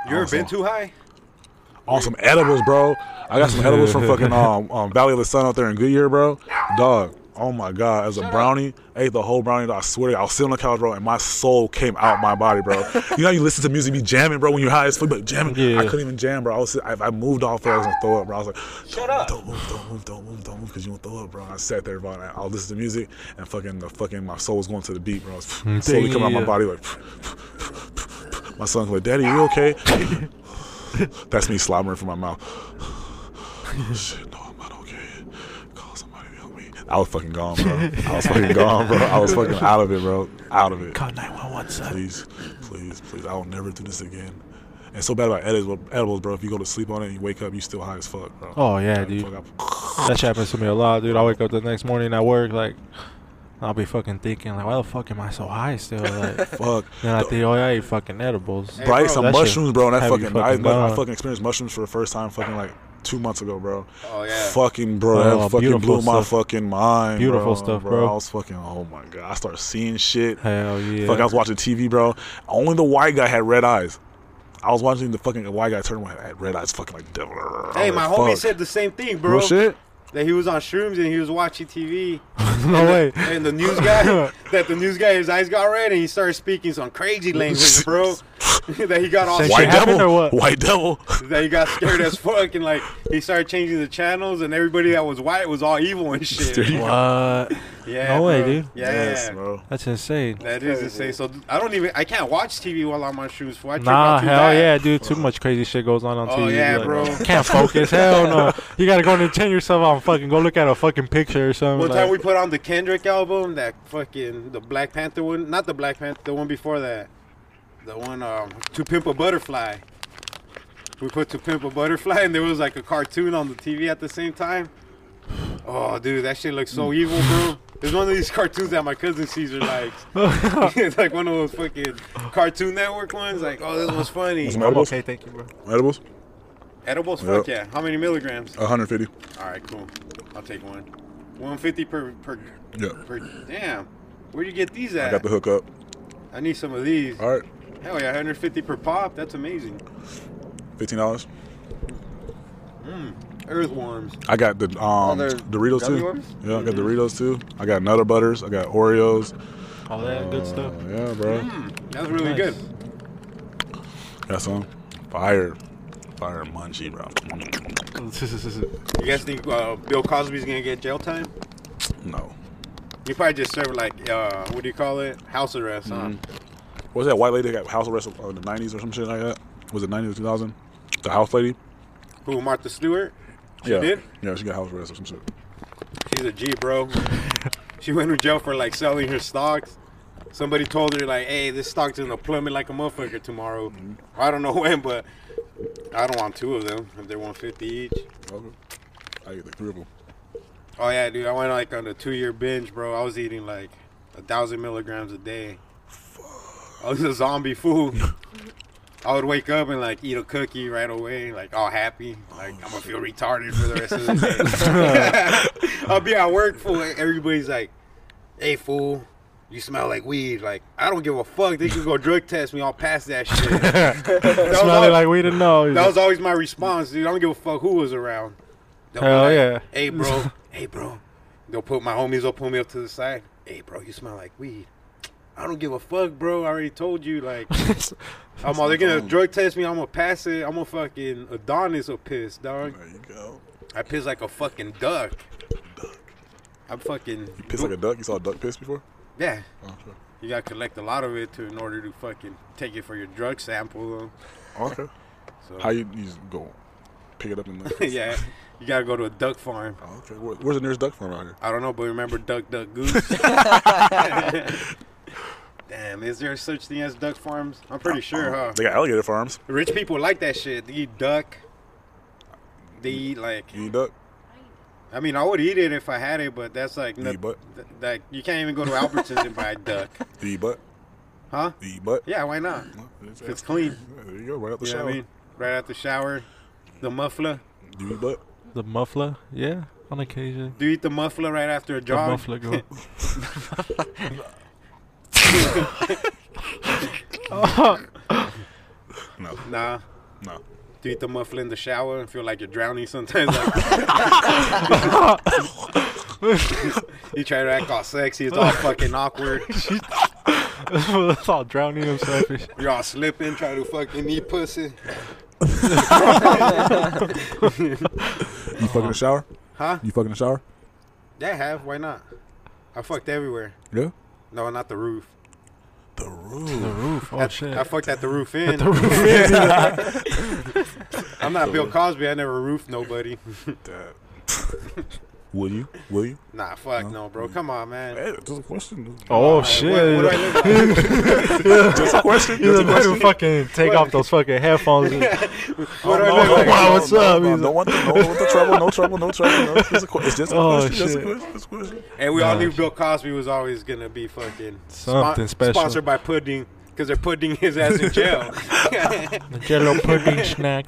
B: You ever
D: Also-
B: been too high?
D: on some edibles, bro. I got some edibles from fucking um, um, Valley of the Sun out there in Goodyear, bro. Dog, oh my god, as a brownie, ate the whole brownie. Dog, I swear, to God, I was sitting on the couch, bro, and my soul came out my body, bro. you know, how you listen to music, be jamming, bro, when you're high as fuck, but jamming. I couldn't even jam, bro. I was, I, I moved off, bro. I was gonna throw up, bro. I was like, shut up, don't move, don't move, don't move, don't move, because you gonna throw up, bro. And I sat there, bro. And I, I was listening to music, and fucking the fucking my soul was going to the beat, bro. It was slowly coming out my
E: Damn.
D: body, like. My son's like, Daddy, you okay? That's me slobbering from my mouth. Shit, no, I'm not okay. Call somebody to help me. I was fucking gone, bro. I was fucking gone, bro. I was fucking out of it, bro. Out of it. Call 911, son. Please, please, please. I will never do this again. And so bad about edibles, edibles, bro. If you go to sleep on it and you wake up, you still high as fuck, bro.
K: Oh yeah,
D: Like,
K: dude.
D: fuck, I-
K: That shit happens to me a lot, dude. I wake up the next morning at work, like I'll be fucking thinking, like, why the fuck am I so high still? Like,
D: Fuck.
K: Then I think, oh yeah, I ate fucking edibles.
D: bro, I ate some
K: That shit
D: mushrooms, bro, and I
K: have you
D: fucking, I, I
K: gone.
D: fucking experienced mushrooms for the first time, fucking like two months ago, bro.
B: Oh yeah.
D: Fucking bro,
K: Oh,
D: that fucking
K: beautiful
D: blew my
K: stuff.
D: fucking mind.
K: Beautiful stuff, bro.
D: I was fucking, oh my god, I started seeing shit.
K: Hell yeah.
D: Fuck, I was watching TV, bro. Only the white guy had red eyes. I was watching the fucking white guy turn around had red eyes, fucking like devil.
B: Hey,
D: like,
B: my homie
D: Oh, fuck.
B: said the same thing,
D: Real
B: bro.
D: shit?
B: That he was on shrooms and he was watching TV.
K: no way.
B: And the news guy, that the news guy, his eyes got red, and he started speaking some crazy language, bro. that he got all
D: White
B: scared.
D: devil, white devil.
B: That he got scared as fuck, and like he started changing the channels, and everybody that was white was all evil and shit.
D: There you go.
K: What?
B: Yeah,
K: no way,
B: bro.
K: dude.
B: Yeah. Yes, bro.
K: That's insane.
B: That is insane. So I don't even, I can't watch TV while I'm on shrooms. Why trip
K: Nah,
B: out too
K: hell
B: bad?
K: yeah, dude. Too much crazy shit goes on on
B: Oh,
K: TV. You're
B: yeah,
K: like,
B: bro.
K: Can't focus. hell no. You gotta go and turn yourself on. Fucking go look at a fucking picture or something.
B: One
K: like-
B: time we put on the Kendrick album, that fucking the Black Panther one, not the Black Panther, the one before that, the one um, To Pimp a Butterfly. We put To Pimp a Butterfly, and there was like a cartoon on the TV at the same time. Oh, dude, that shit looks
K: Mm.
B: so evil, bro. There's one of these cartoons that my cousin Caesar likes. it's like one of those fucking Cartoon Network ones. Like, oh, this one's funny.
D: Some edibles? Edibles?
B: Edibles, fuck yeah.
D: Yep.
B: How many milligrams?
D: 150.
B: All right, cool. I'll take one. 150 per per.
D: Yeah.
B: Per, damn. Where do you get these at?
D: I got the Uh, hook up.
B: I need some of these.
D: All right,
B: Hell yeah, 150 per pop. That's amazing.
D: fifteen dollars.
B: Mm. Earthworms.
D: I got the um
B: Oh, they're
D: Doritos
B: gummy
D: too.
B: worms?
D: Yeah, I got Doritos too. I got Nutter Butters. I got Oreos. Oh,
K: All that good stuff.
D: Yeah, bro.
B: Mm, that's really good.
D: Got some fire, fire munchie, Mm, bro.
B: You guys think uh, Bill Cosby's gonna get jail time?
D: No.
B: He probably just served like uh, what do you call it? House arrest, huh?
D: Mhm. What's that white lady that got house arrest uh, in the '90s or some shit like that? Was it '90s or 2000? The house lady.
B: Who? Martha Stewart. She
D: yeah.
B: did?
D: Yeah, she got house arrest or some shit.
B: She's a G, bro. she went to jail for like selling her stocks. Somebody told her like, "Hey, this stock's gonna plummet like a motherfucker tomorrow." I don't know when, but I don't want two of them. If they're one fifty each.
D: I get the three of them.
B: Oh yeah, dude. I went like on a two-year binge, bro. I was eating like a thousand milligrams a day. I was a zombie fool. I would wake up and like eat a cookie right away, like all happy, like I'm gonna feel retarded for the rest of the day. I'll be at work for like, everybody's like, "Hey fool, you smell like weed." Like I don't give a fuck. They could go drug test me. I'll pass that shit. that was
K: Smelling
B: al-
K: like we didn't know.
B: That was always my response, dude. I don't give a fuck who was around. They'll be
K: Hell
B: like,
K: yeah.
B: Hey bro, hey bro. They'll put my homies will pull me up to the side. Hey bro, you smell like weed. I don't give a fuck, bro. I already told you, like, I'm all, they're gonna drug test me. I'm gonna pass it. I'm gonna fucking Adonis a piss, dog. There you go. I piss like a fucking duck. I'm fucking. You
D: piss like a duck? You saw a duck piss before?
B: Yeah.
D: Oh, sure.
B: You gotta collect a lot of it to in order to fucking take it for your drug sample. Though.
D: Okay.
B: So
D: How you, you just go pick it up and like,
B: yeah, you gotta go to a duck farm.
D: okay. Where, where's the nearest duck farm out here?
B: I don't know, but remember Duck Duck Goose. Damn, is there such thing as duck farms? I'm pretty sure, huh?
D: They got alligator farms.
B: Rich people like that shit. They eat duck. They eat like.
D: You eat duck?
B: I mean, I would eat it if I had it, but that's like. You Like you can't even go to Albertsons and buy duck,
D: You eat butt?
B: huh?
D: You eat butt?
B: Yeah, why not? If it's clean.
D: There you go, right out the
B: You know
D: shower.
B: what I mean? Right out the shower, the muffler.
D: Do you eat butt?
K: The muffler, yeah, on occasion.
B: Do you eat the muffler right after a
K: The
B: jog?
K: muffler go.
D: No.
B: Nah.
D: No.
B: Do you eat the muffler in the shower and feel like you're drowning sometimes? Like you try to act all sexy, it's all fucking awkward.
K: That's all drowning himself. and shit.
B: You're all slipping, trying to fucking eat pussy.
D: You fucking the shower?
B: Huh?
D: You fucking the shower?
B: Yeah, I have. Why not? I fucked everywhere.
D: Yeah?
B: No, not the roof.
D: The roof.
K: The roof. Oh
B: I,
K: shit.
B: I fucked at the roof in.
K: At the roof
B: I'm not Bill Cosby. I never roofed nobody.
D: Will you? Will you?
B: nah, fuck no, bro. Come on, man.
D: just a question.
K: Oh
B: Alright,
K: shit!
B: what- what do I look like?
K: Just a question. You
B: Just a
K: just made
B: question?
K: him fucking take
B: What-
K: off those fucking headphones. And,
B: What do I
K: Oh,
B: look
K: no,
B: like?
K: wow, what's up?
D: No, no, one, no, no, no trouble, no trouble, no trouble. No. It's, just a, que- it's just a
K: Oh,
D: question. Just a
K: shit.
D: question. Just a question.
B: And we all
K: Nah.
B: knew Bill Cosby was always gonna be fucking
K: Something special.
B: Sponsored by Pudding, because they're putting his ass in jail.
K: The Jello pudding snack.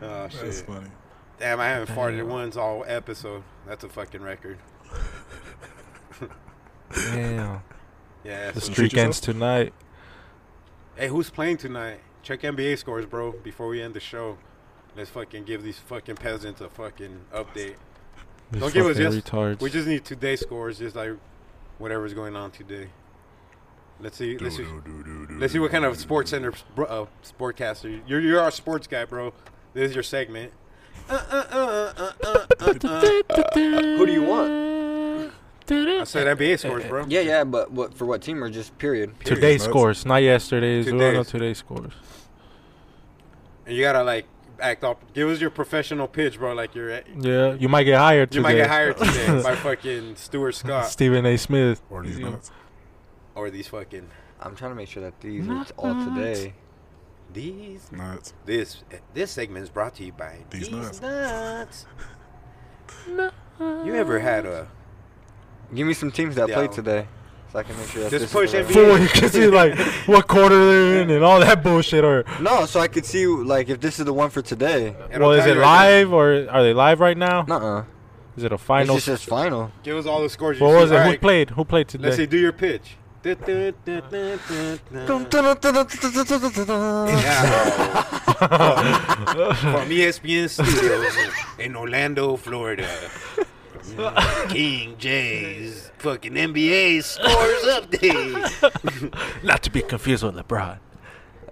B: Oh shit!
D: That's funny.
B: Damn, I haven't farted once all episode. That's a fucking record.
K: Damn.
B: Yeah.
K: The
B: so-
K: streak ends tonight.
B: Hey, who's playing tonight? Check NBA scores, bro. Before we end the show, let's fucking give these fucking peasants a fucking update.
K: These
B: Don't give us
K: fucking
B: just.
K: retards.
B: We just need today scores, just like whatever's going on today. Let's see. Let's see. Let's see what kind of sports center bro- uh, sportcaster. You're you're our sports guy, bro. This is your segment.
A: Who do you want?
B: I said NBA scores, bro.
A: Yeah, yeah, but what for what team or just period?
K: Today's scores, not yesterday's. We don't know
B: Today's.
K: today's scores.
B: And you gotta like act up. Give us your professional pitch, bro. Like you're. At,
K: Yeah, you might get hired today.
B: You might get hired today by fucking Stuart Scott
K: Stephen A. Smith.
D: Or these minutes.
B: or these fucking
A: I'm trying to make sure that these are all today.
B: these
D: Nuts.
B: this this segment is brought to you by
D: These nuts.
B: nuts. You ever had a
A: Give me some teams that
B: Yeah.
A: played today, so I can make sure that
B: Just
A: this
B: push
A: is the right-
B: NBA.
K: Fool, you can see like what quarter they're in and all that bullshit. Or
A: No, so I could see like if this is the one for today.
B: It'll
K: well, is
B: tell
K: it
B: you right there.
K: live or are they live right now?
A: Nuh-uh.
K: Is it a
A: It's
K: final?
A: just this final.
B: Give us all the scores. you
K: What was
B: see.
K: it?
B: All
K: Who
B: right,
K: played? Who played today?
B: Let's see. Do your pitch. From
A: Uh,
B: ESPN Studios in Orlando, Florida. Mm. King J's fucking NBA scores update.
M: Not to be confused with LeBron.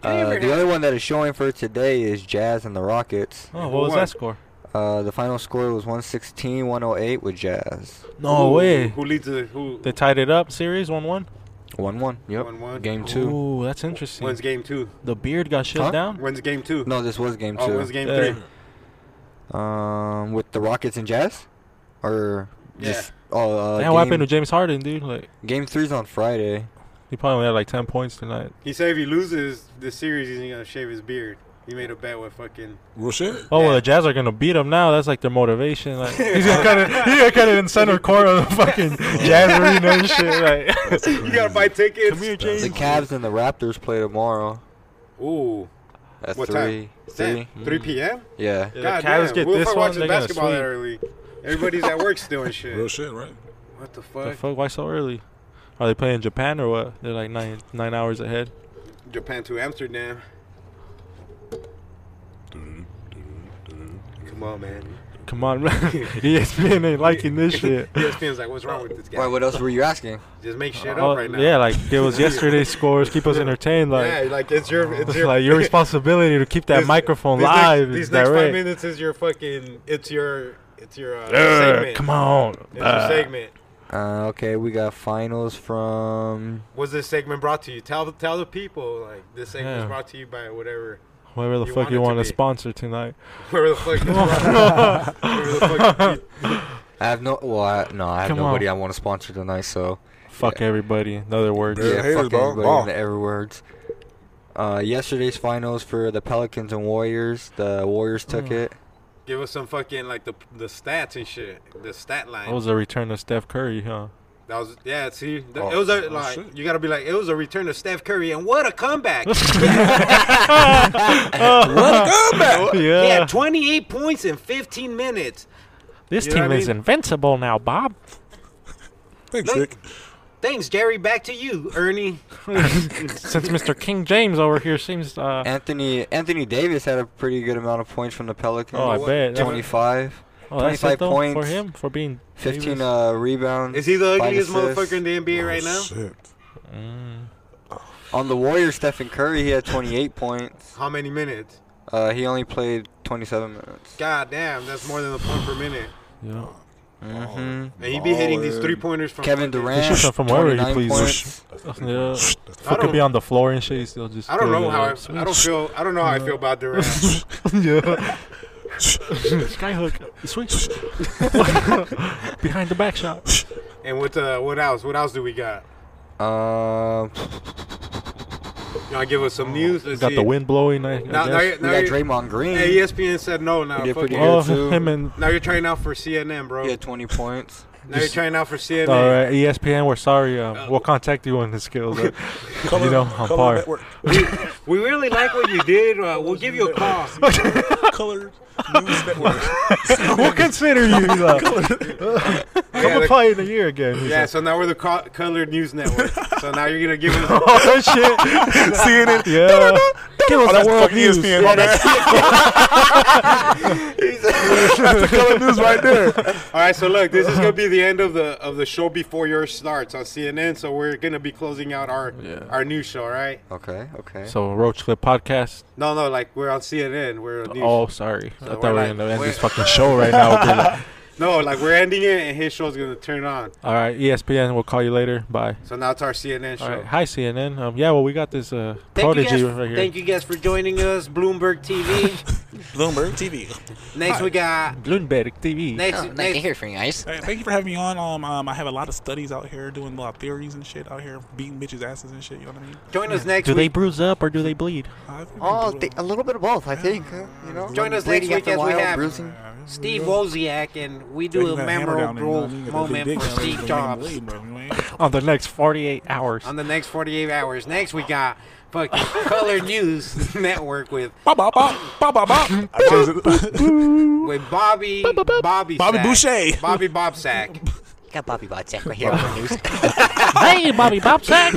A: Uh, the other one that is showing for today is Jazz and the Rockets.
K: oh, what was
B: Who won?
K: that score?
A: Uh, the final score was 116-108 with Jazz.
K: No
B: Who-
K: way.
B: Who leads the who?
K: They tied it up. Series one one.
A: 1-1. Yep.
B: 1-1.
A: Game 2.
K: Ooh, that's interesting.
B: When's game two?
K: the beard got shut
A: Huh?
K: down.
B: When's game two?
A: No, this was game 2.
B: Oh, when's game
K: Yeah.
B: three?
A: Um, with the Rockets and Jazz, or just oh, uh,
K: Damn, what
A: game,
K: happened to James Harden, dude? Like
A: game three's on Friday.
K: he probably only had like ten points tonight.
B: He said if he loses the series, he's gonna shave his beard. He made a bet with fucking.
D: Real shit.
K: Oh, well, the Jazz are gonna beat him now. That's like their motivation. Like he's gonna cut it. He's gonna cut it in center court of the fucking Jazz arena and shit. Like
B: You gotta buy tickets.
K: come here,
A: The
K: James.
A: Cavs and the Raptors play tomorrow.
B: Ooh.
A: That's
B: what
A: three.
B: time? Is that
A: Three.
B: 3 p.m.?
A: Yeah. Yeah, the
B: God
A: Cavs
B: damn.
A: get
B: we'll
A: this
B: fuck
A: one,
B: watching
A: they gonna
B: basketball that
A: sweep.
B: early. Everybody's at work still and shit.
D: Real shit, right?
B: What the fuck?
K: The fuck? Why so early? Are they playing Japan or what? They're like nine nine hours ahead.
B: Japan to Amsterdam. Come on, man. E
K: Come on, E man. ESPN ain't liking this shit.
B: ESPN's like, what's wrong with this guy?
A: Why, what else were you asking?
B: Just make shit
K: Oh,
B: up right now.
K: Yeah, like it was yesterday's scores. Keep us entertained. Like,
B: yeah, like it's your, it's
K: it's
B: your,
K: like your responsibility to keep that
B: This-
K: microphone
B: these next-
K: live.
B: these
K: is
B: next
K: direct.
B: five minutes is your fucking. It's your. It's your uh,
K: Yeah,
B: segment.
K: come on.
B: It's
K: Uh,
B: your segment.
A: Uh, okay, we got finals from.
B: Was this segment brought to you? Tell the tell the people like this segment's
K: Yeah.
B: brought to you by whatever.
K: Whoever the
B: You
K: fuck
B: want
K: you
B: it to
K: want to
B: be.
K: sponsor tonight.
B: Whoever the fuck you want. Whoever the fuck you-
A: I have no. Well, I, no, I have
K: Come
A: nobody I want to sponsor tonight. So.
K: Fuck everybody. Another word.
A: Yeah, fuck everybody in the every words. Uh, yesterday's finals for the Pelicans and Warriors. The Warriors took
K: Mm.
A: it.
B: Give us some fucking like the the stats and shit. The stat line.
K: That was a return of Steph Curry, huh?
B: That was yeah. See, th-
K: Oh.
B: it was a
K: Oh,
B: like
K: shit.
B: you gotta be like it was a return of Steph Curry and what a comeback! what
K: Yeah.
B: He had 28 points in 15 minutes.
K: This
B: You know
K: team
B: what I
K: is
B: mean?
K: invincible now, Bob.
D: Thanks,
B: Look- Thanks, Jerry. Back to you, Ernie.
K: Since Mr. King James over here seems. Uh,
A: Anthony Anthony Davis had a pretty good amount of points from the Pelicans.
K: Oh, I bet.
A: 25.
K: Oh, that's
A: 25
K: it though,
A: points.
K: for him for being
A: 15
K: Davis.
A: uh, rebounds.
B: Is he the
A: five
B: ugliest
A: assists.
B: motherfucker in the
K: Oh,
B: NBA right now?
A: On the Warriors, Stephen Curry, he had 28 points.
B: How many minutes?
A: Uh, he only played 27 minutes.
B: God damn, that's more than a point per minute.
K: Yeah.
A: Mm-hmm.
B: And he be hitting these three pointers from
A: Kevin
B: fucking-
A: Durant.
K: He shoots them from wherever he
A: 29
K: pleases.
A: points.
K: Yeah.
B: I
K: Fuck could
B: don't-
K: be on the floor and shit. He still just.
B: I don't
K: throws
B: know
K: it
B: how I,
K: up.
B: I don't feel I don't know how I feel about Durant.
K: yeah. Skyhook. Switch. Behind the back shot.
B: and what uh, what else? What else do we got?
A: Um,
B: Y'all give us some news. Let's
K: Oh, Got
B: see.
K: the wind blowing. I, I
B: Now, now,
K: guess.
B: you- now
A: got
B: you-
A: Draymond Green.
B: Hey, E ESPN said no. Now
A: He did pretty
B: fucking-
K: Oh,
A: good too.
K: him and
B: Now you're trying out for CNN, bro.
A: He had 20 points.
B: Now you're trying out for CNN.
K: All right, ESPN, we're sorry. Um, we'll contact you on the skills. uh, you know, on par.
B: We really like what you did. Uh, we'll give you a call.
D: Colored News Network.
K: we'll consider you. uh, come
B: like-
K: apply in a year again. He's
B: Yeah,
K: like,
B: so now we're the co- Colored News Network. so now you're gonna give us.
K: oh shit.
D: CNN.
K: Yeah. Give
D: Oh,
K: us
D: that's
K: the world
D: fucking
K: news.
D: ESPN. My bad. that's the colored news right there.
B: All right, so look, this is gonna be the end of the of the show before yours starts on CNN. So we're gonna be closing out our our new show, right?
A: Okay, okay.
K: So, Roach Clip Podcast.
B: No, no, like we're on CNN. We're on news.
K: Oh, sorry. I thought we
B: we're
K: were
B: like-
K: going to end
B: we're-
K: this fucking show right now. We'll be like,
B: No, like we're ending it, and his show's gonna turn on.
K: All right, E ESPN, we'll call you later. Bye.
B: So now it's our CNN show.
K: All right. Hi, CNN. Um, yeah, well, we got this uh,
B: Thank you,
K: prodigy
B: guys,
K: right here.
B: thank you guys for joining us, Bloomberg TV.
D: Bloomberg TV.
B: next we got
K: Bloomberg TV.
B: next next
A: from you guys.
D: Hey, thank you for having me on. Um, um, I have a lot of studies out here, doing a lot of theories and shit out here, beating bitches' asses and shit. You know what I mean?
B: join us next
K: Do they
B: week.
K: bruise up or do they bleed?
D: I've been
A: Oh,
D: doing-
A: th- a little bit of both, I think. uh, You know,
B: Join us
A: Bleeding
B: next week
A: after
B: as
A: a
B: we
A: while,
B: have-
A: bruising.
B: Steve Wozniak, and we do
D: You
B: a
D: got hammer
E: uh,
D: down there, you know
B: memorable
D: what I mean? You got a big
B: moment
D: dick
B: for
D: down there, you
B: Steve
D: can't
B: Jobs.
D: believe, bro, you know what I mean?
K: On the next 48 hours.
B: on the next 48 hours. Next, we got fucking Color News Network with
D: Bop, bop, bop, bop, bop, bop. I chose it.
B: with Bobby Bobby
D: Bobby
B: Sack.
D: Boucher.
B: Bobby Bobsack.
A: Got Bobby Botek right here on the news.
K: hey, Bobby Bobsack.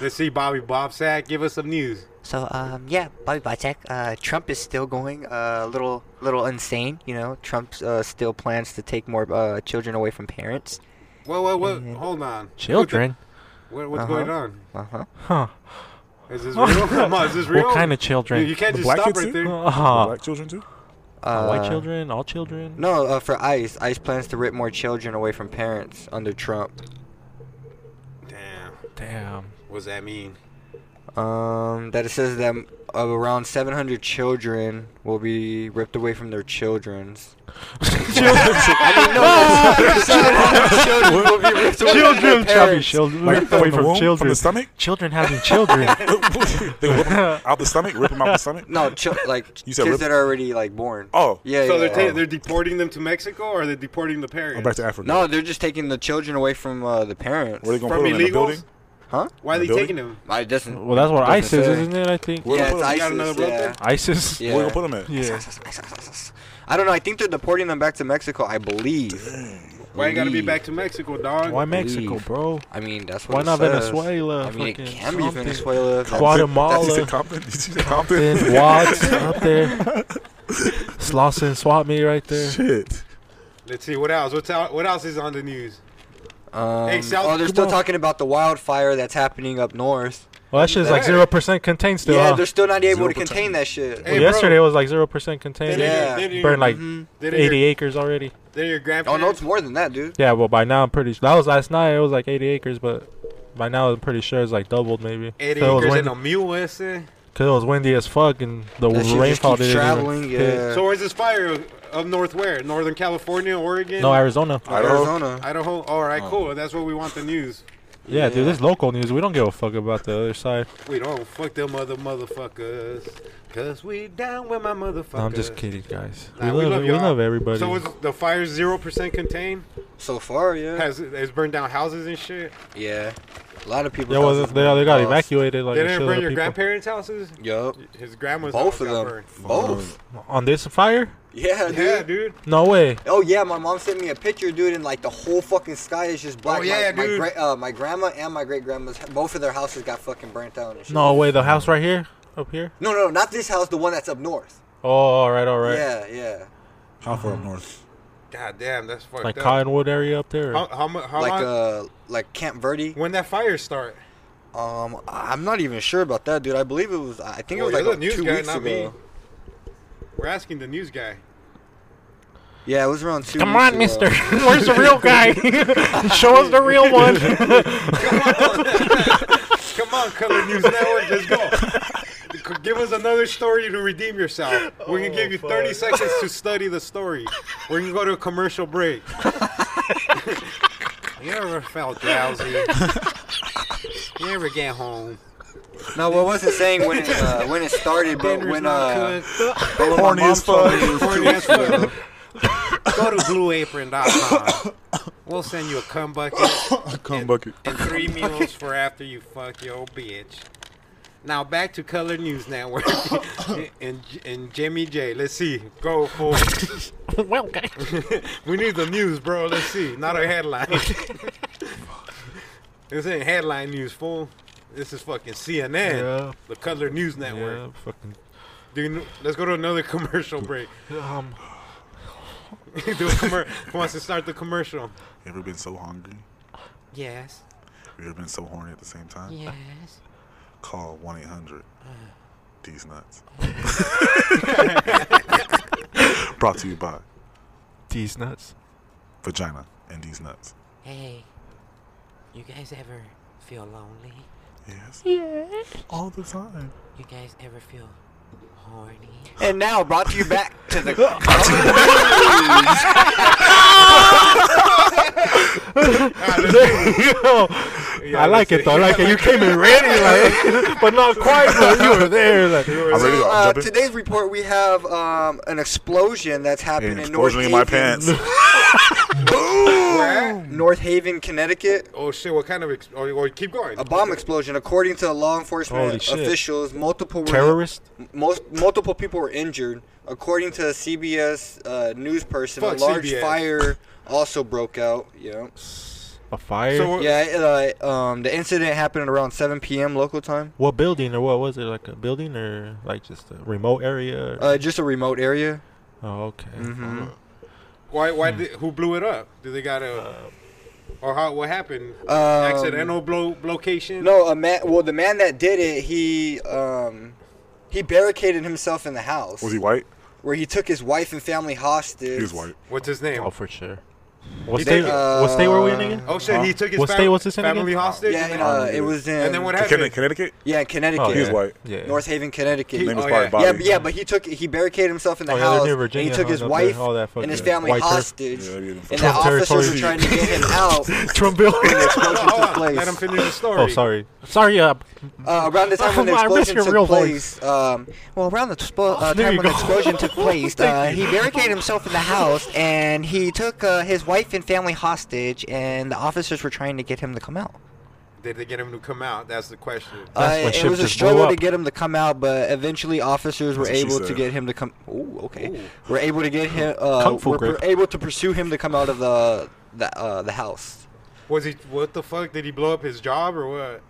B: Let's see Bobby Bobsack give us some news.
A: So, um, yeah, Bobby Botek. Uh, Trump is still going uh, a little, little insane. You know, Trump uh, still plans to take more uh, children away from parents.
B: Whoa, whoa, whoa! Hold on.
K: Children.
B: What, what's
A: Uh-huh.
B: going on?
A: Uh huh.
K: Huh.
B: Is this real? Come on, is this real?
K: What kind of
B: You,
K: children?
B: you can't just
D: black
B: stop
D: kids
B: right
D: too?
B: there.
K: Uh-huh.
D: Black children too.
A: Uh,
K: White children? All children?
A: No, uh, for ICE, ICE plans to rip more children away from parents under Trump.
B: Damn.
K: Damn.
B: What's that mean?
A: Um, that it says that uh, around 700 children will be ripped away from their childrens.
D: Ah!
A: children will be ripped away from their
K: Children shall be
A: parents.
K: children.
D: Like
K: Ripped away
D: from the
K: from
D: womb, from
K: children.
D: the stomach?
K: Children having children.
D: they whip 'em out the stomach, rip 'em out the stomach.
A: No, ch- like
D: You
A: kids
D: said rip-
A: that are already like born.
D: Oh.
A: yeah.
B: So
A: yeah.
B: they're ta- they're deporting them to Mexico, or they're deporting the
K: Oh,
D: Go
B: parents
D: back to Africa.
A: no, they're just taking the children away from uh, the parents.
D: Where they gonna
B: from
D: put them in the
B: illegals?
D: building?
A: Huh?
B: Why are they
A: Really?
B: taking him?
A: I doesn't.
K: Well, that's what
A: doesn't
K: ISIS
A: say.
K: is, isn't it? I think.
A: Yeah, it's
B: You got
A: ISIS.
B: another brother?
A: yeah.
K: ISIS?
A: Yeah.
K: Where you gonna put 'em at? Yeah.
A: I don't know. I think they're deporting them back to Mexico. I believe.
B: Why you gotta be
A: Believe.
B: back to Mexico, dog?
A: Believe. I mean, that's what.
K: Why
A: it
K: not
A: says.
K: Venezuela?
A: I mean, it
K: Fucking
A: can be
K: something.
A: Venezuela. That's-
K: Guatemala.
A: that's-
K: Compton, Watts up there. Slauson swap me right there.
D: Shit.
B: Let's see what else. What's out, what else is on the news?
A: Um,
B: Hey, South-
A: oh, they're still
B: Come on.
A: talking about the wildfire that's happening up north.
K: Well, that shit's like
A: Hey.
K: zero percent contained still.
A: yeah,
K: huh?
A: they're still not able to
K: 0%.
A: contain that shit.
K: Well, yesterday it was like zero percent contained.
A: They didn't- they didn't-
K: burned like
A: mhm. They didn't-
K: eighty acres already.
B: They're your
A: Oh
B: grandparents.
A: no, it's more than that, dude.
K: Yeah, well by now I'm pretty. That was last night. It was like eighty acres, but by now I'm pretty sure it's like doubled maybe.
B: 80
K: So it was
B: acres and
K: windy-
B: a mule, is it?
K: Cause it was windy as fuck and the
A: That shit just
K: rainfall
A: keeps
K: didn't
A: traveling,
K: even hit.
A: yeah.
B: So where's this fire of north where? Northern California, Oregon?
K: No, Arizona. Idaho.
A: Arizona.
B: Idaho. All
A: Oh.
B: right, cool. That's what we want the news.
K: Yeah, dude, this local news. We don't give a fuck about the other side.
B: We don't fuck them other motherfuckers. Cause we down with my motherfuckers.
K: No, I'm just kidding, guys. We
B: Nah,
K: love, we
B: y'all.
K: love everybody.
B: So was the fire zero percent contained?
A: So far, yeah.
B: Has has burned down houses and shit?
K: Oh,
A: Yeah, a lot of people.
K: Yeah,
A: thought
K: well,
A: this
K: they-
A: was
K: they got
A: lost.
K: evacuated, like,
B: they
K: a
B: didn't
K: shitload
B: burn
K: of
B: your
K: people.
B: grandparents' houses.
A: Yup.
B: His grandma's
A: Both
B: house
A: of
B: got
A: them.
B: burned.
A: Both.
K: on this fire?
A: Yeah, dude.
B: Yeah, dude.
K: No way.
A: Oh yeah, my mom sent me a picture, dude, and like the whole fucking sky is just black.
B: Oh, yeah,
A: my,
B: dude.
A: My, gra- uh, my grandma and my great grandma's, both of their houses got fucking burnt down. And shit.
K: No way. The house right here, up here.
A: No, no, not this house. The one that's up north.
K: Oh, all right, all right.
A: Yeah, yeah.
D: How far up north?
B: God damn, that's fucked
K: Like
B: up.
K: Cottonwood area up there.
B: How, how, mu- how
A: like
B: long?
A: uh, like Camp Verde.
B: when that fire start?
A: Um, I'm not even sure about that, dude. I believe it was. I think
B: Oh,
A: it was
B: you're
A: like
B: the news
A: two
B: guy,
A: weeks
B: not
A: ago.
B: me. We're asking the news guy.
A: Yeah, it was around two.
M: Come
A: weeks
M: on,
A: ago.
M: mister. Where's the real guy? Show us the real one.
B: Come on, Color News Network, let's go. Give us another story to redeem yourself. We're gonna give you
A: Oh,
B: 30 seconds to study the story. We're gonna go to a commercial break. you ever felt drowsy? You ever get home?
A: No, well, I wasn't saying when it uh, when it started, but
B: Dinner's
A: when
B: not
A: uh,
B: cooked.
A: but when my
D: Horny
A: mom
D: as
A: told me
D: fuck.
A: it was two
B: Horny as
A: weeks ago.
B: Go to blueapron.com. We'll send you a cum bucket.
D: Come bucket.
B: and three meals for after you fuck your old bitch. Now back to Color News Network and and Jimmy J. Let's see. Go for it.
M: well, guy.
B: we need the news, bro. Let's see. Not a headline. this ain't headline news, fool. This is fucking CNN,
K: Yeah.
B: the Color News
K: yeah,
B: Network.
K: fucking.
B: Do you kn- let's go to another commercial break.
K: Um,
B: Do a commer- who wants to start the commercial?
D: You ever been so hungry?
B: Yes.
D: You ever been so horny at the same time?
B: Yes.
D: Call 1 800 These Nuts. Brought to you by
K: these nuts.
D: Vagina and These Nuts.
N: Hey, you guys ever feel lonely?
D: Yes.
N: Yes.
D: All the time.
N: You guys ever feel horny?
A: And now brought to you back to the.
K: Yo, I like it though. I like it. You came in ready, like, but not quite. But you were there. Like,
D: I'm ready to
A: So,
D: go. I'm
A: uh,
D: jumping.
A: today's report, we have um, an explosion that's happened
D: An
A: in North
D: explosion
A: Haven,
D: in my pants.
B: Where?
A: North Haven, Connecticut.
B: Oh shit! What kind of? Ex- or, or keep going.
A: A bomb explosion, according to law
K: Holy
A: enforcement
K: shit.
A: officials, multiple were-
K: Terrorist?
A: Most multiple people were injured, according to a CBS uh, news person.
B: Fuck
A: a large
B: CBS.
A: fire also broke out. Yeah,
K: A fire?
B: So-
A: yeah. Uh, um, the incident happened around 7 p.m. local time.
K: what building or what was it? Like a building or like just a remote area? or-
A: Uh, just a remote area.
K: oh, okay.
A: hmm
B: Why? Why?
K: Hmm.
B: Did, who blew it up? Do they got a? or how? What happened?
A: Um,
B: Accidental blow location.
A: No, a man. Well, the man that did it, he um, he barricaded himself in the house.
D: Was he white?
A: Where he took his wife and family hostage.
D: He was white.
B: What's his name?
K: Oh, for sure. What
B: You
K: state?
B: think-
K: what state were we in again?
B: Oh shit! He took his
K: What
B: fam-
K: state was this in
B: family
K: again?
B: hostage.
A: Yeah, and, uh, it was in.
B: and then what
D: Conne-
B: happened?
D: Connecticut?
A: Yeah, in Connecticut.
K: Oh,
D: He was white.
K: Yeah.
A: North Haven, Connecticut.
D: His name was
B: Oh,
D: probably
B: yeah.
D: Bobby.
A: Yeah, but yeah, but he took he barricaded himself in the
K: Oh, yeah, they're
A: house
K: near
A: and
K: Virginia,
A: he took his
K: huh, up there,
A: wife
K: all that
A: and his
K: fucking
A: family
K: white turf.
A: hostage,
D: Yeah, you know,
A: and the
K: Trump
A: officers were
K: territory.
A: trying to get him out.
K: Trump building.
A: when the explosion
B: Hold
A: took
B: on, Let him
A: place.
B: finish the story.
K: oh, sorry. Sorry. Uh,
A: Uh, around the time when the
K: I miss
A: explosion
K: your
A: took
K: real
A: place, um, well, around the spo- uh,
K: there
A: time
K: you
A: when the
K: go.
A: explosion took place, uh, he barricaded himself in the house and he took uh, his wife and family hostage, and the officers were trying to get him to come out.
B: Did they get him to come out? That's the question.
A: Uh, it was a struggle to get him to come out, but eventually officers were
B: That's what she
A: able to
B: said.
A: get him to come. Ooh, okay. We're able to get him. Uh,
B: Kung fu
A: were
B: grip.
A: were able to pursue him to come out of the the uh, the house.
B: Was he? What the fuck? Did he blow up his job or what?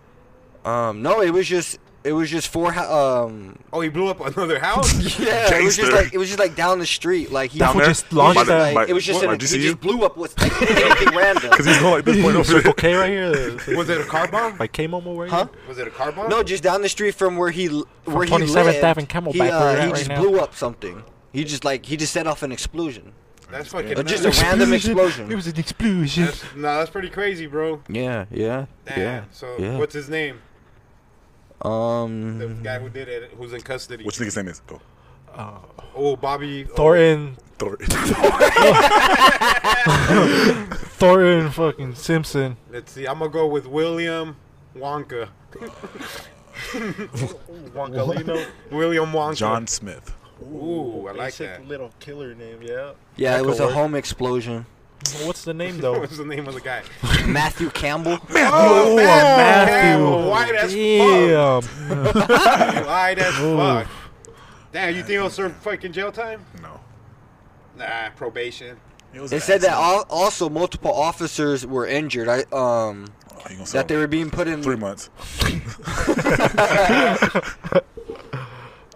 A: Um, no, it was just it was just four. hou- Um,
B: oh, he blew up another house.
A: yeah, it was just
B: Gangster.
A: like it was just like down the street. Like he
B: Down
A: he
B: there?
A: just
B: By
A: launched.
B: the-
A: like,
B: by-
A: it was just
B: what,
A: in
B: by
A: a, he
B: GCU?
A: just blew up what's like, anything random.
B: Because he's going like this point over
K: Circle K right here. the-
B: Was it a car bomb?
K: Like K Momo right
A: Huh?
K: here?
B: Was it a car bomb?
A: No, just down the street from where he l-
K: From
A: where he
K: 27th
A: lived.
K: Ave and Camelback,
A: He,
K: where we're
A: uh,
K: at
A: he
K: right
A: just
K: now.
A: blew up something. He just like he just set off an explosion.
B: That's fucking.
A: Or just
B: nuts.
A: a random explosion.
K: was an explosion.
B: That's- no, that's pretty crazy, bro.
A: Yeah, yeah,
B: Damn.
A: yeah.
B: So
A: yeah.
B: what's his name?
A: Um,
B: The guy who did it, who's in custody.
D: Which nigga's name is? Go.
B: Oh, Bobby. oh,
K: Thornton.
D: Thornton.
K: Thornton fucking Simpson.
B: Let's see. I'm gonna go with William Wonka. Wonkalino. William Wonka.
D: John Smith.
B: Ooh, I like
O: Basic
B: that.
O: Little killer name, yeah.
A: Yeah, it
K: That
A: was
K: could
A: a
K: work.
A: home explosion.
K: What's the name though?
B: What's the name of the guy?
A: Matthew Campbell.
B: Oh,
K: Oh,
B: Matthew.
K: Matthew.
B: White as
K: Damn.
B: fuck. White as
K: Ooh.
B: fuck. Damn, you think he'll serve fucking jail time?
D: No.
B: Nah, probation.
A: It said that all, also multiple officers were injured. I um that they were being put in three
D: months.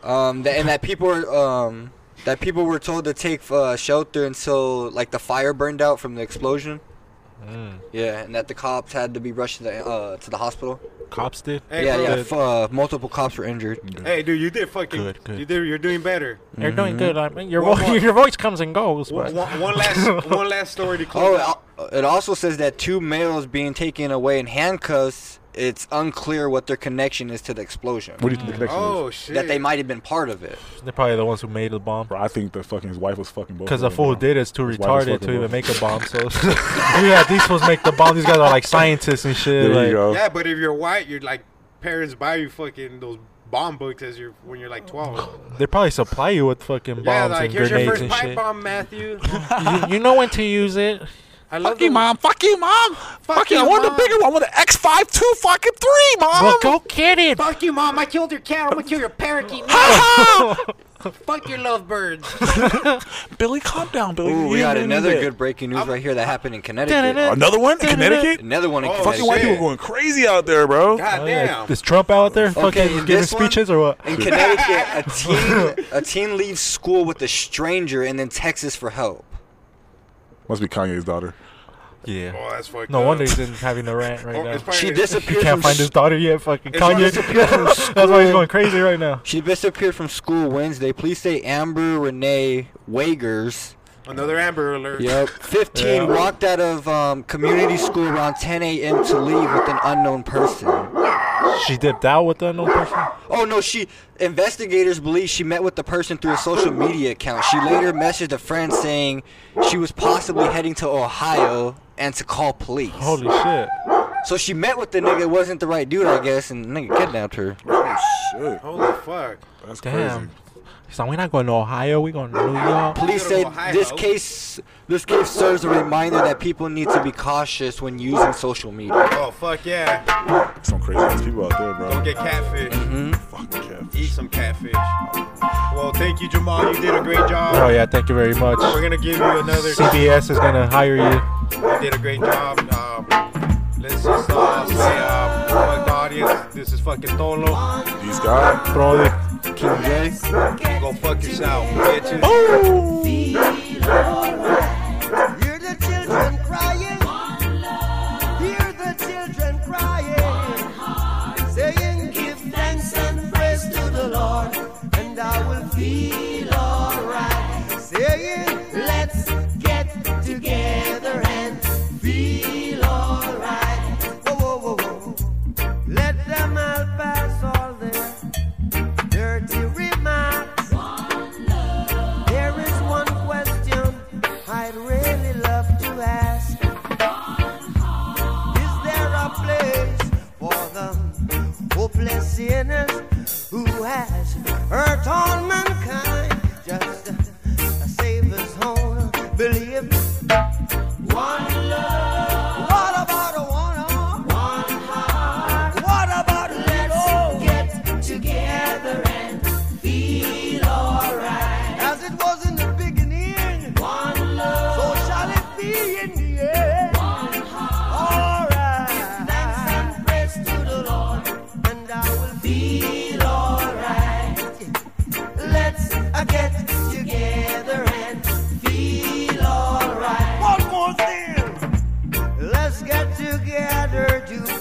A: um, that, and that people were um that people were told to take uh, shelter until like the fire burned out from the explosion. Yeah, and that the cops had to be rushed to the uh, to the hospital.
K: Cops did.
B: Hey,
A: yeah,
B: bro.
A: yeah. F- uh, multiple cops were injured.
B: Hey, dude, you did fucking.
A: Good, good.
B: You did. You're doing better.
K: You're doing
A: Mhm.
K: good. I mean, your,
B: One
K: vo-
B: more.
K: your voice comes and goes.
B: One,
K: But
B: one one last, one last story to
A: Oh,
B: close.
A: it
B: out.
A: al- it also says that two males being taken away in handcuffs. It's unclear what their connection is to the explosion.
E: What do you think the connection
B: Oh, is?
A: That they might have been part of it.
K: they're probably the ones who made the bomb.
D: Bro, I think the fucking his wife was fucking both.
K: Because
D: of
K: the
D: them,
K: fool
D: bro.
K: did is too
D: His wife was
K: retarded
D: fucking
K: to even
D: both.
K: make a bomb. So yeah, these fools make the bomb. These guys are like scientists and shit.
D: There you
K: like,
D: go.
B: Yeah, but if you're white, you're like parents buy you fucking those bomb books as you're when you're like 12.
K: They probably supply you with fucking Oh. bombs
B: yeah, like
K: and
B: here's your
K: grenades
B: first
K: and
B: pipe
K: shit.
B: bomb, Matthew.
K: you, you know when to use it.
B: I
D: Fuck you, mom. Fuck you, mom. Fuck, you. I
B: you,
D: want
B: Mom.
D: the bigger one. I want an X five two fucking three, mom.
K: Well, go get it.
B: Fuck you, mom. I killed your cat. I'm gonna kill your parakeet. Fuck your lovebirds.
K: Oh,
D: Billy, calm down, Billy.
A: Ooh,
D: You
A: we
D: ain't
A: got
D: really
A: another
D: there.
A: good breaking news right here that happened in Connecticut.
D: Another one in Connecticut.
A: Another one in
D: fucking white
A: Connecticut.
D: people going crazy out there, bro.
B: God damn.
K: Is Trump out there
A: Okay,
K: fucking
A: in
K: giving
A: this one,
K: speeches or what?
A: In Connecticut, a teen a teen leaves school with a stranger and then Texas for help.
D: Must be Kanye's daughter.
K: Yeah.
B: Oh, that's fucked
K: No
B: up.
K: wonder he's in having a rant right
B: Oh,
K: now.
B: it's probably-
A: She
K: He
A: disappeared.
K: can't
A: from
K: find his
A: s-
K: daughter yet. Fucking
A: It's not
K: Kanye.
A: disappeared from
K: That's why he's
A: school.
K: going crazy right now.
A: She disappeared from school Wednesday. Police say Amber Renee Wagers,
B: Another Amber Alert.
A: yep, 15,
K: Yeah.
A: walked out of um, community school around 10 a.m. to leave with an unknown person.
K: She dipped out with the unknown person.
A: Oh no, she investigators believe she met with the person through a social media account. She later messaged a friend saying she was possibly heading to Ohio and to call police.
K: Holy shit.
A: So she met with the nigga, it wasn't the right dude, I guess, and the nigga kidnapped her.
D: Shit,
B: Holy fuck.
D: that's
K: Damn.
D: crazy.
K: So we're not going to Ohio. We're going to New York.
A: Police
B: Go to
A: say
B: Ohio.
A: this case this case serves a reminder that people need to be cautious when using social media.
B: Oh fuck yeah.
D: Some crazy ass people out there, bro.
B: Don't get catfish.
K: Mm-hmm.
D: Fucking Jeff.
B: Eat some catfish. Well, thank you, Jamal. You did a great job.
K: Oh yeah, thank you very much.
B: We're gonna give you another.
K: CBS is gonna hire you.
B: You did a great job. Um, let's just uh, say, uh, fuck the audience. This is fucking Tolo.
D: These guys.
K: Brother.
A: King Jay?
B: Go fuck yourself, bitches.
J: Hear the children crying. Hear the children crying. Saying, give thanks and praise to the Lord, and I will feel alright. Saying, let's get together and feel alright. Whoa, whoa, whoa, whoa. Let them all pass all their dirty remarks. There is one question I'd really love to ask. Is there a place for the hopeless sinners who has hurt all mankind? Just a savior's home, believe. One love. What about a one arm? One heart.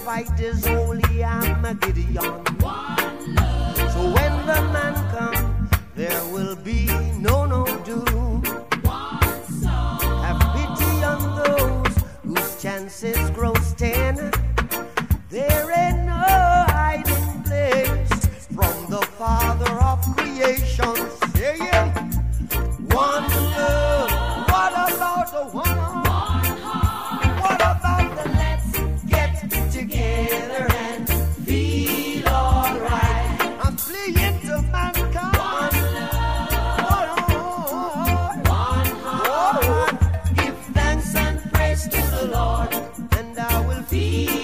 J: fight is holy, I'm a Gideon. So when the man comes, there will be no no doom. Have pity on those whose chances grow ten. There ain't no hiding place from the Father of creation. Say yeah. One love. What about the one? What about the let's get together and feel alright? I'm playing to mankind. One love. One heart. Give thanks and praise to the Lord, and I will feel